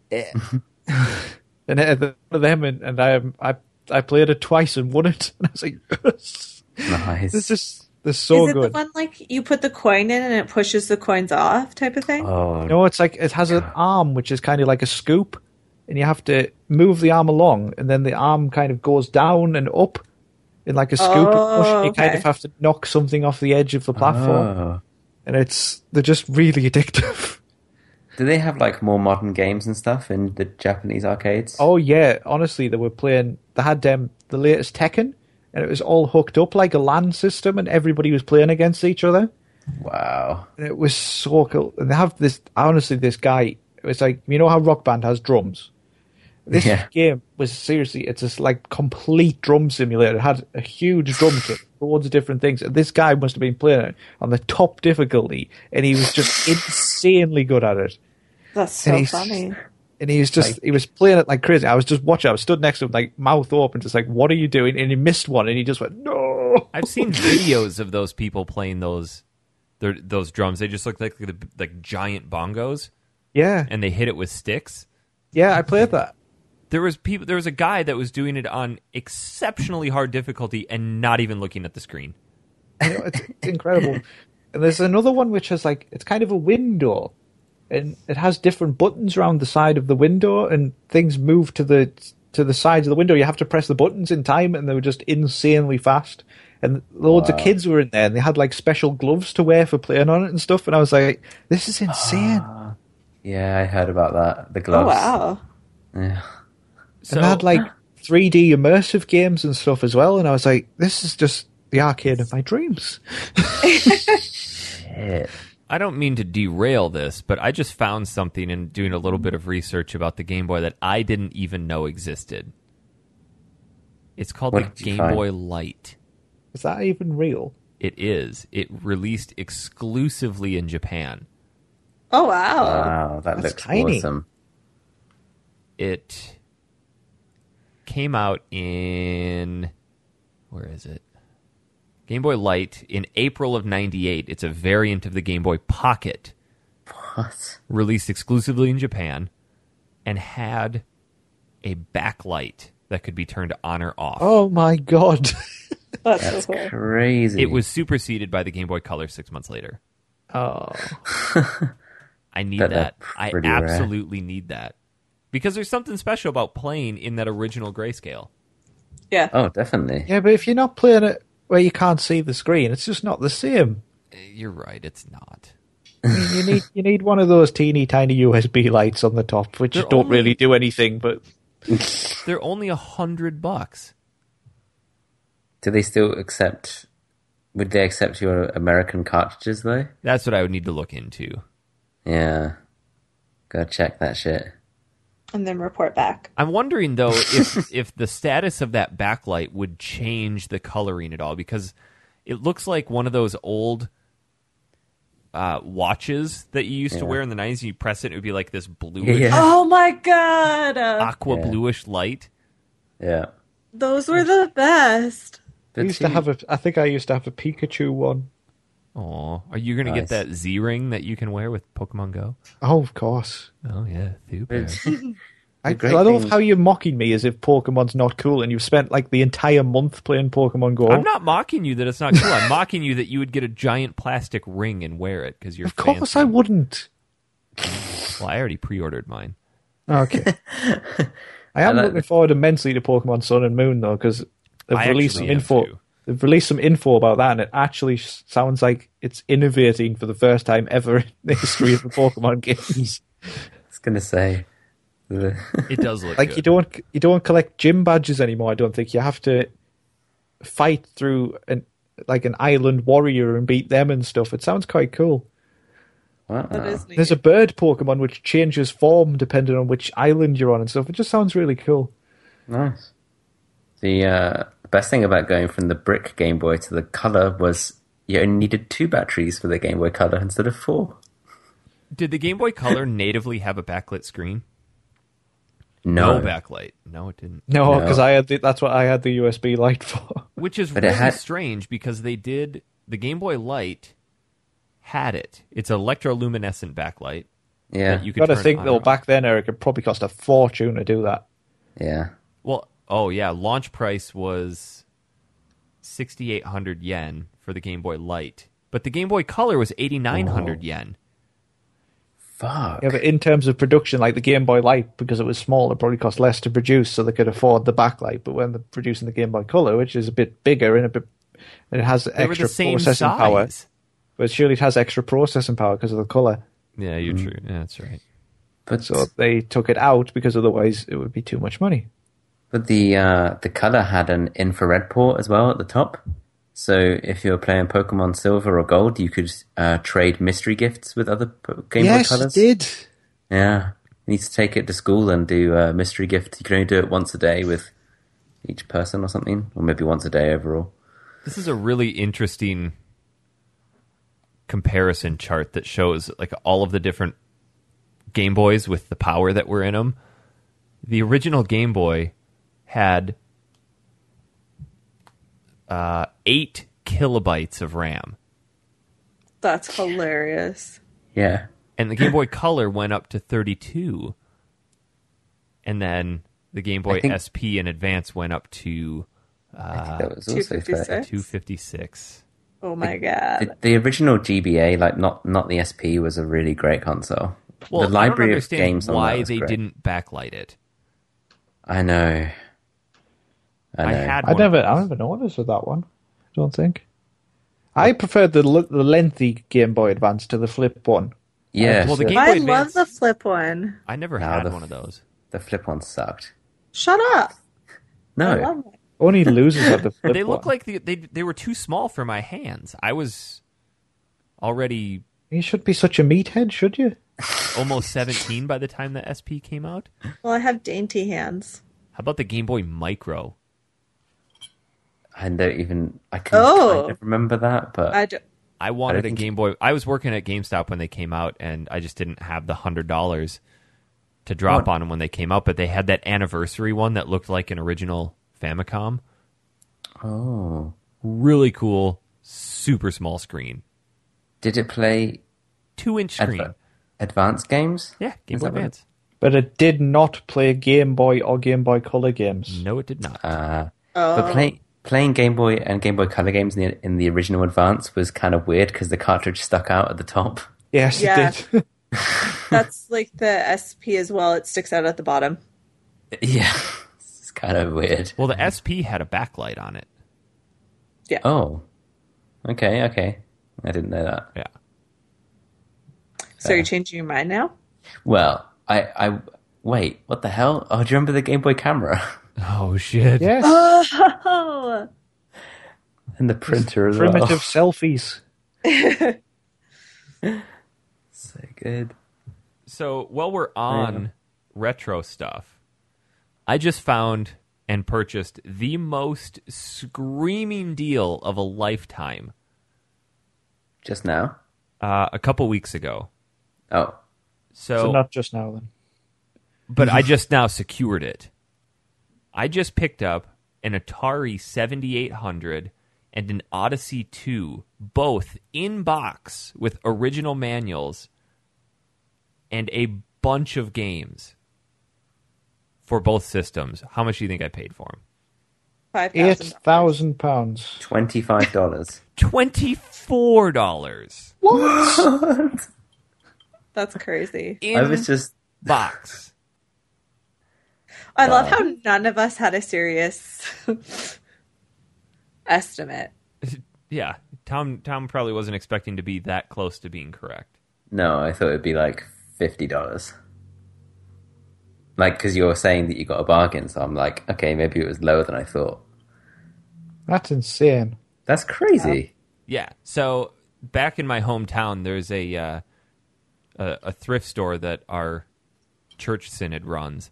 [SPEAKER 3] and uh, the- one of them and, and I, um, I, I played it twice and won it. And I was like, yes.
[SPEAKER 2] Nice.
[SPEAKER 3] this is they're so
[SPEAKER 4] Is it the
[SPEAKER 3] good.
[SPEAKER 4] one like you put the coin in and it pushes the coins off type of thing?
[SPEAKER 2] oh,
[SPEAKER 3] No, it's like it has an arm which is kind of like a scoop, and you have to move the arm along, and then the arm kind of goes down and up in like a scoop. and push,
[SPEAKER 4] Oh,
[SPEAKER 3] You kind
[SPEAKER 4] okay.
[SPEAKER 3] of have to knock something off the edge of the platform,
[SPEAKER 2] Oh.
[SPEAKER 3] and it's they're just really addictive.
[SPEAKER 2] Do they have like more modern games and stuff in the Japanese arcades?
[SPEAKER 3] Oh yeah, honestly, they were playing. They had um, the latest Tekken, and it was all hooked up like a LAN system, and everybody was playing against each other.
[SPEAKER 2] wow.
[SPEAKER 3] And it was so cool. And they have this. Honestly, this guy. It's like you know how Rock Band has drums. This
[SPEAKER 2] Yeah.
[SPEAKER 3] game was seriously. It's just like complete drum simulator. It had a huge drum kit, loads of different things. And this guy must have been playing it on the top difficulty, and he was just insanely good at it
[SPEAKER 4] That's so
[SPEAKER 3] he's-
[SPEAKER 4] funny.
[SPEAKER 3] and he was just he was playing it like crazy. I was just watching. I was stood next to him, like mouth open, just like, "What are you doing?" And he missed one, and he just went, "No."
[SPEAKER 1] I've seen videos of those people playing those their, those drums. They just look like the, like giant bongos,
[SPEAKER 3] Yeah,
[SPEAKER 1] and they hit it with sticks.
[SPEAKER 3] yeah, I played that.
[SPEAKER 1] There was people. There was a guy that was doing it on exceptionally hard difficulty and not even looking at the screen.
[SPEAKER 3] You know, it's, it's incredible. And there's another one which has like it's kind of a window, and it has different buttons around the side of the window, and things move to the to the sides of the window. You have to press the buttons in time, and they were just insanely fast. And loads of kids were in there, and they had like special gloves to wear for playing on it and stuff. And I was like, "This is insane."
[SPEAKER 2] Yeah, I heard about that. The
[SPEAKER 4] Oh
[SPEAKER 2] gloves.
[SPEAKER 4] wow.
[SPEAKER 2] Yeah.
[SPEAKER 1] So
[SPEAKER 3] and they had like 3D immersive games and stuff as well. And I was like, this is just the arcade of my dreams.
[SPEAKER 2] Shit.
[SPEAKER 1] I don't mean to derail this, but I just found something in doing a little bit of research about the Game Boy that I didn't even know existed. It's called
[SPEAKER 2] What did
[SPEAKER 1] the
[SPEAKER 2] you
[SPEAKER 1] Game
[SPEAKER 2] find?
[SPEAKER 1] Boy Light.
[SPEAKER 3] Is that even real?
[SPEAKER 1] It is. It released exclusively in Japan.
[SPEAKER 4] Oh wow.
[SPEAKER 2] Wow, that
[SPEAKER 3] That's
[SPEAKER 2] looks
[SPEAKER 3] tiny.
[SPEAKER 2] awesome.
[SPEAKER 1] It came out in where is it? Game Boy Light in April of 98. It's a variant of the Game Boy Pocket,
[SPEAKER 2] What?
[SPEAKER 1] released exclusively in Japan and had a backlight that could be turned on or off.
[SPEAKER 3] Oh my god.
[SPEAKER 4] That's,
[SPEAKER 2] That's
[SPEAKER 4] so cool.
[SPEAKER 2] crazy.
[SPEAKER 1] It was superseded by the Game Boy Color 6 months later.
[SPEAKER 3] oh.
[SPEAKER 1] I need
[SPEAKER 2] Bet they're
[SPEAKER 1] that. I
[SPEAKER 2] Oh. pretty rare.
[SPEAKER 1] absolutely need that because there's something special about playing in that original grayscale.
[SPEAKER 4] Yeah.
[SPEAKER 2] Oh, definitely.
[SPEAKER 3] Yeah, but if you're not playing it where you can't see the screen, it's just not the same.
[SPEAKER 1] Eh, You're right, it's not.
[SPEAKER 3] you need you need one of those teeny tiny USB lights on the top, which
[SPEAKER 1] They're
[SPEAKER 3] don't
[SPEAKER 1] only-
[SPEAKER 3] really do anything. But
[SPEAKER 1] They're only a hundred bucks.
[SPEAKER 2] Do they still accept? Would they accept your American cartridges though?
[SPEAKER 1] That's what I would need to look into.
[SPEAKER 2] Yeah, go check that shit.
[SPEAKER 4] And then report back.
[SPEAKER 1] I'm wondering though if if the status of that backlight would change the coloring at all because it looks like one of those old uh, watches that you used to
[SPEAKER 2] Yeah.
[SPEAKER 1] wear in the 90s. You press it, it would be like this bluish,
[SPEAKER 2] Yeah,
[SPEAKER 4] Oh my god. Uh,
[SPEAKER 1] aqua
[SPEAKER 2] Yeah.
[SPEAKER 1] bluish light.
[SPEAKER 2] yeah.
[SPEAKER 4] those were the best.
[SPEAKER 2] But
[SPEAKER 3] I used
[SPEAKER 2] you-
[SPEAKER 3] to have a I think I used to have a Pikachu one.
[SPEAKER 1] Oh, are you gonna get
[SPEAKER 2] Nice.
[SPEAKER 1] that Z ring that you can wear with Pokemon Go?
[SPEAKER 3] Oh, of course.
[SPEAKER 1] Oh yeah, super.
[SPEAKER 3] I,
[SPEAKER 2] great
[SPEAKER 3] I love
[SPEAKER 2] thing-
[SPEAKER 3] how you're mocking me as if Pokemon's not cool, and you've spent like the entire month playing Pokemon Go.
[SPEAKER 1] I'm not mocking you that it's not cool. I'm mocking you that you would get a giant plastic ring and wear it because you're.
[SPEAKER 3] of course,
[SPEAKER 1] fancy.
[SPEAKER 3] I wouldn't.
[SPEAKER 1] Well, I already pre-ordered mine.
[SPEAKER 3] Okay. I am
[SPEAKER 2] I like
[SPEAKER 3] looking forward immensely to Pokemon Sun and Moon though, because they've
[SPEAKER 1] I
[SPEAKER 3] released some
[SPEAKER 1] actually am,
[SPEAKER 3] info.
[SPEAKER 1] too.
[SPEAKER 3] They've released some info about that, and it actually s- sounds like it's innovating for the first time ever in the history of the Pokemon games.
[SPEAKER 2] I was gonna say. the-
[SPEAKER 1] It does look
[SPEAKER 3] like
[SPEAKER 1] good.
[SPEAKER 3] you don't you don't collect gym badges anymore. I don't think you have to fight through an like an island warrior and beat them and stuff. It sounds quite cool.
[SPEAKER 2] Wow.
[SPEAKER 4] That is neat.
[SPEAKER 3] There's a bird Pokemon which changes form depending on which island you're on and stuff. It just sounds really cool.
[SPEAKER 2] Nice. The uh, best thing about going from the brick Game Boy to the color was you only needed two batteries for the Game Boy Color instead of four.
[SPEAKER 1] Did the Game Boy Color natively have a backlit screen?
[SPEAKER 2] No,
[SPEAKER 1] backlight. No, it didn't.
[SPEAKER 3] No,
[SPEAKER 2] No.
[SPEAKER 3] because I had the, that's what I had the USB light for.
[SPEAKER 1] Which is
[SPEAKER 2] But it
[SPEAKER 1] really
[SPEAKER 2] had-
[SPEAKER 1] strange because they did the Game Boy Light had it. It's electroluminescent backlight
[SPEAKER 2] yeah,
[SPEAKER 1] that you could
[SPEAKER 3] Got to
[SPEAKER 1] turn
[SPEAKER 3] think
[SPEAKER 1] on
[SPEAKER 3] though,
[SPEAKER 1] or off.
[SPEAKER 3] back then, Eric, it probably cost a fortune to do that.
[SPEAKER 2] yeah.
[SPEAKER 1] Well, oh yeah, launch price was 6800 yen for the Game Boy Light, but the Game Boy Color was
[SPEAKER 3] Oh.
[SPEAKER 1] 8900 yen.
[SPEAKER 2] Fuck.
[SPEAKER 3] Yeah, but in terms of production, like the Game Boy Light, because it was small, it probably cost less to produce, so they could afford the backlight. But when they're producing the Game Boy Color, which is a bit bigger and a bit, and it has
[SPEAKER 1] They were
[SPEAKER 3] extra
[SPEAKER 1] the same size.
[SPEAKER 3] processing power, but surely it has extra processing power because of the color.
[SPEAKER 1] Yeah, you're true. Yeah, that's right.
[SPEAKER 2] but
[SPEAKER 3] So they took it out because otherwise it would be too much money.
[SPEAKER 2] But the uh, the color had an infrared port as well at the top. So if you were playing Pokemon Silver or Gold, you could uh, trade mystery gifts with other po- Game Boy colors.
[SPEAKER 3] did.
[SPEAKER 2] Yeah, you need to take it to school and do uh, mystery gift. You can only do it once a day with each person or something, or maybe once a day overall.
[SPEAKER 1] This is a really interesting comparison chart that shows like all of the different Game Boys with the power that were in them. The original Game Boy had uh, eight kilobytes of RAM,
[SPEAKER 4] That's hilarious.
[SPEAKER 2] Yeah,
[SPEAKER 1] and the Game Boy Color went up to thirty-two, and then the Game Boy
[SPEAKER 2] I think-
[SPEAKER 1] SP and Advance went up to
[SPEAKER 2] that was also
[SPEAKER 4] 256.
[SPEAKER 2] fair.
[SPEAKER 1] two fifty-six.
[SPEAKER 4] Oh my god.
[SPEAKER 2] The, the original GBA, like not not the SP, was a really great console.
[SPEAKER 1] Well,
[SPEAKER 2] the library
[SPEAKER 1] I don't
[SPEAKER 2] of
[SPEAKER 1] understand
[SPEAKER 2] games on that
[SPEAKER 1] why
[SPEAKER 2] was
[SPEAKER 1] they
[SPEAKER 2] great.
[SPEAKER 1] didn't backlight it.
[SPEAKER 2] I know. I know.
[SPEAKER 1] I had.
[SPEAKER 3] I
[SPEAKER 1] one
[SPEAKER 3] never,
[SPEAKER 1] of
[SPEAKER 3] I
[SPEAKER 1] those.
[SPEAKER 3] never noticed with that one. I don't think. I preferred the, l- the lengthy Game Boy Advance to the flip one.
[SPEAKER 2] yeah,
[SPEAKER 1] Well, the
[SPEAKER 2] so-
[SPEAKER 1] Game
[SPEAKER 4] I
[SPEAKER 1] Boy
[SPEAKER 4] love
[SPEAKER 1] Advance-
[SPEAKER 4] the flip one.
[SPEAKER 1] I never
[SPEAKER 2] No,
[SPEAKER 1] had
[SPEAKER 2] the-
[SPEAKER 1] one of those.
[SPEAKER 2] The flip one sucked.
[SPEAKER 4] Shut up.
[SPEAKER 2] No,
[SPEAKER 1] Oh,
[SPEAKER 4] I love it.
[SPEAKER 3] Only losers had the flip
[SPEAKER 1] They
[SPEAKER 3] one.
[SPEAKER 1] look like the, they they were too small for my hands. I was already
[SPEAKER 3] You should be such a meathead, should you?
[SPEAKER 1] almost 17 by the time the SP came out. How
[SPEAKER 4] Well, I have dainty hands.
[SPEAKER 1] about the Game Boy Micro?
[SPEAKER 2] I don't even. I can
[SPEAKER 4] Oh.
[SPEAKER 2] kind of remember that, but
[SPEAKER 4] I do-
[SPEAKER 1] I wanted a
[SPEAKER 2] think-
[SPEAKER 1] Game Boy. I was working at GameStop when they came out, and I just didn't have the hundred dollars to drop
[SPEAKER 2] What?
[SPEAKER 1] on them when they came out. But they had that anniversary one that looked like an original Famicom.
[SPEAKER 2] oh,
[SPEAKER 1] Really cool, super small screen,
[SPEAKER 2] did it play
[SPEAKER 1] two inch
[SPEAKER 2] adv-
[SPEAKER 1] screen.
[SPEAKER 2] advanced games?
[SPEAKER 1] Yeah, Game
[SPEAKER 2] Is
[SPEAKER 1] Boy
[SPEAKER 2] that what it-
[SPEAKER 1] Advance.
[SPEAKER 3] But it did not play Game Boy or Game Boy Color games.
[SPEAKER 1] No, it did not.
[SPEAKER 2] Uh,
[SPEAKER 4] oh,
[SPEAKER 2] But play, playing Game Boy and Game Boy Color games in the, in the original Advance was kind of weird because the cartridge stuck out at the top.
[SPEAKER 3] Yes,
[SPEAKER 4] Yeah.
[SPEAKER 3] it did.
[SPEAKER 4] That's like the SP as well. It sticks out at the bottom.
[SPEAKER 2] Yeah, it's kind of weird.
[SPEAKER 1] Well, the SP had a backlight on it.
[SPEAKER 2] Oh, okay, okay. I didn't know that.
[SPEAKER 1] Yeah.
[SPEAKER 4] So you're changing your mind now?
[SPEAKER 2] Well, I, I wait. What the hell? Oh, do you remember the Game Boy camera
[SPEAKER 1] Oh shit.
[SPEAKER 3] Yes.
[SPEAKER 4] Oh,
[SPEAKER 2] and the printer as
[SPEAKER 3] Primitive
[SPEAKER 2] well?
[SPEAKER 3] selfies.
[SPEAKER 2] So good.
[SPEAKER 1] So while we're on retro stuff, I just found and purchased the most screaming deal of a lifetime
[SPEAKER 2] Just now.
[SPEAKER 1] uh, a couple weeks ago.
[SPEAKER 2] Oh,
[SPEAKER 1] So,
[SPEAKER 3] So not just now then.
[SPEAKER 1] but
[SPEAKER 2] Mm-hmm.
[SPEAKER 1] I just now secured it. I just picked up an Atari 7800 and an Odyssey 2, both in box with original manuals and a bunch of games for both systems. How much do you think I paid for them?
[SPEAKER 4] five
[SPEAKER 3] Eight
[SPEAKER 4] thousand.
[SPEAKER 3] thousand pounds.
[SPEAKER 2] twenty five dollars.
[SPEAKER 1] $24
[SPEAKER 4] That's crazy.
[SPEAKER 1] in
[SPEAKER 2] I was just
[SPEAKER 1] box.
[SPEAKER 4] I
[SPEAKER 1] Uh,
[SPEAKER 4] love how none of us had a serious estimate.
[SPEAKER 1] Yeah, Tom Tom probably wasn't expecting to be that close to being correct.
[SPEAKER 2] no. I thought it'd be like fifty dollars. Like, because you were saying that you got a bargain, so I'm like, okay, maybe it was lower than I thought.
[SPEAKER 3] That's insane.
[SPEAKER 2] That's crazy.
[SPEAKER 1] Yeah. So back in my hometown, there's a uh, a, a thrift store that our church synod runs,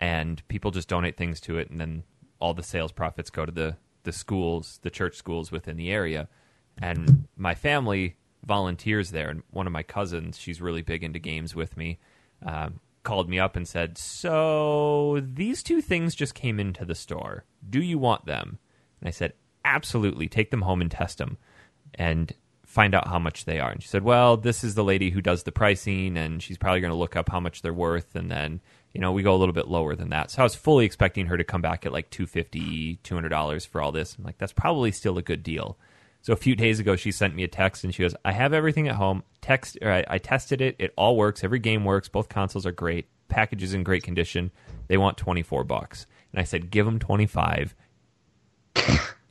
[SPEAKER 1] and people just donate things to it, and then all the sales profits go to the the schools, the church schools within the area. And my family volunteers there, and one of my cousins, she's really big into games with me, um, called me up and said, "So these two things just came into the store. Do you want them?" And I said, "Absolutely. Take them home and test them." and find out how much they are. And she said, Well, this is the lady who does the pricing, and she's probably going to look up how much they're worth. And then, you know, we go a little bit lower than that. So I was fully expecting her to come back at like $250, $200 for all this. I'm like, That's probably still a good deal. So a few days ago, she sent me a text and she goes, I have everything at home. Text, or I, I tested it. It all works. Every game works. Both consoles are great. Package is in great condition. They want 24 bucks. And I said, Give them 25.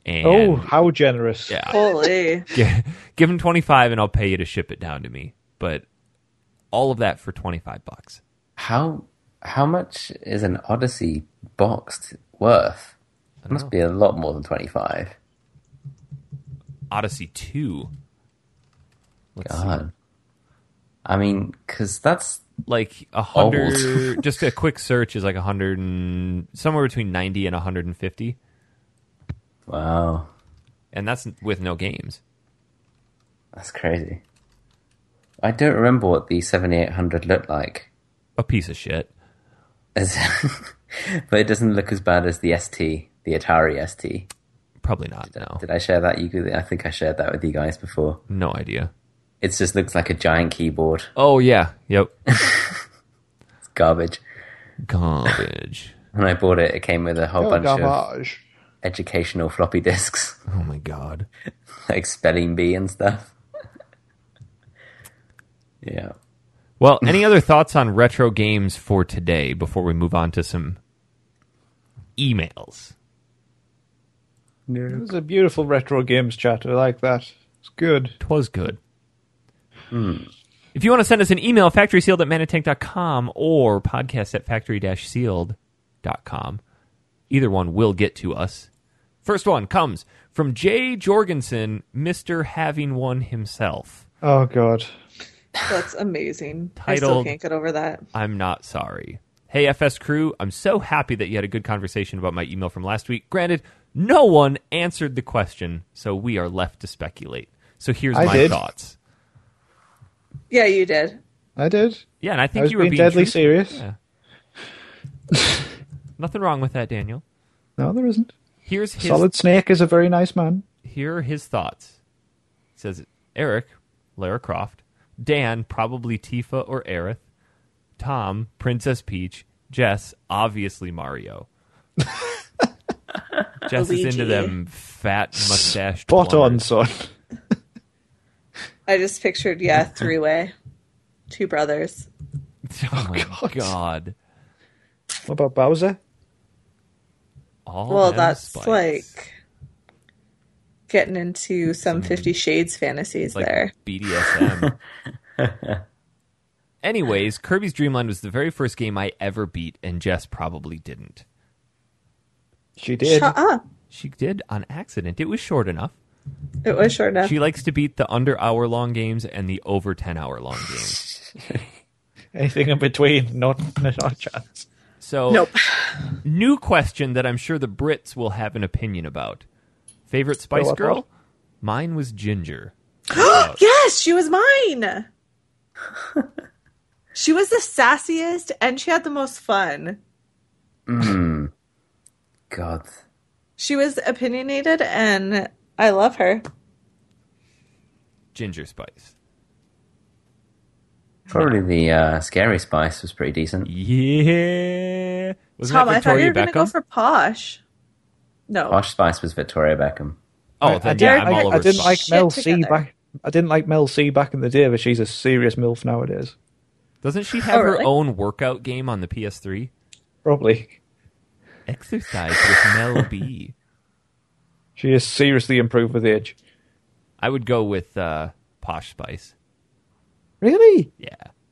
[SPEAKER 1] And
[SPEAKER 3] Oh, how generous.
[SPEAKER 1] yeah
[SPEAKER 4] Holy.
[SPEAKER 1] give, give him 25 and I'll pay you to ship it down to me. But all of that for 25 bucks.
[SPEAKER 2] How how much is an Odyssey boxed worth? It must be a lot more than twenty five.
[SPEAKER 1] Odyssey 2. Let's see.
[SPEAKER 2] God, I mean, because that's
[SPEAKER 1] Like a hundred, just a quick search is like a hundred and somewhere between 90 and 150.
[SPEAKER 2] wow,
[SPEAKER 1] And that's with no games.
[SPEAKER 2] that's crazy. I don't remember what the seventy eight hundred looked like,
[SPEAKER 1] A piece of shit.
[SPEAKER 2] As- but it doesn't look as bad as the ST, the Atari ST.
[SPEAKER 1] Probably not. No,
[SPEAKER 2] Did I share that? You, I think I shared that with you guys before.
[SPEAKER 1] no idea.
[SPEAKER 2] It just looks like a giant keyboard.
[SPEAKER 1] Oh, yeah. Yep.
[SPEAKER 2] It's garbage.
[SPEAKER 1] Garbage.
[SPEAKER 2] When I bought it, it came with a whole
[SPEAKER 3] Oh,
[SPEAKER 2] bunch of
[SPEAKER 3] garbage.
[SPEAKER 2] educational floppy disks.
[SPEAKER 1] oh, my God.
[SPEAKER 2] like spelling bee and stuff. yeah.
[SPEAKER 1] Well, any other thoughts on retro games for today before we move on to some emails?
[SPEAKER 3] It was a beautiful retro games chat. I like that. It's good.
[SPEAKER 1] Twas good. If you want to send us an email, factorysealed at manatank.com or podcast at factory-sealed.com. Either one will get to us. First one comes from Jay Jorgensen, Mr. Having One himself.
[SPEAKER 3] Oh god.
[SPEAKER 4] That's amazing. I
[SPEAKER 1] Titled-
[SPEAKER 4] still can't get over that.
[SPEAKER 1] I'm not sorry. Hey, FS crew, I'm so happy that you had a good conversation about my email from last week. Granted, no one answered the question, so we are left to speculate. So here's
[SPEAKER 3] I
[SPEAKER 1] my
[SPEAKER 3] did.
[SPEAKER 1] thoughts.
[SPEAKER 4] Yeah, you did.
[SPEAKER 3] I did.
[SPEAKER 1] Yeah, and I think
[SPEAKER 3] was
[SPEAKER 1] you were
[SPEAKER 3] being
[SPEAKER 1] being
[SPEAKER 3] deadly
[SPEAKER 1] truthful.
[SPEAKER 3] serious.
[SPEAKER 1] Yeah. Nothing wrong with that, Daniel.
[SPEAKER 3] No, there isn't.
[SPEAKER 1] Here's his
[SPEAKER 3] Solid Snake is a very nice man.
[SPEAKER 1] here are his thoughts. It says Eric, Lara Croft, Dan, probably Tifa or Aerith, Tom, Princess Peach, Jess, obviously Mario. Jess is into
[SPEAKER 4] Luigi.
[SPEAKER 1] them fat mustache.
[SPEAKER 3] Spot on,
[SPEAKER 1] twangers.
[SPEAKER 3] son.
[SPEAKER 4] I just pictured, yeah, three way, two brothers.
[SPEAKER 1] Oh, my god.
[SPEAKER 3] God. What about Bowser?
[SPEAKER 1] All
[SPEAKER 4] well,
[SPEAKER 1] them
[SPEAKER 4] that's
[SPEAKER 1] spikes.
[SPEAKER 4] like getting into some Fifty Shades fantasies
[SPEAKER 1] like
[SPEAKER 4] there.
[SPEAKER 1] BDSM. Anyways, Kirby's Dream Land was the very first game I ever beat, and Jess probably didn't.
[SPEAKER 3] She did.
[SPEAKER 4] Shut up.
[SPEAKER 1] She did on accident. It was short enough.
[SPEAKER 4] It was short enough.
[SPEAKER 1] She likes to beat the under hour long games and the over 10 hour long games.
[SPEAKER 3] Anything in between? Not, not a chance.
[SPEAKER 1] So,
[SPEAKER 4] Nope.
[SPEAKER 1] new question that I'm sure the Brits will have an opinion about. Favorite Spice
[SPEAKER 3] Go up,
[SPEAKER 1] Girl?
[SPEAKER 3] up.
[SPEAKER 1] Mine was Ginger.
[SPEAKER 4] Yes, she was mine. she was the sassiest and she had the most fun.
[SPEAKER 2] God.
[SPEAKER 4] She was opinionated and I love her.
[SPEAKER 1] Ginger Spice.
[SPEAKER 2] Probably the uh, Scary Spice was pretty decent.
[SPEAKER 1] Yeah. was
[SPEAKER 4] Tom, I
[SPEAKER 1] that
[SPEAKER 4] thought you
[SPEAKER 1] Victoria
[SPEAKER 4] were going to go
[SPEAKER 1] Beckham?
[SPEAKER 4] for posh. No.
[SPEAKER 2] Posh Spice was Victoria Beckham.
[SPEAKER 1] oh, then, yeah,
[SPEAKER 3] didn't-
[SPEAKER 1] I'm all over
[SPEAKER 3] I didn't like
[SPEAKER 4] Shit
[SPEAKER 3] Mel C
[SPEAKER 4] together.
[SPEAKER 3] back. I didn't like Mel C back in the day, but she's a serious milf nowadays.
[SPEAKER 1] Doesn't she have
[SPEAKER 4] Oh,
[SPEAKER 1] her
[SPEAKER 4] really?
[SPEAKER 1] own workout game on the PS3?
[SPEAKER 3] Probably.
[SPEAKER 1] Exercise with Mel B.
[SPEAKER 3] She has seriously improved with age.
[SPEAKER 1] I would go with uh, Posh Spice.
[SPEAKER 3] Really?
[SPEAKER 1] Yeah.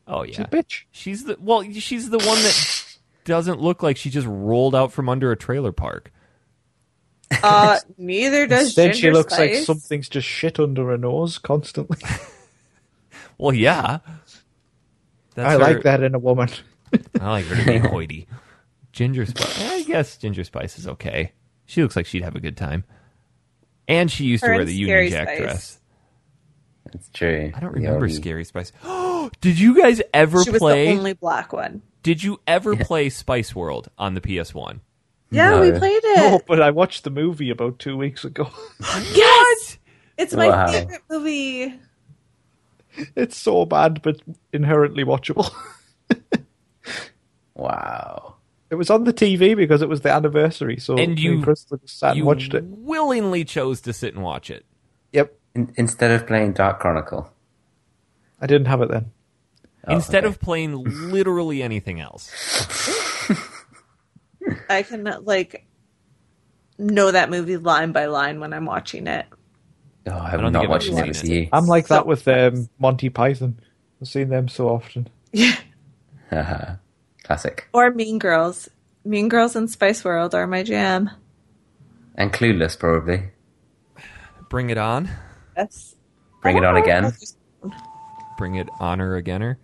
[SPEAKER 1] Oh
[SPEAKER 3] She's
[SPEAKER 1] yeah.
[SPEAKER 3] a bitch.
[SPEAKER 1] She's the well. She's the one that doesn't look like she just rolled out from under a trailer park.
[SPEAKER 4] Uh, neither does
[SPEAKER 3] Instead,
[SPEAKER 4] Ginger
[SPEAKER 3] she looks
[SPEAKER 4] Spice.
[SPEAKER 3] like something's just shit under her nose constantly.
[SPEAKER 1] Well, yeah. That's
[SPEAKER 3] I
[SPEAKER 1] her-
[SPEAKER 3] like that in a woman.
[SPEAKER 1] I like her to be hoity. Ginger Spice. I guess Ginger Spice is okay. She looks like she'd have a good time. And she used
[SPEAKER 4] Her
[SPEAKER 1] to wear
[SPEAKER 4] and
[SPEAKER 1] the
[SPEAKER 4] Scary
[SPEAKER 1] Union Jack
[SPEAKER 4] Spice.
[SPEAKER 1] dress.
[SPEAKER 2] It's true.
[SPEAKER 1] I don't
[SPEAKER 2] The
[SPEAKER 1] remember
[SPEAKER 2] oldie.
[SPEAKER 1] Scary Spice. Did you guys ever
[SPEAKER 4] She was
[SPEAKER 1] play?
[SPEAKER 4] the only black one.
[SPEAKER 1] Did you ever play Spice World on the PS1?
[SPEAKER 4] Yeah, we
[SPEAKER 2] No.
[SPEAKER 4] played
[SPEAKER 3] No,
[SPEAKER 4] it.
[SPEAKER 3] but I watched the movie about two weeks ago.
[SPEAKER 4] Yes! It's my
[SPEAKER 2] Wow.
[SPEAKER 4] favorite movie.
[SPEAKER 3] it's so bad, but inherently watchable.
[SPEAKER 2] Wow.
[SPEAKER 3] It was on the TV because it was the anniversary, so
[SPEAKER 1] And
[SPEAKER 3] me
[SPEAKER 1] you-
[SPEAKER 3] Crystal just sat
[SPEAKER 1] you
[SPEAKER 3] and watched it.
[SPEAKER 1] willingly chose to sit and watch it.
[SPEAKER 3] Yep,
[SPEAKER 2] In- instead of playing Dark Chronicle.
[SPEAKER 3] I didn't have it then.
[SPEAKER 2] Oh,
[SPEAKER 1] instead
[SPEAKER 2] okay.
[SPEAKER 1] of playing literally anything else.
[SPEAKER 4] I can, like, know that movie line by line when I'm watching it.
[SPEAKER 2] Oh,
[SPEAKER 1] I
[SPEAKER 2] I'm
[SPEAKER 1] don't
[SPEAKER 2] not
[SPEAKER 1] think I've
[SPEAKER 2] watching
[SPEAKER 1] ever
[SPEAKER 2] it with
[SPEAKER 1] seen it.
[SPEAKER 2] you.
[SPEAKER 3] I'm like
[SPEAKER 4] So-
[SPEAKER 3] that with um, Monty Python. I've seen them so often.
[SPEAKER 4] Yeah.
[SPEAKER 2] Haha. Classic.
[SPEAKER 4] Or Mean Girls. Mean Girls and Spice World are my jam.
[SPEAKER 2] And Clueless, probably.
[SPEAKER 1] Bring it on.
[SPEAKER 4] Yes.
[SPEAKER 2] Bring it on
[SPEAKER 4] Oh,
[SPEAKER 2] again.
[SPEAKER 1] Bring it on or againer.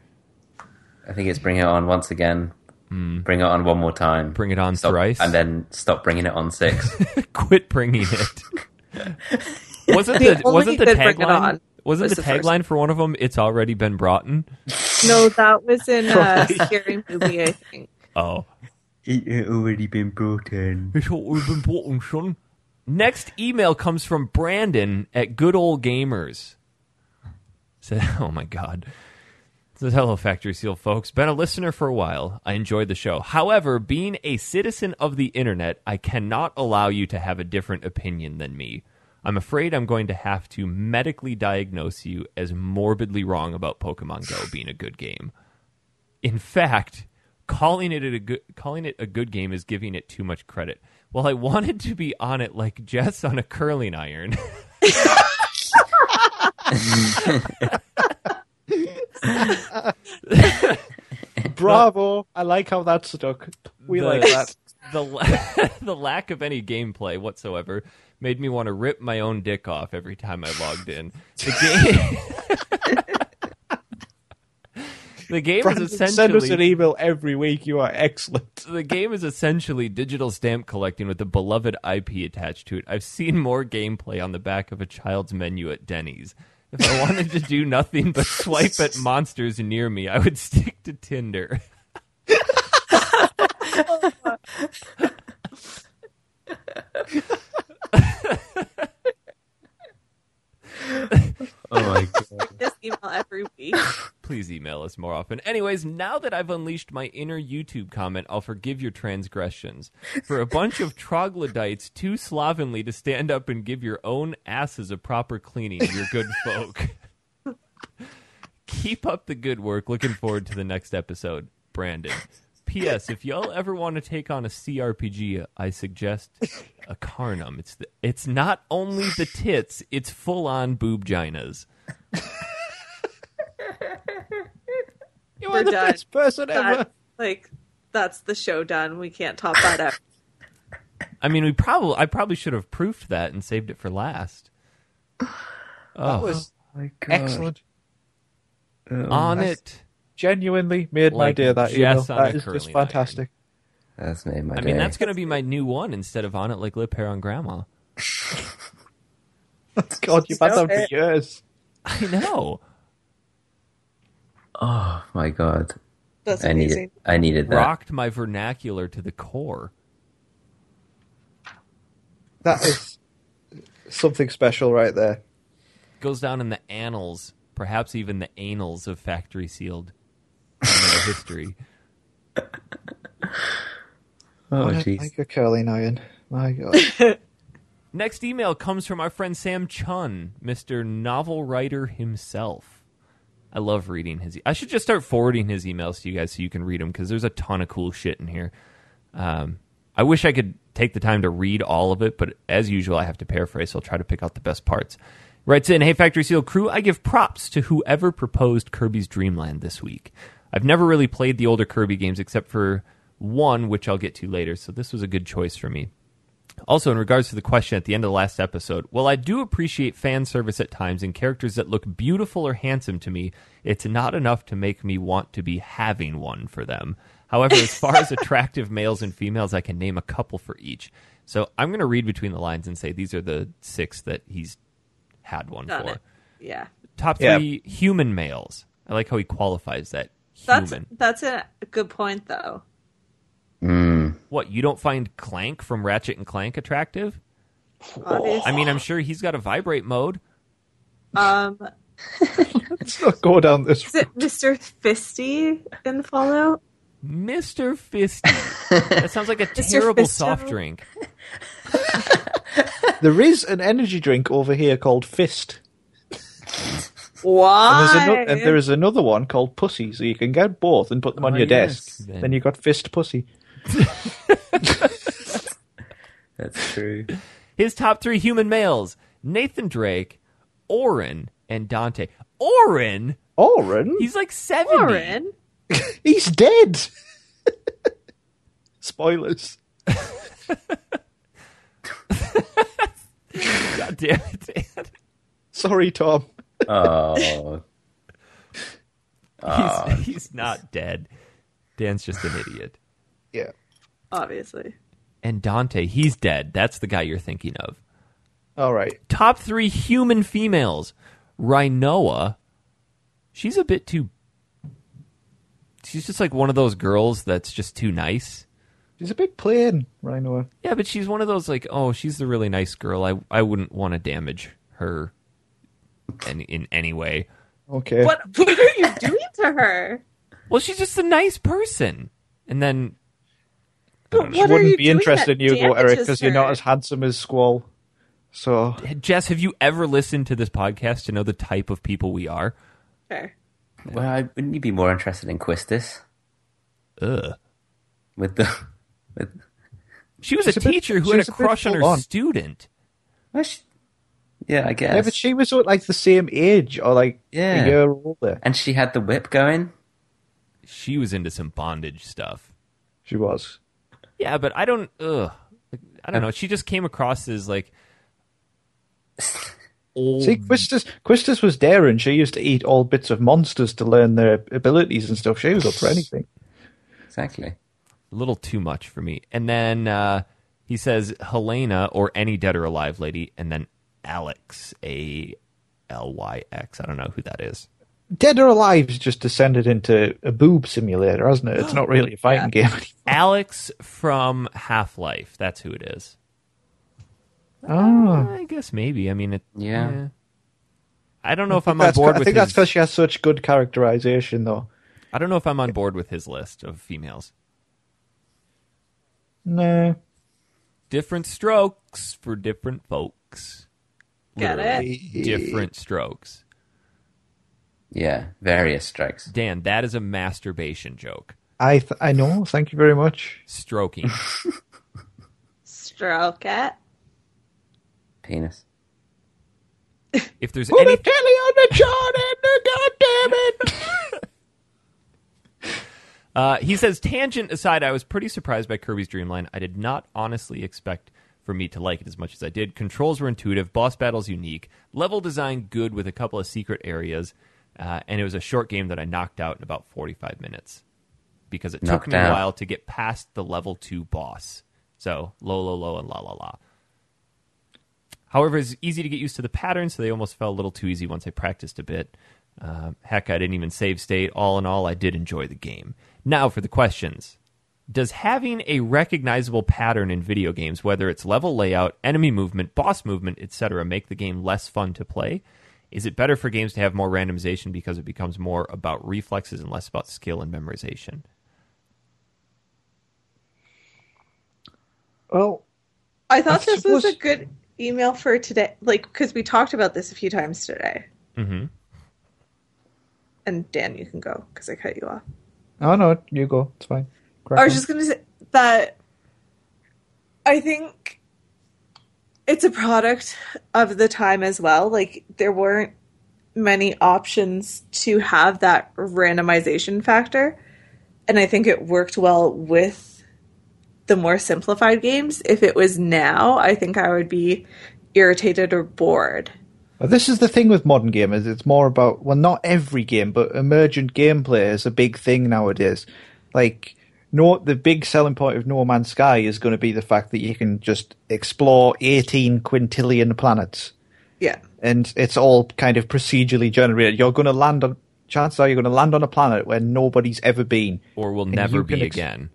[SPEAKER 2] I think it's Bring It On once again. Bring it on one more time.
[SPEAKER 1] Hmm. Bring it on
[SPEAKER 2] Stop-
[SPEAKER 1] thrice.
[SPEAKER 2] And then stop bringing it on six.
[SPEAKER 1] Quit bringing it. wasn't
[SPEAKER 4] The
[SPEAKER 1] the,
[SPEAKER 4] only
[SPEAKER 1] wasn't the
[SPEAKER 4] good Bring It
[SPEAKER 1] tagline?
[SPEAKER 4] On
[SPEAKER 1] Wasn't the
[SPEAKER 4] was the first
[SPEAKER 1] tagline for one of them? It's already been brought in.
[SPEAKER 4] No, that was in a scary movie, I think.
[SPEAKER 1] Oh,
[SPEAKER 2] it already been brought in.
[SPEAKER 1] it's all we've been brought in, son. Next email comes from Brandon at Good Old Gamers. Said, "Oh my god." Says, hello, Factory Seal folks. Been a listener for a while. I enjoyed the show. However, being a citizen of the internet, I cannot allow you to have a different opinion than me. I'm afraid I'm going to have to medically diagnose you as morbidly wrong about Pokemon Go being a good game. In fact, calling it a good, calling it a good game is giving it too much credit. Well, I wanted to be on it like Jess on a curling iron.
[SPEAKER 3] Bravo! I like how that stuck. We
[SPEAKER 1] The-
[SPEAKER 3] like that.
[SPEAKER 1] The la- the lack of any gameplay whatsoever made me want to rip my own dick off every time I logged in. The game. the game
[SPEAKER 3] Brandon,
[SPEAKER 1] is essentially
[SPEAKER 3] send us an email every week. You are excellent.
[SPEAKER 1] the game is essentially digital stamp collecting with a beloved IP attached to it. I've seen more gameplay on the back of a child's menu at Denny's. If I wanted to do nothing but swipe at monsters near me, I would stick to Tinder.
[SPEAKER 2] Oh my god.
[SPEAKER 4] This email every week.
[SPEAKER 1] Please email us more often. Anyways, now that I've unleashed my inner YouTube comment, I'll forgive your transgressions. For a bunch of troglodytes too slovenly to stand up and give your own asses a proper cleaning, you're good folk. Keep up the good work. Looking forward to the next episode. Brandon. P.S. If y'all ever want to take on a CRPG, I suggest a Carnum. It's the, it's not only the tits; it's full on boob ginas.
[SPEAKER 3] You
[SPEAKER 4] We're
[SPEAKER 3] are the
[SPEAKER 4] done.
[SPEAKER 3] best person ever.
[SPEAKER 4] That, like that's the show done. We can't top that up.
[SPEAKER 1] I mean, we probably I probably should have proofed that and saved it for last. Oh,
[SPEAKER 3] That was
[SPEAKER 2] my God.
[SPEAKER 3] excellent.
[SPEAKER 1] on
[SPEAKER 3] that's-
[SPEAKER 1] it.
[SPEAKER 3] Genuinely made my
[SPEAKER 1] Like
[SPEAKER 3] day that email.
[SPEAKER 1] Jess on
[SPEAKER 3] That
[SPEAKER 1] a
[SPEAKER 3] is
[SPEAKER 1] curly
[SPEAKER 3] just fantastic.
[SPEAKER 2] That's made my
[SPEAKER 1] I
[SPEAKER 2] day.
[SPEAKER 1] mean, that's going to be my new one instead of on it like lip hair on grandma.
[SPEAKER 3] God, you've had
[SPEAKER 4] Stop
[SPEAKER 3] that for
[SPEAKER 4] it.
[SPEAKER 3] years.
[SPEAKER 1] I know.
[SPEAKER 2] oh my god.
[SPEAKER 4] That's
[SPEAKER 2] I
[SPEAKER 4] amazing.
[SPEAKER 2] needed. I needed that.
[SPEAKER 1] Rocked my vernacular to the core.
[SPEAKER 3] That is something special right there.
[SPEAKER 1] Goes down in the annals, perhaps even the anals of factory sealed email history.
[SPEAKER 2] Oh
[SPEAKER 1] Oh,
[SPEAKER 3] What a-
[SPEAKER 2] jeez.
[SPEAKER 3] Like a curly iron. My God.
[SPEAKER 1] Next email comes from our friend Sam Chun, Mr. Novel Writer himself. I love reading his. e-, I should just start forwarding his emails to you guys so you can read them because there's a ton of cool shit in here. Um, I wish I could take the time to read all of it, but as usual, I have to paraphrase, so I'll try to pick out the best parts. Writes in Hey, Factory Seal crew, I give props to whoever proposed Kirby's Dreamland this week. I've never really played the older Kirby games except for one, which I'll get to later, so this was a good choice for me. Also, in regards to the question at the end of the last episode, while I do appreciate fan service at times and characters that look beautiful or handsome to me, it's not enough to make me want to be having one for them. However, as far as attractive males and females, I can name a couple for each. So I'm going to read between the lines and say these are the six that he's had one
[SPEAKER 4] Done
[SPEAKER 1] for.
[SPEAKER 4] it. Yeah.
[SPEAKER 1] Top
[SPEAKER 3] Yeah.
[SPEAKER 1] three human males. I like how he qualifies that.
[SPEAKER 4] That's
[SPEAKER 1] human.
[SPEAKER 4] that's a good point though.
[SPEAKER 1] What, you don't find Clank from Ratchet and Clank attractive?
[SPEAKER 4] Obviously.
[SPEAKER 1] I mean, I'm sure he's got a vibrate mode.
[SPEAKER 4] Um
[SPEAKER 3] Let's not go down this
[SPEAKER 4] is it Mr. Fisty in Fallout?
[SPEAKER 1] Mr. Fisty. that sounds like a terrible
[SPEAKER 4] Fisto?
[SPEAKER 1] soft drink.
[SPEAKER 3] There is an energy drink over here called Fist. And,
[SPEAKER 4] Why?
[SPEAKER 3] there's ano- and there is another one called Pussy, so you can get both and put them on
[SPEAKER 1] Oh,
[SPEAKER 3] your
[SPEAKER 1] yes,
[SPEAKER 3] desk.
[SPEAKER 1] then.
[SPEAKER 3] Then. you got Fist Pussy.
[SPEAKER 2] That's true.
[SPEAKER 1] His top three human males Nathan Drake, Oren, and Dante. Oren?
[SPEAKER 3] Oren?
[SPEAKER 1] He's like 70.
[SPEAKER 4] Warren.
[SPEAKER 3] He's dead! Spoilers.
[SPEAKER 1] God damn it. Dan.
[SPEAKER 3] Sorry, Tom.
[SPEAKER 2] Oh. Oh.
[SPEAKER 1] He's, he's not dead. Dan's just an idiot.
[SPEAKER 3] Yeah.
[SPEAKER 4] Obviously.
[SPEAKER 1] And Dante, he's dead. That's the guy you're thinking of.
[SPEAKER 3] All right.
[SPEAKER 1] Top three human females Rhinoa. She's a bit too. She's just like one of those girls that's just too nice.
[SPEAKER 3] He's a bit plain, Rhino.
[SPEAKER 1] Yeah, but she's one of those like, oh, she's the really nice girl. I I wouldn't want to damage her, in in any way.
[SPEAKER 3] Okay.
[SPEAKER 4] What what are you doing to her?
[SPEAKER 1] Well, she's just a nice person. And then
[SPEAKER 4] But
[SPEAKER 3] She
[SPEAKER 4] what are
[SPEAKER 3] wouldn't
[SPEAKER 4] you
[SPEAKER 3] be
[SPEAKER 4] doing
[SPEAKER 3] interested
[SPEAKER 4] that
[SPEAKER 3] in you, though, Eric,
[SPEAKER 4] damages
[SPEAKER 3] because you're not
[SPEAKER 4] her?
[SPEAKER 3] as handsome as Squall. So,
[SPEAKER 1] Jess, have you ever listened to this podcast to know the type of people we are?
[SPEAKER 4] Fair.
[SPEAKER 2] Well, I, wouldn't you be more interested in Quistis
[SPEAKER 1] Ugh.
[SPEAKER 2] with the with?
[SPEAKER 1] She was
[SPEAKER 3] She's
[SPEAKER 1] a
[SPEAKER 3] a bit-
[SPEAKER 1] teacher who
[SPEAKER 3] she
[SPEAKER 1] had
[SPEAKER 3] was
[SPEAKER 1] a
[SPEAKER 3] a bit
[SPEAKER 1] crush on her
[SPEAKER 3] full on.
[SPEAKER 1] student.
[SPEAKER 2] Well, she- yeah, I guess.
[SPEAKER 3] yeah, but she was like the same age or like
[SPEAKER 2] Yeah.
[SPEAKER 3] a year older.
[SPEAKER 2] and she had the whip going.
[SPEAKER 1] She was into some bondage stuff.
[SPEAKER 3] She was.
[SPEAKER 1] Yeah, but I don't. Ugh. I don't know. She just came across as like old.
[SPEAKER 3] See, Quistis, Quistis was daring. She used to eat all bits of monsters to learn their abilities and stuff. She was up for anything.
[SPEAKER 2] Exactly.
[SPEAKER 1] a little too much for me. And then uh, he says Helena or any dead or alive lady, and then Alex A L Y X. I don't know who that is.
[SPEAKER 3] Dead or Alive is just descended into a boob simulator, hasn't it? It's not really a fighting game anymore.
[SPEAKER 1] Alex from Half Life. That's who it is.
[SPEAKER 3] Oh.
[SPEAKER 1] I guess maybe. I mean, it,
[SPEAKER 2] Yeah.
[SPEAKER 1] I don't know if I'm on
[SPEAKER 3] That's,
[SPEAKER 1] board
[SPEAKER 3] I
[SPEAKER 1] with
[SPEAKER 3] think that's
[SPEAKER 1] his.
[SPEAKER 3] because she has such good characterization, though.
[SPEAKER 1] I don't know if I'm on board with his list of females.
[SPEAKER 3] No.
[SPEAKER 1] Different strokes for different folks.
[SPEAKER 4] Get
[SPEAKER 1] Literally.
[SPEAKER 4] it?
[SPEAKER 1] Different strokes.
[SPEAKER 2] Yeah, various strikes.
[SPEAKER 1] Dan, that is a masturbation joke.
[SPEAKER 3] I th- I know. Thank you very much.
[SPEAKER 1] Stroking.
[SPEAKER 4] Stroke it.
[SPEAKER 2] Penis.
[SPEAKER 1] If there's any,
[SPEAKER 3] on the Jordan, God damn it!
[SPEAKER 1] uh, he says. Tangent aside, I was pretty surprised by Kirby's Dreamline. I did not honestly expect for me to like it as much as I did. Controls were intuitive, boss battles unique, level design good with a couple of secret areas, uh, and it was a short game that I knocked out in about 45 minutes because it took
[SPEAKER 2] Knocked
[SPEAKER 1] me a
[SPEAKER 2] out.
[SPEAKER 1] while to get past the level two boss. So low, low, low, and la la la. However, it's easy to get used to the pattern, so they almost fell a little too easy once I practiced a bit. Um, heck, I didn't even save state. All in all, I did enjoy the game. Now for the questions. Does having a recognizable pattern in video games, whether it's level layout, enemy movement, boss movement, etc., make the game less fun to play? Is it better for games to have more randomization because it becomes more about reflexes and less about skill and memorization?
[SPEAKER 3] Well,
[SPEAKER 4] I thought this was
[SPEAKER 3] suppose-
[SPEAKER 4] a good email for today, like because we talked about this a few times today.
[SPEAKER 3] Mm-hmm.
[SPEAKER 1] hmm
[SPEAKER 4] And Dan, you can go because I cut you off.
[SPEAKER 3] oh no, you go. It's fine. Crack
[SPEAKER 4] I was
[SPEAKER 3] on.
[SPEAKER 4] just going to say that I think it's a product of the time as well. Like, there weren't many options to have that randomization factor. And I think it worked well with the more simplified games. If it was now, I think I would be irritated or bored.
[SPEAKER 3] Well, This is the thing with modern gamers. It's more about well, not every game, but emergent gameplay is a big thing nowadays. Like, no, the big selling point of No Man's Sky is going to be the fact that you can just explore eighteen quintillion planets,
[SPEAKER 4] Yeah.
[SPEAKER 3] and it's all kind of procedurally generated. You're going to land on. Chances are you're going to land on a planet where nobody's ever been.
[SPEAKER 1] Or will
[SPEAKER 3] And
[SPEAKER 1] never
[SPEAKER 3] you can
[SPEAKER 1] be
[SPEAKER 3] ex-
[SPEAKER 1] again.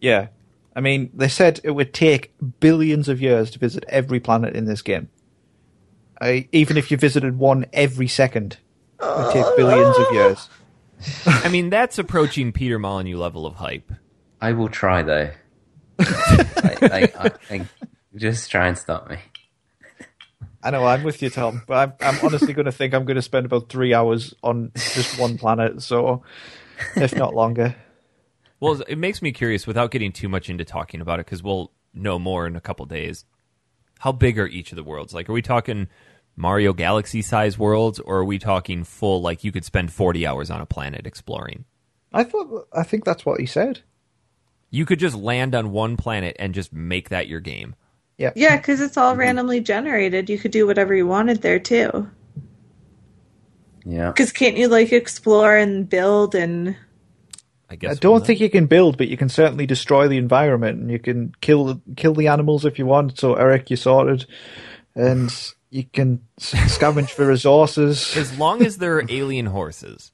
[SPEAKER 3] Yeah. I mean, they said it would take billions of years to visit every planet in this game. I, even if you visited one every second, it would take billions of years.
[SPEAKER 1] I mean, that's approaching Peter Molyneux level of hype.
[SPEAKER 2] I will try though. like, like, I, like, just try and stop me.
[SPEAKER 3] I know, I'm with you, Tom, but I'm, I'm honestly going to think I'm going to spend about three hours on just one planet, so if not longer.
[SPEAKER 1] Well, it makes me curious without getting too much into talking about it because we'll know more in a couple days. How big are each of the worlds? Like, are we talking Mario Galaxy size worlds or are we talking full, like, you could spend 40 hours on a planet exploring?
[SPEAKER 3] I thought, I think that's what he said.
[SPEAKER 1] You could just land on one planet and just make that your game.
[SPEAKER 4] Yeah, because it's all randomly generated. You could do whatever you wanted there, too.
[SPEAKER 2] Yeah.
[SPEAKER 4] Because can't you, like, explore and build and.
[SPEAKER 1] I guess.
[SPEAKER 3] I don't
[SPEAKER 1] we'll
[SPEAKER 3] think you can build, but you can certainly destroy the environment, and you can kill kill the animals if you want. So Eric, you sorted, and you can s- scavenge for resources.
[SPEAKER 1] know. As long as there are alien horses.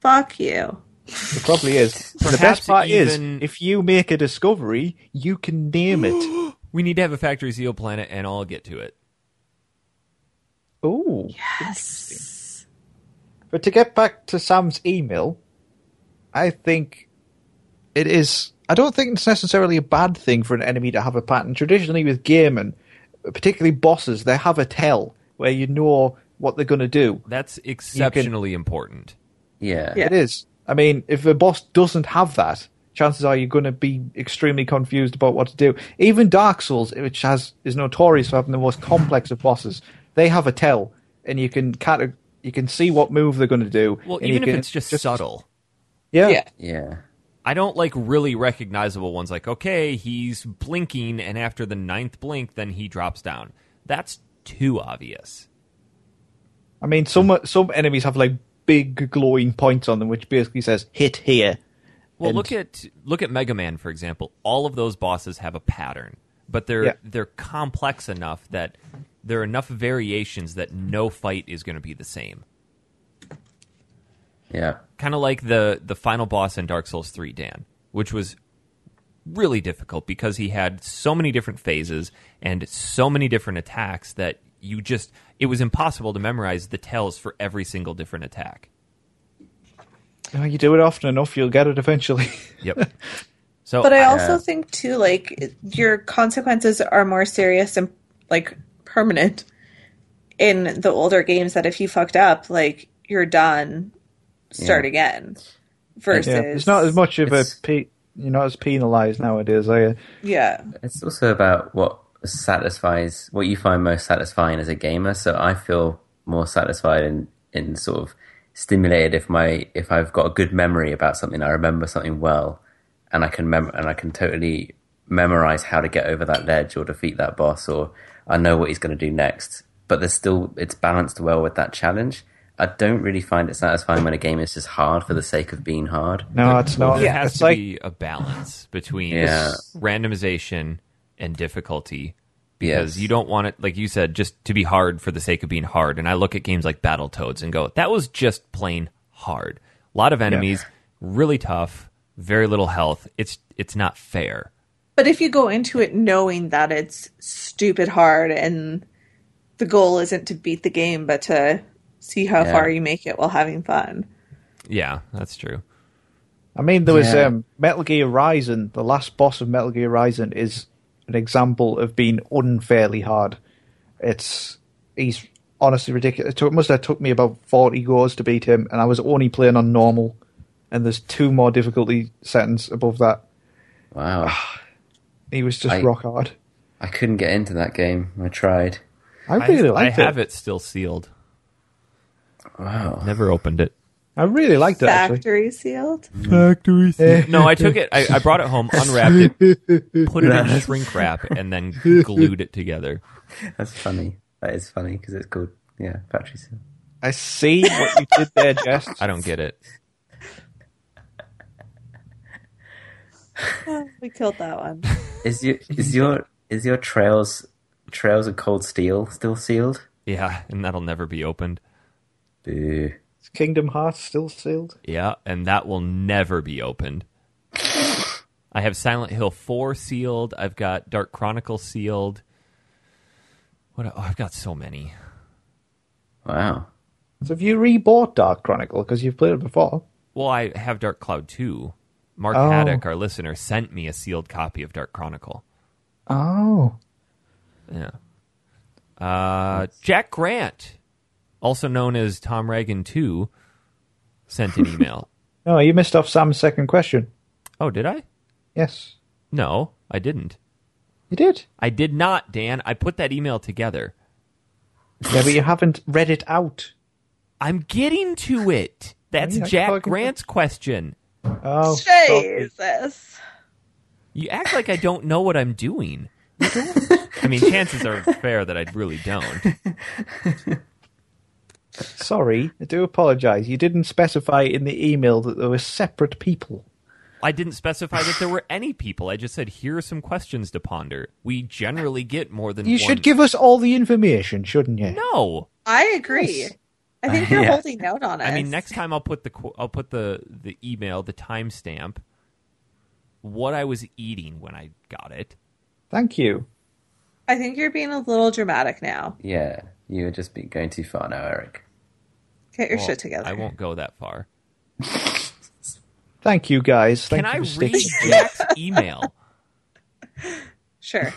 [SPEAKER 4] Fuck you.
[SPEAKER 3] It probably is. the
[SPEAKER 1] Perhaps
[SPEAKER 3] best part
[SPEAKER 1] even-
[SPEAKER 3] is if you make a discovery, you can name it.
[SPEAKER 1] We need to have a Factory Zeo planet and I'll get to it.
[SPEAKER 3] Ooh.
[SPEAKER 4] Yes.
[SPEAKER 3] But to get back to Sam's email, I think it is. I don't think it's necessarily a bad thing for an enemy to have a pattern. Traditionally, with gaming, particularly bosses, they have a tell where you know what they're going to do.
[SPEAKER 1] That's exceptionally important.
[SPEAKER 2] Yeah.
[SPEAKER 4] Yeah.
[SPEAKER 3] It is. I mean, if a boss doesn't have that, chances are you're going to be extremely confused about what to do. Even Dark Souls, which has is notorious for having the most complex of bosses, they have a tell, and you can cate- you can see what move they're going to do.
[SPEAKER 1] Well,
[SPEAKER 3] and you
[SPEAKER 1] even if
[SPEAKER 3] can
[SPEAKER 1] it's just, subtle.
[SPEAKER 4] Yeah.
[SPEAKER 2] Yeah.
[SPEAKER 1] I don't like really recognizable ones like, okay, he's blinking, and after the ninth blink, then he drops down. That's too obvious.
[SPEAKER 3] I mean, some some enemies have like big glowing points on them, which basically says hit here.
[SPEAKER 1] Well,
[SPEAKER 3] And-
[SPEAKER 1] look at look at Mega Man for example. All of those bosses have a pattern, but they're
[SPEAKER 3] Yeah.
[SPEAKER 1] they're complex enough that there are enough variations that no fight is going to be the same.
[SPEAKER 2] Yeah.
[SPEAKER 1] Kind of like the the final boss in Dark Souls 3, Dan, which was really difficult because he had so many different phases and so many different attacks that you just it was impossible to memorize the tells for every single different attack.
[SPEAKER 3] Oh, you do it often enough, you'll get it eventually.
[SPEAKER 1] Yep. So
[SPEAKER 4] But I
[SPEAKER 1] I-
[SPEAKER 4] also
[SPEAKER 2] Yeah.
[SPEAKER 4] think too, like it- your consequences are more serious and like permanent in the older games. That if you fucked up, like you're done, start again. versus
[SPEAKER 3] Yeah, it's not as much of a
[SPEAKER 2] It's-
[SPEAKER 3] pe- you're not as penalised nowadays, are you?
[SPEAKER 4] Yeah.
[SPEAKER 2] It's also about what satisfies, what you find most satisfying as a gamer. So I feel more satisfied and in sort of stimulated if my if I've got a good memory about something, I remember something well, and I can mem- and I can totally memorize how to get over that ledge or defeat that boss, or I know what he's going to do next. But there's still it's balanced well with that challenge. I don't really find it satisfying when a game is just hard for the sake of being hard.
[SPEAKER 3] No, it's not.
[SPEAKER 1] There has
[SPEAKER 3] it's
[SPEAKER 1] to
[SPEAKER 3] like
[SPEAKER 1] be a balance between
[SPEAKER 2] Yeah.
[SPEAKER 1] randomization and difficulty because
[SPEAKER 2] Yes.
[SPEAKER 1] you don't want it, like you said, just to be hard for the sake of being hard. And I look at games like Battletoads and go, that was just plain hard. A lot of enemies, really tough, very little health. It's it's not fair.
[SPEAKER 4] But if you go into it knowing that it's stupid hard and the goal isn't to beat the game but to see how
[SPEAKER 2] Yeah.
[SPEAKER 4] far you make it while having fun.
[SPEAKER 1] Yeah, that's true.
[SPEAKER 3] I mean, there was
[SPEAKER 2] Yeah.
[SPEAKER 3] um, Metal Gear Rising. The last boss of Metal Gear Rising is an example of being unfairly hard. It's he's honestly ridiculous. It took, must have took me about forty goes to beat him, and I was only playing on normal. And there's two more difficulty settings above that.
[SPEAKER 2] Wow,
[SPEAKER 3] He was just
[SPEAKER 2] I-
[SPEAKER 3] rock hard.
[SPEAKER 2] I couldn't get into that game. I tried.
[SPEAKER 3] I really liked
[SPEAKER 1] I
[SPEAKER 3] it.
[SPEAKER 1] have it still sealed.
[SPEAKER 2] Wow.
[SPEAKER 1] Never opened it.
[SPEAKER 3] I really liked it actually.
[SPEAKER 4] Factory sealed.
[SPEAKER 3] Factory.
[SPEAKER 1] No, I took it. I, I brought it home, unwrapped it, put it in shrink wrap, and then glued it together.
[SPEAKER 2] That's funny. That is funny because it's called yeah, factory seal.
[SPEAKER 3] I see what you did there, Jess.
[SPEAKER 1] I don't get it.
[SPEAKER 2] Mm-hmm.
[SPEAKER 4] Oh, we killed that one.
[SPEAKER 2] Is your is your is your trails trails of cold steel still sealed?
[SPEAKER 1] Yeah, and that'll never be opened.
[SPEAKER 2] Boo.
[SPEAKER 3] Kingdom Hearts still sealed.
[SPEAKER 1] Yeah, and that will never be opened. I have Silent Hill 4 sealed. I've got Dark Chronicle sealed. What? Oh, I've got so many.
[SPEAKER 2] Wow.
[SPEAKER 3] So have you rebought Dark Chronicle because you've played it before?
[SPEAKER 1] Well, I have Dark Cloud 2. Mark
[SPEAKER 3] Oh.
[SPEAKER 1] Haddock, our listener, sent me a sealed copy of Dark Chronicle.
[SPEAKER 3] Oh,
[SPEAKER 1] Yeah. Uh, Jack Grant, also known as Tom Reagan 2, sent an email.
[SPEAKER 3] No, you missed off Sam's second question.
[SPEAKER 1] oh, did I?
[SPEAKER 3] Yes,
[SPEAKER 1] No, I didn't.
[SPEAKER 3] you did.
[SPEAKER 1] I did not, Dan. I put that email together.
[SPEAKER 3] Yeah, but you haven't read it out.
[SPEAKER 1] I'm getting to it. That's
[SPEAKER 3] Yeah,
[SPEAKER 1] Jack
[SPEAKER 3] fucking-
[SPEAKER 1] Grant's question.
[SPEAKER 3] Oh, sorry.
[SPEAKER 4] Jesus.
[SPEAKER 1] You act like I don't know what I'm doing. I mean, chances are fair that I really don't.
[SPEAKER 3] sorry. I do apologise. You didn't specify in the email that there were separate people.
[SPEAKER 1] I didn't specify that there were any people. I just said here are some questions to ponder. We generally get more than
[SPEAKER 3] You
[SPEAKER 1] one-
[SPEAKER 3] should give us all the information, shouldn't you?
[SPEAKER 1] No,
[SPEAKER 4] I agree.
[SPEAKER 3] Yes.
[SPEAKER 4] I think you're
[SPEAKER 2] Yeah.
[SPEAKER 4] holding out on us.
[SPEAKER 1] I mean next time I'll put the qu- I'll put the the email the timestamp, what I was eating when I got it.
[SPEAKER 3] Thank you.
[SPEAKER 4] I think you're being a little dramatic now.
[SPEAKER 2] Yeah, you were just be going too far now, Eric.
[SPEAKER 4] Get your
[SPEAKER 1] Well,
[SPEAKER 4] shit together.
[SPEAKER 1] I won't go that far.
[SPEAKER 3] Thank you, guys. Thank
[SPEAKER 1] Can I
[SPEAKER 3] you for
[SPEAKER 1] read
[SPEAKER 3] sticking.
[SPEAKER 1] Jack's email?
[SPEAKER 4] Sure.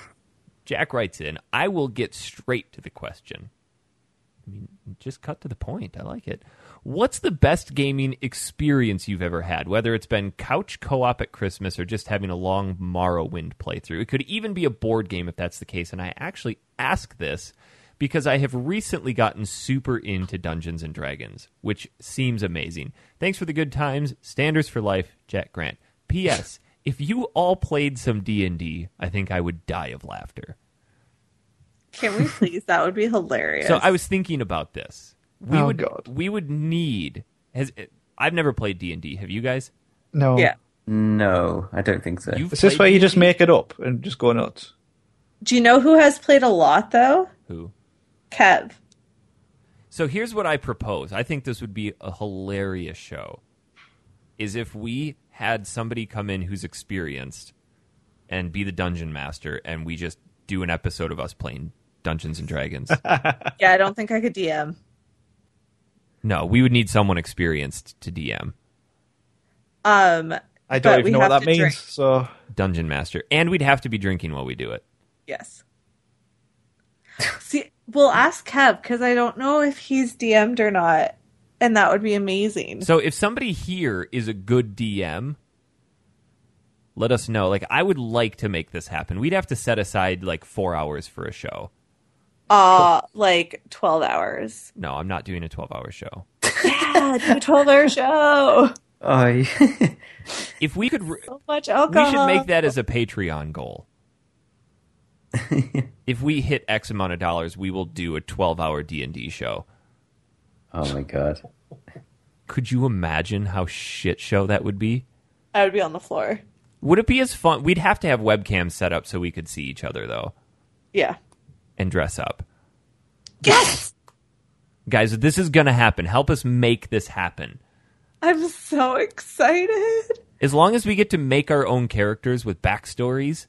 [SPEAKER 1] Jack writes in, I will get straight to the question. I mean, just cut to the point. I like it. What's the best gaming experience you've ever had? Whether it's been couch co op at Christmas or just having a long Morrowind playthrough. It could even be a board game if that's the case. And I actually ask this because I have recently gotten super into Dungeons and Dragons, which seems amazing. Thanks for the good times. Standards for life, Jack Grant. P.S. If you all played some D&D, I think I would die of laughter.
[SPEAKER 4] Can we please? That would be hilarious.
[SPEAKER 1] So I was thinking about this. We
[SPEAKER 3] Oh,
[SPEAKER 1] would
[SPEAKER 3] God.
[SPEAKER 1] we would need has I've never played D and D. Have you guys?
[SPEAKER 3] No.
[SPEAKER 4] Yeah.
[SPEAKER 2] No, I don't think so.
[SPEAKER 1] You've
[SPEAKER 3] Uh, Is this
[SPEAKER 1] played
[SPEAKER 3] where you
[SPEAKER 1] D&D?
[SPEAKER 3] just make it up and just go nuts?
[SPEAKER 4] Do you know who has played a lot though?
[SPEAKER 1] who?
[SPEAKER 4] Kev.
[SPEAKER 1] So here's what I propose. I think this would be a hilarious show. Is if we had somebody come in who's experienced and be the dungeon master, and we just do an episode of us playing Dungeons and Dragons.
[SPEAKER 4] Yeah, I don't think I could DM.
[SPEAKER 1] no, we would need someone experienced to DM
[SPEAKER 4] Um,
[SPEAKER 3] I don't
[SPEAKER 4] But we
[SPEAKER 3] even know what
[SPEAKER 4] have
[SPEAKER 3] that
[SPEAKER 4] to
[SPEAKER 3] means.
[SPEAKER 4] drink.
[SPEAKER 3] So
[SPEAKER 1] dungeon master, and we'd have to be drinking while we do it.
[SPEAKER 4] yes. See, we'll ask Kev because I don't know if he's DM'd or not. and that would be amazing.
[SPEAKER 1] So if somebody here is a good DM, let us know. Like I would like to make this happen. We'd have to set aside like 4 hours for a show.
[SPEAKER 4] Uh like 12 hours.
[SPEAKER 1] No, I'm not doing a 12-hour show.
[SPEAKER 4] Yeah, do a 12 hour show.
[SPEAKER 2] Oh, yeah.
[SPEAKER 1] If we could re-
[SPEAKER 4] So much
[SPEAKER 1] we
[SPEAKER 4] alcohol.
[SPEAKER 1] should make that as a Patreon goal. if we hit X amount of dollars, we will do a 12-hour D&D show.
[SPEAKER 2] oh my god.
[SPEAKER 1] Could you imagine how shit show that would be?
[SPEAKER 4] I would be on the floor.
[SPEAKER 1] Would it be as fun? We'd have to have webcams set up so we could see each other though
[SPEAKER 4] Yeah.
[SPEAKER 1] and dress up.
[SPEAKER 4] Yes!
[SPEAKER 1] Guys, this is going to happen. Help us make this happen.
[SPEAKER 4] I'm so excited.
[SPEAKER 1] As long as we get to make our own characters with backstories,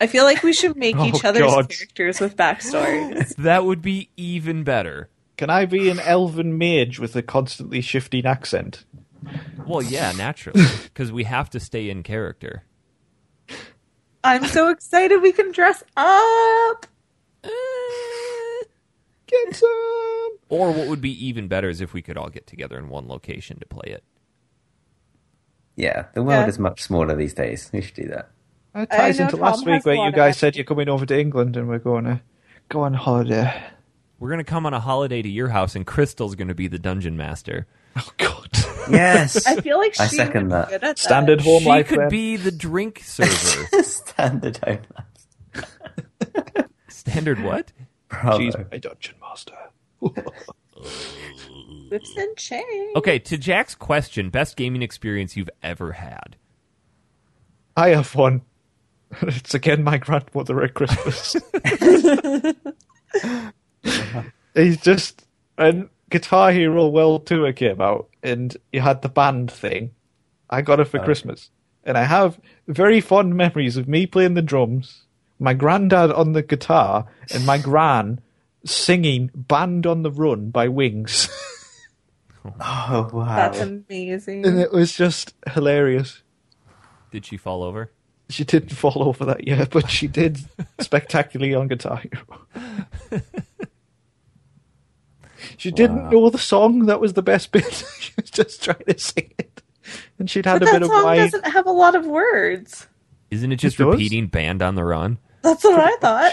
[SPEAKER 4] I feel like we should make
[SPEAKER 3] Oh,
[SPEAKER 4] each other's
[SPEAKER 3] God.
[SPEAKER 4] characters with backstories.
[SPEAKER 1] that would be even better.
[SPEAKER 3] Can I be an elven mage with a constantly shifting accent?
[SPEAKER 1] Well, yeah, naturally, because we have to stay in character.
[SPEAKER 4] I'm so excited we can dress up.
[SPEAKER 3] Get some.
[SPEAKER 1] Or what would be even better is if we could all get together in one location to play it.
[SPEAKER 2] Yeah, the world
[SPEAKER 4] Yeah.
[SPEAKER 2] is much smaller these days. We should do that.
[SPEAKER 3] That ties
[SPEAKER 4] know
[SPEAKER 3] into
[SPEAKER 4] Tom
[SPEAKER 3] last week
[SPEAKER 4] Uh, has
[SPEAKER 3] where
[SPEAKER 4] a lot
[SPEAKER 3] you
[SPEAKER 4] of
[SPEAKER 3] guys said you're coming over to England and we're going to go on holiday.
[SPEAKER 1] We're going to come on a holiday to your house, and Crystal's going to be the dungeon master.
[SPEAKER 3] Oh God!
[SPEAKER 2] Yes.
[SPEAKER 4] I feel like she
[SPEAKER 2] I second
[SPEAKER 4] would be
[SPEAKER 2] that.
[SPEAKER 4] good at
[SPEAKER 3] Standard home
[SPEAKER 1] she
[SPEAKER 3] life.
[SPEAKER 1] could
[SPEAKER 3] then.
[SPEAKER 1] be the drink server.
[SPEAKER 2] Standard home life.
[SPEAKER 1] Standard what?
[SPEAKER 2] Bravo.
[SPEAKER 3] She's my dungeon master.
[SPEAKER 4] that. Whips and chains.
[SPEAKER 1] Okay, to Jack's question, best gaming experience you've ever had.
[SPEAKER 3] I have one. It's again my grandmother at Christmas. He's just and Guitar Hero World Tour came out, and you had the band thing. I got it for Christmas, and I have very fond memories of me playing the drums, my granddad on the guitar, and my gran singing "Band on the Run" by Wings,
[SPEAKER 2] Oh wow.
[SPEAKER 4] That's amazing.
[SPEAKER 3] and it was just hilarious.
[SPEAKER 1] Did she fall over?
[SPEAKER 3] She didn't fall over that year, but she did spectacularly on Guitar Hero. she didn't know the song. That was the best bit. she was just trying to sing it, and she'd had
[SPEAKER 4] But
[SPEAKER 3] a bit
[SPEAKER 4] that
[SPEAKER 3] of
[SPEAKER 4] song
[SPEAKER 3] wine.
[SPEAKER 4] doesn't have a lot of words.
[SPEAKER 1] Isn't it just
[SPEAKER 3] does?
[SPEAKER 1] repeating Band on the Run?
[SPEAKER 4] That's what I thought.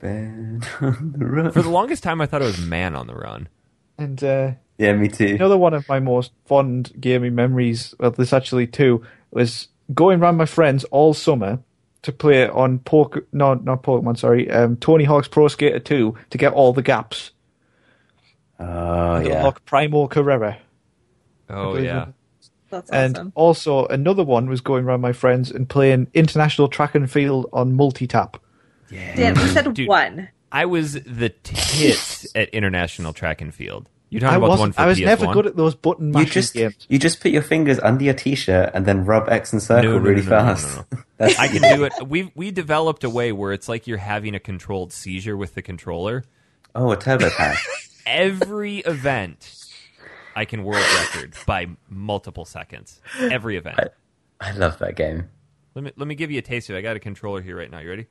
[SPEAKER 2] Band on the run.
[SPEAKER 1] For the longest time, I thought it was Man on the Run.
[SPEAKER 3] And uh,
[SPEAKER 2] Yeah, me too.
[SPEAKER 3] another one of my most fond gaming memories. Well, there's actually two. Was going round my friends all summer to play on Poke. No, not Pokemon. Sorry, um, Tony Hawk's Pro Skater 2 to get all the gaps.
[SPEAKER 2] Oh
[SPEAKER 3] to
[SPEAKER 2] yeah.
[SPEAKER 3] Unlock Primo Carrera.
[SPEAKER 1] Oh,
[SPEAKER 3] believe
[SPEAKER 1] yeah.
[SPEAKER 3] it.
[SPEAKER 4] That's
[SPEAKER 3] And
[SPEAKER 4] awesome.
[SPEAKER 3] also another one was going around my friends and playing international track and field on multi tap.
[SPEAKER 4] Damn, you said
[SPEAKER 1] Dude.
[SPEAKER 4] one.
[SPEAKER 1] I was the tits at international track and field. You're talking
[SPEAKER 3] I
[SPEAKER 1] about the one
[SPEAKER 3] wasn't.
[SPEAKER 1] for
[SPEAKER 3] I was
[SPEAKER 1] PS1?
[SPEAKER 3] never good at those button
[SPEAKER 2] You
[SPEAKER 3] mashing
[SPEAKER 2] just
[SPEAKER 3] games.
[SPEAKER 2] you just put your fingers under your t-shirt and then rub X and circle
[SPEAKER 1] No, no, no,
[SPEAKER 2] really
[SPEAKER 1] no, no, no,
[SPEAKER 2] fast.
[SPEAKER 1] no.
[SPEAKER 2] That's
[SPEAKER 1] I can do it. We we developed a way where it's like you're having a controlled seizure with the controller.
[SPEAKER 2] oh a turbo pad.
[SPEAKER 1] Every event, I can world record by multiple seconds. Every event.
[SPEAKER 2] I love that game.
[SPEAKER 1] Let me let me give you a taste of it. I got a controller here right now. You ready?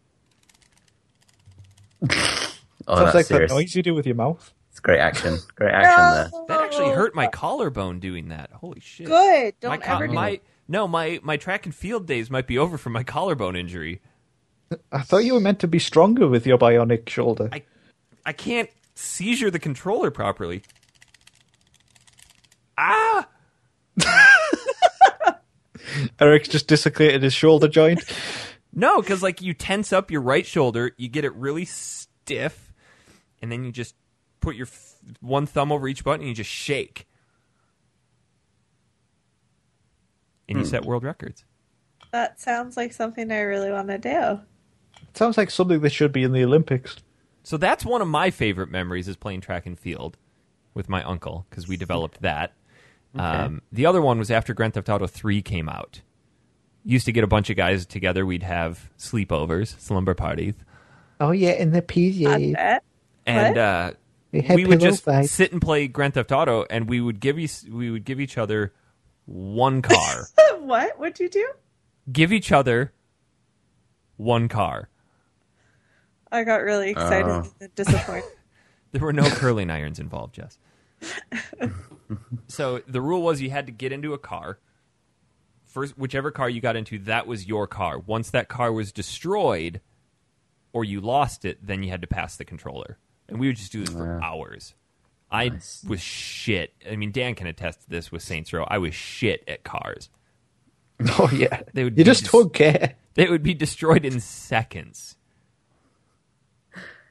[SPEAKER 2] Oh,
[SPEAKER 3] Sounds
[SPEAKER 2] that's
[SPEAKER 3] like
[SPEAKER 2] serious.
[SPEAKER 3] that noise you do with your mouth.
[SPEAKER 2] It's great action. Great action
[SPEAKER 4] Oh,
[SPEAKER 2] there.
[SPEAKER 1] That actually hurt my collarbone doing that. Holy shit.
[SPEAKER 4] Good. Don't
[SPEAKER 1] My, co-
[SPEAKER 4] ever do
[SPEAKER 1] my no, my my track and field days might be over from my collarbone injury.
[SPEAKER 3] I thought you were meant to be stronger with your bionic shoulder.
[SPEAKER 1] I I can't seizure the controller properly. Ah!
[SPEAKER 3] Eric's just dislocated his shoulder joint.
[SPEAKER 1] No, because like you tense up your right shoulder, you get it really stiff, and then you just put your f- one thumb over each button and you just shake, and you set world records.
[SPEAKER 4] That sounds like something I really want to do.
[SPEAKER 3] It sounds like something that should be in the Olympics.
[SPEAKER 1] So that's one of my favorite memories is playing track and field with my uncle because we developed that. Um, the other one was after Grand Theft Auto 3 came out. Used to get a bunch of guys together. We'd have sleepovers, slumber parties,
[SPEAKER 3] Oh yeah, in the
[SPEAKER 4] I
[SPEAKER 3] PJ.
[SPEAKER 4] bet.
[SPEAKER 1] and
[SPEAKER 4] What?
[SPEAKER 1] uh,
[SPEAKER 3] They had
[SPEAKER 1] we would
[SPEAKER 3] pillow
[SPEAKER 1] just
[SPEAKER 3] fights.
[SPEAKER 1] sit and play Grand Theft Auto, and we would give each, we would give each other one car,
[SPEAKER 4] What? What'd you do?
[SPEAKER 1] give each other one car.
[SPEAKER 4] I got really excited
[SPEAKER 2] Oh.
[SPEAKER 4] and disappointed.
[SPEAKER 1] There were no curling irons involved, Jess. so the rule was you had to get into a car. First, whichever car you got into, that was your car. Once that car was destroyed, or you lost it, then you had to pass the controller. And we would just do this for hours. I
[SPEAKER 2] Nice.
[SPEAKER 1] was shit. I mean, Dan can attest to this with Saints Row. I was shit at cars.
[SPEAKER 3] Oh yeah,
[SPEAKER 1] They would
[SPEAKER 3] you
[SPEAKER 1] be
[SPEAKER 3] just
[SPEAKER 1] dis-
[SPEAKER 3] don't care.
[SPEAKER 1] They would be destroyed in seconds.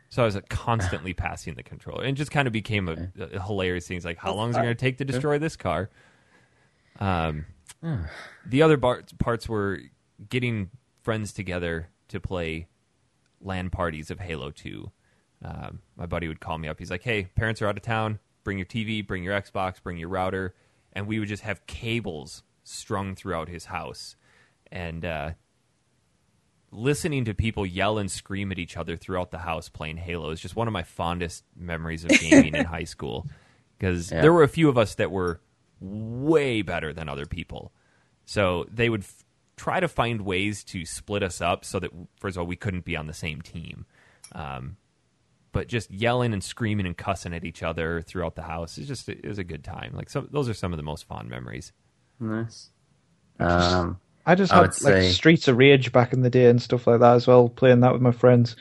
[SPEAKER 1] So I was like, constantly passing the controller, and it just kind of became a, a hilarious thing. It's like, how long is it going to take to destroy this car? Um, the other bar- parts were getting friends together to play LAN parties of Halo Two. Um, my buddy would call me up. He's like, "Hey, parents are out of town. Bring your TV, bring your Xbox, bring your router," and we would just have cables strung throughout his house, and uh, listening to people yell and scream at each other throughout the house playing Halo is just one of my fondest memories of gaming in high school because
[SPEAKER 2] Yeah.
[SPEAKER 1] there were a few of us that were way better than other people. So they would f- try to find ways to split us up so that, first of all, we couldn't be on the same team. Um, but just yelling and screaming and cussing at each other throughout the house is just it was a good time. Like some, those are some of the most fond memories.
[SPEAKER 2] Nice. Um,
[SPEAKER 3] I just
[SPEAKER 2] I
[SPEAKER 3] had
[SPEAKER 2] would
[SPEAKER 3] like
[SPEAKER 2] say-
[SPEAKER 3] Streets of Rage back in the day and stuff like that as well. Playing that with my friends.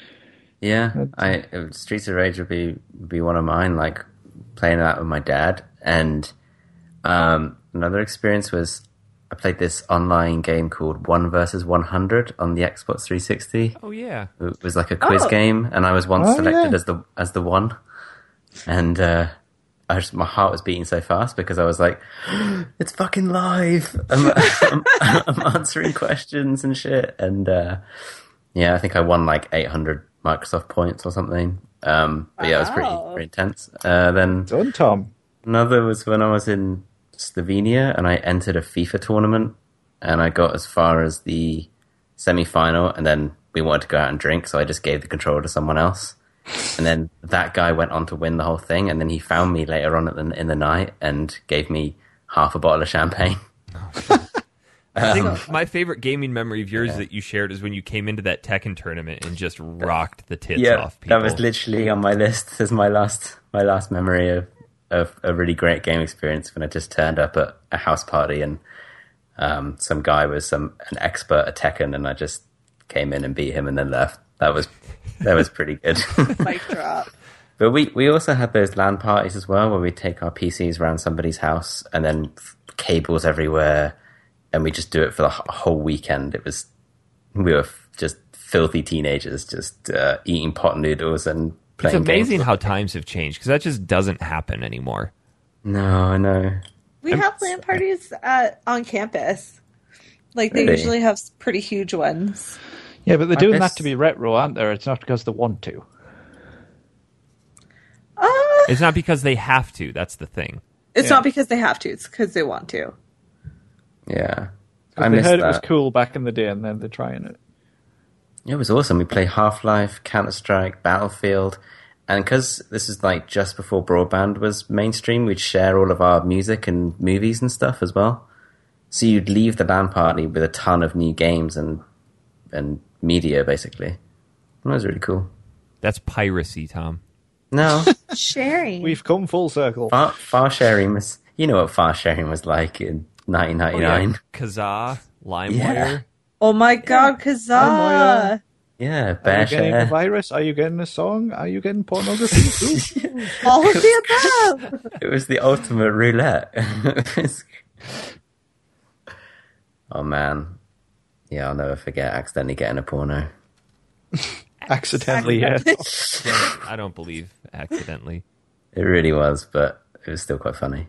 [SPEAKER 2] yeah, I uh, Streets of Rage would be would be one of mine. Like playing that with my dad, and um, another experience was I played this online game called One versus One Hundred on the Xbox Three Hundred and Sixty.
[SPEAKER 1] Oh yeah,
[SPEAKER 2] It was like a quiz
[SPEAKER 4] Oh.
[SPEAKER 2] game, and I was once
[SPEAKER 3] Oh,
[SPEAKER 2] selected
[SPEAKER 3] yeah.
[SPEAKER 2] as the as the one, and uh, I just my heart was beating so fast because I was like, "It's fucking live!" I'm, I'm, I'm answering questions and shit, and uh, yeah, I think I won like 800 Microsoft points or something. Um, but yeah, it was pretty,
[SPEAKER 4] Wow.
[SPEAKER 2] pretty intense. Uh, then
[SPEAKER 3] Done, Tom.
[SPEAKER 2] Another was when I was in Slovenia and I entered a FIFA tournament and I got as far as the semi final and then we wanted to go out and drink, so I just gave the controller to someone else. And then that guy went on to win the whole thing, and then he found me later on at the, in the night and gave me half a bottle of champagne.
[SPEAKER 1] I
[SPEAKER 2] Um,
[SPEAKER 1] think my favorite gaming memory of yours that you shared is when you came into that Tekken tournament and just rocked the tits off people.
[SPEAKER 2] that was literally on my list as my last my last memory of of a really great game experience when I just turned up at a house party and um, some guy was some an expert at Tekken and I just came in and beat him and then left. That was that was pretty good.
[SPEAKER 4] Mic drop.
[SPEAKER 2] But we, we also had those LAN parties as well, where we take our PCs around somebody's house and then f- cables everywhere, and we just do it for the h- whole weekend. It was we were f- just filthy teenagers, just uh, eating pot noodles and
[SPEAKER 1] it's
[SPEAKER 2] playing.
[SPEAKER 1] amazing
[SPEAKER 2] games.
[SPEAKER 1] how times have changed because that just doesn't happen anymore.
[SPEAKER 2] No, I know.
[SPEAKER 4] We have LAN parties at, on campus. Like they
[SPEAKER 2] Really?
[SPEAKER 4] usually have s- pretty huge ones.
[SPEAKER 3] Yeah, but they're
[SPEAKER 2] I
[SPEAKER 3] doing
[SPEAKER 2] guess-
[SPEAKER 3] that to be retro, aren't they? It's not because they want to.
[SPEAKER 4] Uh,
[SPEAKER 1] It's not because they have to. That's the thing.
[SPEAKER 4] it's
[SPEAKER 3] Yeah.
[SPEAKER 4] not because they have to; it's because they want to.
[SPEAKER 2] Yeah, I
[SPEAKER 3] I they
[SPEAKER 2] missed
[SPEAKER 3] heard
[SPEAKER 2] that.
[SPEAKER 3] it was cool back in the day, and then they're trying it.
[SPEAKER 2] Yeah, It was awesome. We play Half Life, Counter Strike, Battlefield, and because this is like just before broadband was mainstream, we'd share all of our music and movies and stuff as well. So you'd leave the LAN party with a ton of new games and and media, basically. And That was really cool.
[SPEAKER 1] That's piracy, Tom.
[SPEAKER 2] No,
[SPEAKER 4] Sharing.
[SPEAKER 3] We've come full circle.
[SPEAKER 2] far, far sharing was. You know what far sharing was like in
[SPEAKER 3] Oh,
[SPEAKER 2] 1999.
[SPEAKER 1] Kazaa, LimeWire.
[SPEAKER 2] Yeah.
[SPEAKER 4] oh my god,
[SPEAKER 3] I'm,
[SPEAKER 4] Kazaa!
[SPEAKER 2] yeah.
[SPEAKER 3] Are
[SPEAKER 2] bear
[SPEAKER 3] you getting a
[SPEAKER 2] share.
[SPEAKER 3] virus? Are you getting a song? Are you getting pornography? Ooh.
[SPEAKER 4] All of the above.
[SPEAKER 2] It was the ultimate roulette. oh man, yeah, I'll never forget accidentally getting a porno.
[SPEAKER 3] Accidentally, yeah.
[SPEAKER 1] I don't believe accidentally.
[SPEAKER 2] It really was, but it was still quite funny.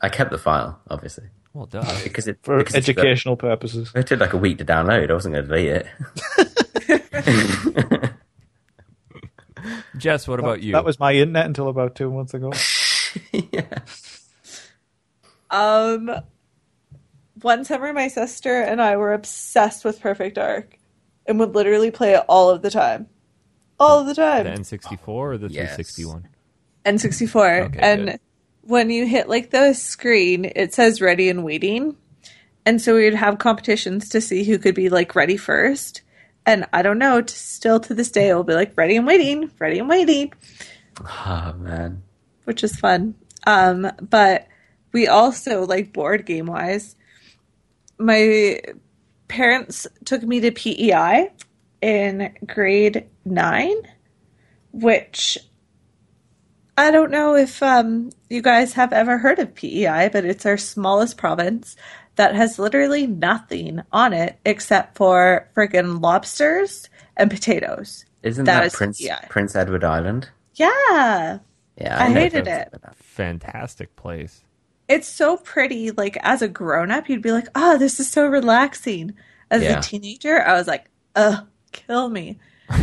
[SPEAKER 2] I kept the file, obviously,
[SPEAKER 1] Well, duh.
[SPEAKER 2] because it
[SPEAKER 3] For
[SPEAKER 2] because it took-
[SPEAKER 3] educational purposes.
[SPEAKER 2] It took like a week to download. I wasn't going to delete it.
[SPEAKER 1] Jess, what about you?
[SPEAKER 3] That was my internet until about two months ago.
[SPEAKER 4] Um, once Henry, my sister, and I were obsessed with Perfect Dark, and would literally play it all of the time, all of the
[SPEAKER 1] the
[SPEAKER 4] time.
[SPEAKER 1] N64 or the
[SPEAKER 2] Yes.
[SPEAKER 1] 361?
[SPEAKER 4] N64.
[SPEAKER 1] Okay,
[SPEAKER 4] and
[SPEAKER 1] good.
[SPEAKER 4] when you hit like the screen, it says ready and waiting. And so we would have competitions to see who could be like ready first. And I don't know, t- still to this day, it'll be like ready and waiting, ready and waiting,
[SPEAKER 2] oh man,
[SPEAKER 4] which is fun. Um, but we also like board game wise. My parents took me to PEI in grade nine, which I don't know if um, you guys have ever heard of PEI, but it's our smallest province that has literally nothing on it except for friggin' lobsters and potatoes.
[SPEAKER 2] Isn't
[SPEAKER 4] That
[SPEAKER 2] that,
[SPEAKER 4] is-
[SPEAKER 2] Prince
[SPEAKER 4] yeah.
[SPEAKER 2] Prince Edward Island?
[SPEAKER 4] Yeah.
[SPEAKER 2] Yeah,
[SPEAKER 4] I
[SPEAKER 2] know
[SPEAKER 4] hated
[SPEAKER 2] Prince
[SPEAKER 4] it.
[SPEAKER 2] Edward Island.
[SPEAKER 1] Fantastic place.
[SPEAKER 4] it's so pretty. Like as a grown up, you'd be like, "Oh, this is so relaxing." As
[SPEAKER 2] Yeah.
[SPEAKER 4] a teenager, I was like, "Ugh, kill me."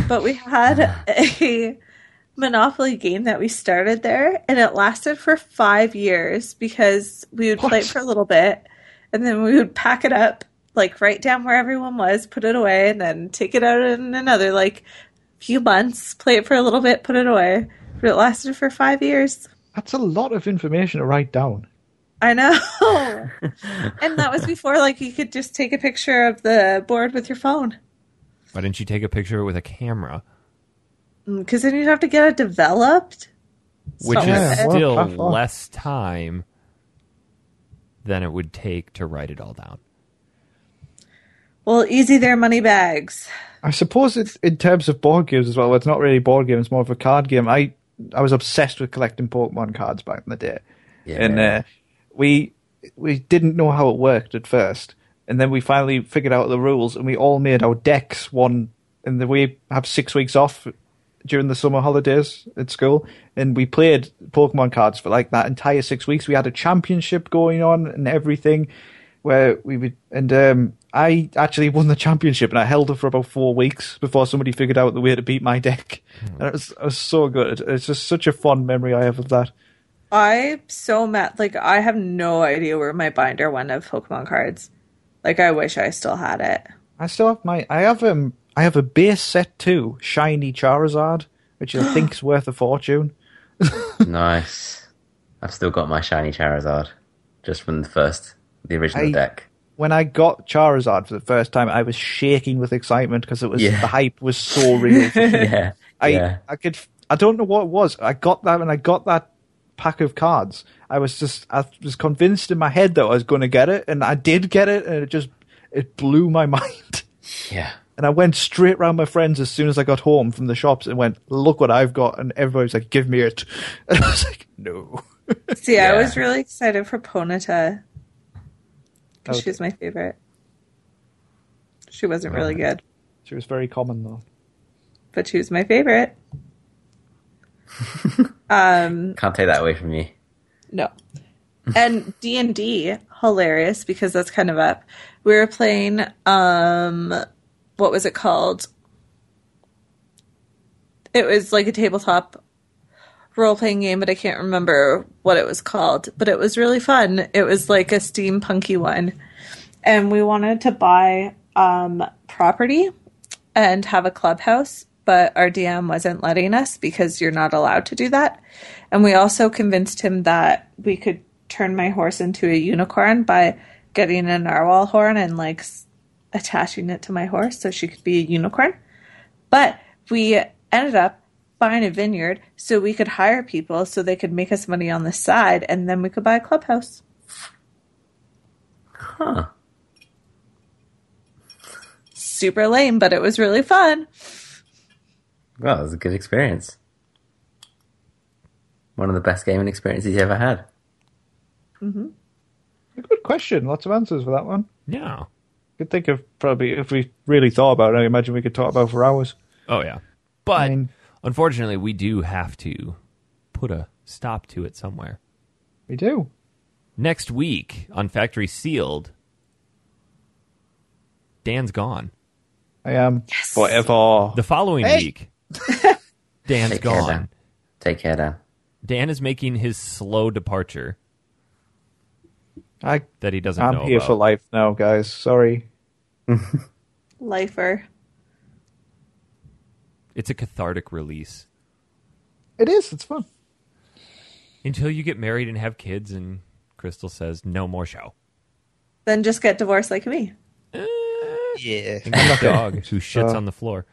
[SPEAKER 4] But we had a Monopoly game that we started there, and it lasted for five years because we would play it for a little bit, and then we would pack it up, like write down where everyone was, put it away, and then take it out in another like few months, play it for a little bit, put it away. But it lasted for five years.
[SPEAKER 3] That's a lot of information to write down.
[SPEAKER 4] I know. and that was before like you could just take a picture of the board with your phone.
[SPEAKER 1] Why didn't you take a picture with a camera?
[SPEAKER 4] Because then you'd have to get it developed.
[SPEAKER 1] Which is
[SPEAKER 4] Something like
[SPEAKER 3] Yeah,
[SPEAKER 4] that.
[SPEAKER 3] well,
[SPEAKER 1] still
[SPEAKER 3] tough one.
[SPEAKER 1] less time than it would take to write it all down.
[SPEAKER 4] well, easy there, money bags.
[SPEAKER 3] I suppose it's in terms of board games as well. It's not really a board game; it's more of a card game. I I was obsessed with collecting Pokemon cards back in the day,
[SPEAKER 2] Yeah.
[SPEAKER 3] and uh, we we didn't know how it worked at first, and then we finally figured out the rules, and we all made our decks. One, and then we have six weeks off during the summer holidays at school, and we played Pokemon cards for like that entire six weeks. We had a championship going on and everything, where we would and um I actually won the championship and I held it for about four weeks before somebody figured out the way to beat my deck. And it was, it was so good. It's just such a fond memory I have of that.
[SPEAKER 4] I'm so mad. Like, I have no idea where my binder went of Pokemon cards. Like, I wish I still had it.
[SPEAKER 3] I still have my I have um I have a base set too, shiny Charizard, which I think is worth a fortune.
[SPEAKER 2] nice. I've still got my shiny Charizard, just from the first, the original
[SPEAKER 3] I-
[SPEAKER 2] deck.
[SPEAKER 3] When I got Charizard for the first time, I was shaking with excitement because it was
[SPEAKER 2] Yeah.
[SPEAKER 3] the hype was so real.
[SPEAKER 2] Yeah,
[SPEAKER 3] I
[SPEAKER 2] yeah.
[SPEAKER 3] I could f- I don't know what it was. I got that when I got that pack of cards. I was just I was convinced in my head that I was going to get it, and I did get it, and it just it blew my mind.
[SPEAKER 2] Yeah.
[SPEAKER 3] And I went straight round my friends as soon as I got home from the shops and went, "Look what I've got!" And everybody was like, "Give me it," and I was like, "No."
[SPEAKER 4] See,
[SPEAKER 2] Yeah.
[SPEAKER 4] I was really excited for Ponita. Because
[SPEAKER 3] Okay.
[SPEAKER 4] she was my favorite. She wasn't really good,
[SPEAKER 3] She was very common though.
[SPEAKER 4] but she was my favorite. um,
[SPEAKER 2] Can't take that away from you.
[SPEAKER 4] No. And D and D hilarious because that's kind of up. We were playing um what was it called? It was like a tabletop role playing game, but I can't remember what it was called. But it was really fun. It was like a steampunky one. And we wanted to buy um property and have a clubhouse, but our DM wasn't letting us because you're not allowed to do that. And we also convinced him that we could turn my horse into a unicorn by getting a narwhal horn and like s- attaching it to my horse so she could be a unicorn. But we ended up buying a vineyard so we could hire people so they could make us money on the side and then we could buy a clubhouse.
[SPEAKER 2] Huh.
[SPEAKER 4] Super lame, but it was really fun.
[SPEAKER 2] Well, it was a good experience. One of the best gaming experiences you ever had.
[SPEAKER 3] Good question. Lots of answers for that one.
[SPEAKER 1] No.
[SPEAKER 3] Could think of probably if we really thought about it. I imagine we could talk about it for hours.
[SPEAKER 1] Oh yeah. But
[SPEAKER 3] I mean-
[SPEAKER 1] unfortunately, we do have to put a stop to it somewhere.
[SPEAKER 3] We do.
[SPEAKER 1] Next week on Factory Sealed, Dan's gone.
[SPEAKER 3] I am forever.
[SPEAKER 1] The following
[SPEAKER 3] Hey!
[SPEAKER 1] week, Dan's
[SPEAKER 2] Take care,
[SPEAKER 1] gone.
[SPEAKER 2] Dan. Take care, Dan.
[SPEAKER 1] Dan is making his slow departure
[SPEAKER 3] I
[SPEAKER 1] that he doesn't know
[SPEAKER 3] I'm here
[SPEAKER 1] about.
[SPEAKER 3] for life now, guys. Sorry.
[SPEAKER 4] Lifer.
[SPEAKER 1] it's a cathartic release
[SPEAKER 3] It is. It's fun.
[SPEAKER 1] until you get married and have kids. And Crystal says, "No more show."
[SPEAKER 4] Then just get divorced like me.
[SPEAKER 3] Yeah.
[SPEAKER 1] And get a dog who shits
[SPEAKER 3] Uh,
[SPEAKER 1] on the floor.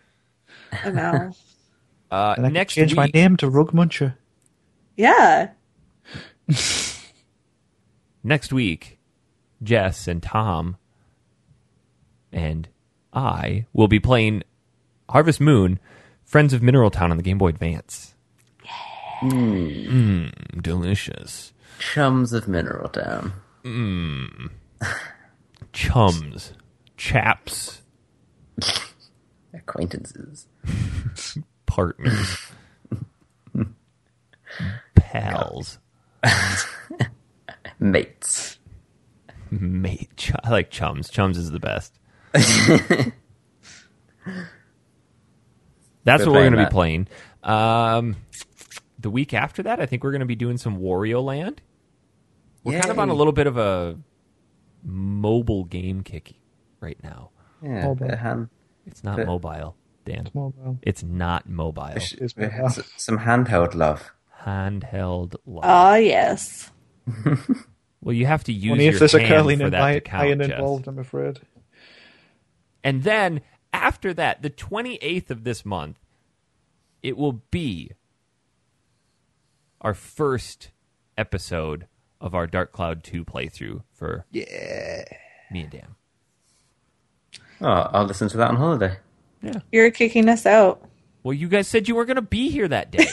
[SPEAKER 4] I know.
[SPEAKER 1] Uh,
[SPEAKER 3] And I can
[SPEAKER 1] next
[SPEAKER 3] change
[SPEAKER 1] week,
[SPEAKER 3] my name to Rug Muncher.
[SPEAKER 4] yeah.
[SPEAKER 1] Next week, Jess and Tom and I will be playing Harvest Moon, Friends of Mineral Town on the Game Boy Advance. Mm, delicious.
[SPEAKER 2] Chums of Mineral Town.
[SPEAKER 1] Chums. Chaps.
[SPEAKER 2] Acquaintances.
[SPEAKER 1] partners, pals,
[SPEAKER 2] Mates.
[SPEAKER 1] mate. Ch- I like chums. Chums is the best. That's
[SPEAKER 2] We're
[SPEAKER 1] what we're
[SPEAKER 2] playing
[SPEAKER 1] going to be
[SPEAKER 2] that.
[SPEAKER 1] playing. Um, the week after that, I think we're going to be doing some Wario Land. We're kind of on a little bit of a mobile game kick right now.
[SPEAKER 2] Yeah,
[SPEAKER 3] Hold on.
[SPEAKER 2] bit of hand-
[SPEAKER 1] It's not
[SPEAKER 2] But-
[SPEAKER 1] mobile, Dan.
[SPEAKER 3] Mobile.
[SPEAKER 1] It's not mobile.
[SPEAKER 3] It's
[SPEAKER 2] bit of
[SPEAKER 3] mobile.
[SPEAKER 2] hand- some handheld love.
[SPEAKER 1] Handheld. live.
[SPEAKER 3] Uh,
[SPEAKER 4] Ah, yes.
[SPEAKER 1] Well, you have to use
[SPEAKER 3] Only if
[SPEAKER 1] your
[SPEAKER 3] there's a
[SPEAKER 1] hand
[SPEAKER 3] curling
[SPEAKER 1] for
[SPEAKER 3] and
[SPEAKER 1] that to
[SPEAKER 3] iron,
[SPEAKER 1] count,
[SPEAKER 3] iron
[SPEAKER 1] Jess.
[SPEAKER 3] involved, I'm afraid.
[SPEAKER 1] And then after that, the 28th of this month, it will be our first episode of our Dark Cloud 2 playthrough for yeah. me and Dan.
[SPEAKER 2] Oh, I'll listen to that on holiday.
[SPEAKER 4] You're kicking us out.
[SPEAKER 1] Well, you guys said you weren't going to be here that day.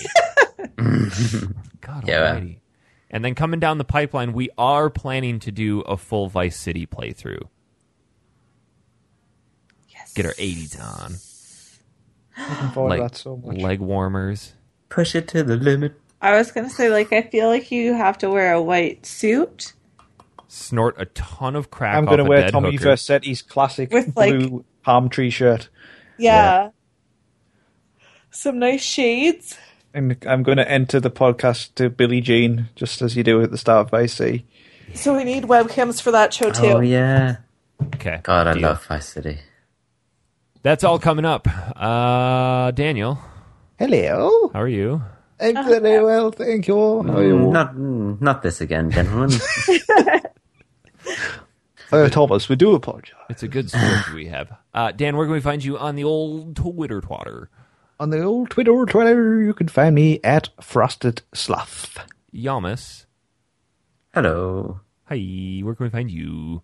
[SPEAKER 1] God
[SPEAKER 2] Yeah.
[SPEAKER 1] almighty. And then coming down the pipeline, we are planning to do a full Vice City playthrough.
[SPEAKER 4] Yes.
[SPEAKER 1] Get our 80s on.
[SPEAKER 3] Looking forward
[SPEAKER 1] Like,
[SPEAKER 3] to that so much.
[SPEAKER 1] leg warmers.
[SPEAKER 2] Push it to the limit.
[SPEAKER 4] I was gonna say, like, I feel like you have to wear a white suit
[SPEAKER 1] Snort a ton of crack
[SPEAKER 3] I'm
[SPEAKER 1] off
[SPEAKER 3] going to
[SPEAKER 1] a
[SPEAKER 3] wear
[SPEAKER 1] dead
[SPEAKER 3] Tommy
[SPEAKER 1] hooker.
[SPEAKER 3] Vercetti's classic
[SPEAKER 4] With, like-
[SPEAKER 3] blue palm tree shirt.
[SPEAKER 4] Yeah. Some nice shades.
[SPEAKER 3] And I'm going to enter the podcast to Billie Jean, just as you do at the start of IC.
[SPEAKER 4] So we need webcams for that show too.
[SPEAKER 2] Oh yeah.
[SPEAKER 1] Okay.
[SPEAKER 2] God, I
[SPEAKER 1] Deal.
[SPEAKER 2] love Vice City.
[SPEAKER 1] That's all coming up. Uh, Daniel,
[SPEAKER 3] Hello.
[SPEAKER 1] how are you?
[SPEAKER 3] I'm
[SPEAKER 4] Oh,
[SPEAKER 3] very well, thank you. Oh, How
[SPEAKER 2] Not, mm, not this again, gentlemen.
[SPEAKER 3] Uh, Thomas, we do apologize.
[SPEAKER 1] It's a good source we have. Uh, Dan, where can we find you on the old Twitter twatter?
[SPEAKER 3] On the old Twitter, Twitter, you can find me at Frosted Sloth.
[SPEAKER 1] Yamas.
[SPEAKER 2] Hello.
[SPEAKER 1] Hi, where can we find you?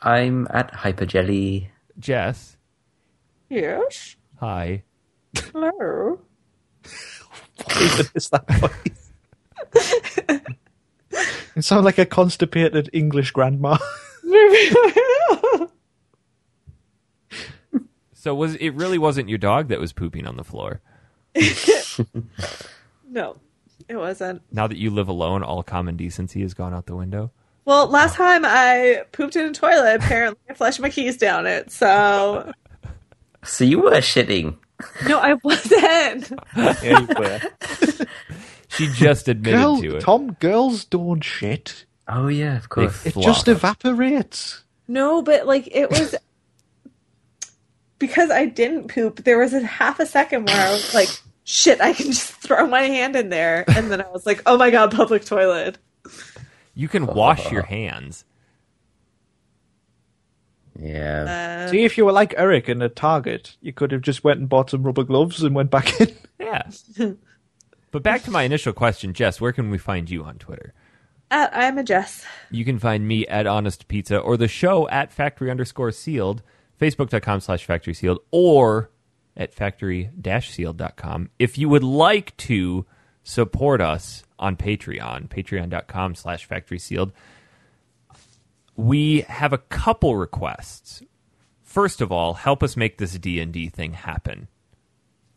[SPEAKER 2] I'm at Hyperjelly.
[SPEAKER 1] Jess.
[SPEAKER 4] Yes.
[SPEAKER 1] Hi.
[SPEAKER 4] Hello.
[SPEAKER 3] Even is that voice? it sounds like a constipated English grandma.
[SPEAKER 1] So was it really wasn't your dog that was pooping on the floor?
[SPEAKER 4] no, it wasn't.
[SPEAKER 1] Now that you live alone, all common decency has gone out the window.
[SPEAKER 4] Well, last time I pooped in a toilet. Apparently, I flushed my keys down it. So
[SPEAKER 2] So you were shitting.
[SPEAKER 4] no, I wasn't.
[SPEAKER 1] She just admitted
[SPEAKER 3] Girl,
[SPEAKER 1] to it.
[SPEAKER 3] Tom, girls don't shit.
[SPEAKER 2] Oh yeah, of
[SPEAKER 1] They
[SPEAKER 2] course.
[SPEAKER 3] It
[SPEAKER 1] fluff.
[SPEAKER 3] just evaporates.
[SPEAKER 4] No, but like it was because I didn't poop. There was a half a second where I was like, "Shit, I can just throw my hand in there," and then I was like, "Oh my god, public toilet."
[SPEAKER 1] you can wash your hands.
[SPEAKER 2] Yeah.
[SPEAKER 4] Uh,
[SPEAKER 3] See, if you were like Eric in a Target, you could have just went and bought some rubber gloves and went back in.
[SPEAKER 1] Yeah. But back to my initial question, Jess, where can we find you on Twitter?
[SPEAKER 4] at Uh, I'm a Jess.
[SPEAKER 1] You can find me at Honest Pizza or the show at factory underscore sealed, facebook.com slash factory sealed, or at factory dash sealed.com. If you would like to support us on Patreon, patreon.com slash factory sealed, we have a couple requests. First of all, help us make this D&D thing happen.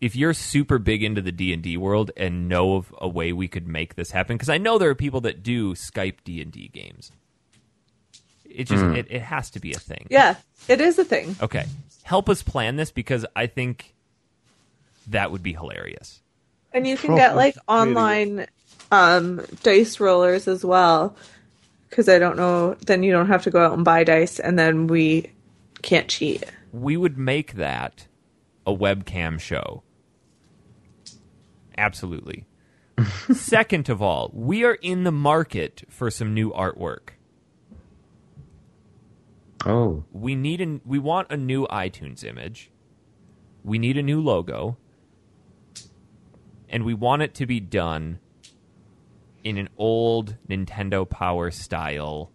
[SPEAKER 1] If you're super big into the D&D world and know of a way we could make this happen because I know there are people that do Skype D&D games. It just it, it has to be a thing.
[SPEAKER 4] Yeah, it is a thing.
[SPEAKER 1] Okay. Help us plan this because I think that would be hilarious.
[SPEAKER 4] And you can
[SPEAKER 3] Probably
[SPEAKER 4] get like
[SPEAKER 3] really-
[SPEAKER 4] online um, dice rollers as well. Because I don't know, then you don't have to go out and buy dice, and then we can't cheat.
[SPEAKER 1] We would make that a webcam show. Absolutely. Second of all, we are in the market for some new artwork.
[SPEAKER 2] Oh.
[SPEAKER 1] we need an we want a new iTunes image. We need a new logo. And we want it to be done in an old Nintendo Power style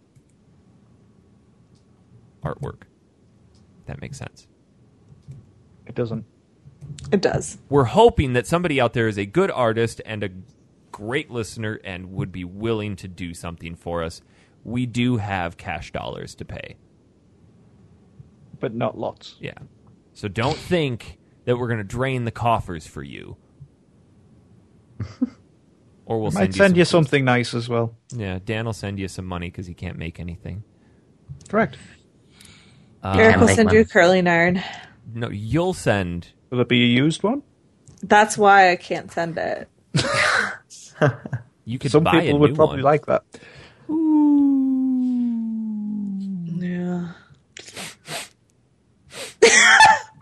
[SPEAKER 1] artwork. That makes sense.
[SPEAKER 3] It doesn't.
[SPEAKER 4] It does.
[SPEAKER 1] We're hoping that somebody out there is a good artist and a great listener and would be willing to do something for us. We do have cash dollars to pay.
[SPEAKER 3] But not lots.
[SPEAKER 1] Yeah. So don't think that we're going to drain the coffers for you. or we'll
[SPEAKER 3] Might
[SPEAKER 1] send,
[SPEAKER 3] send you
[SPEAKER 1] some,
[SPEAKER 3] something nice as well.
[SPEAKER 1] Yeah, Dan will send you some money because he can't make anything.
[SPEAKER 3] Correct.
[SPEAKER 4] Eric will
[SPEAKER 2] make
[SPEAKER 4] send
[SPEAKER 2] one.
[SPEAKER 4] you a curling iron.
[SPEAKER 1] No, you'll send.
[SPEAKER 3] Will it be a used one?
[SPEAKER 4] That's why I can't send it.
[SPEAKER 1] You could
[SPEAKER 3] Some
[SPEAKER 1] buy a
[SPEAKER 3] people would
[SPEAKER 1] new one.
[SPEAKER 3] probably like that.
[SPEAKER 4] Yeah.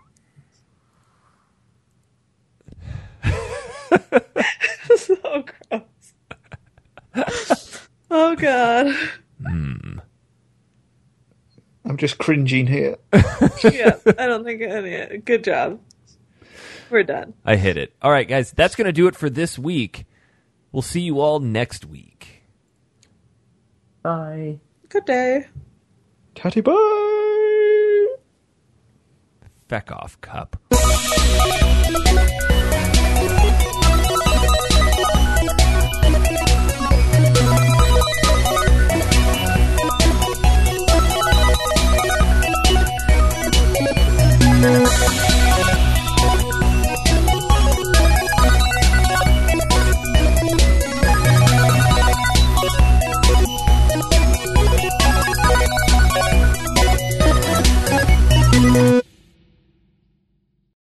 [SPEAKER 4] so gross. Oh god.
[SPEAKER 3] I'm just cringing here.
[SPEAKER 4] Yeah, I don't think any. Good job. We're done.
[SPEAKER 1] I hit it. All right, guys, that's going to do it for this week. We'll see you all next week.
[SPEAKER 2] Bye.
[SPEAKER 4] Good day.
[SPEAKER 3] Tatty bye!
[SPEAKER 1] Feck off, cup.
[SPEAKER 5] Thank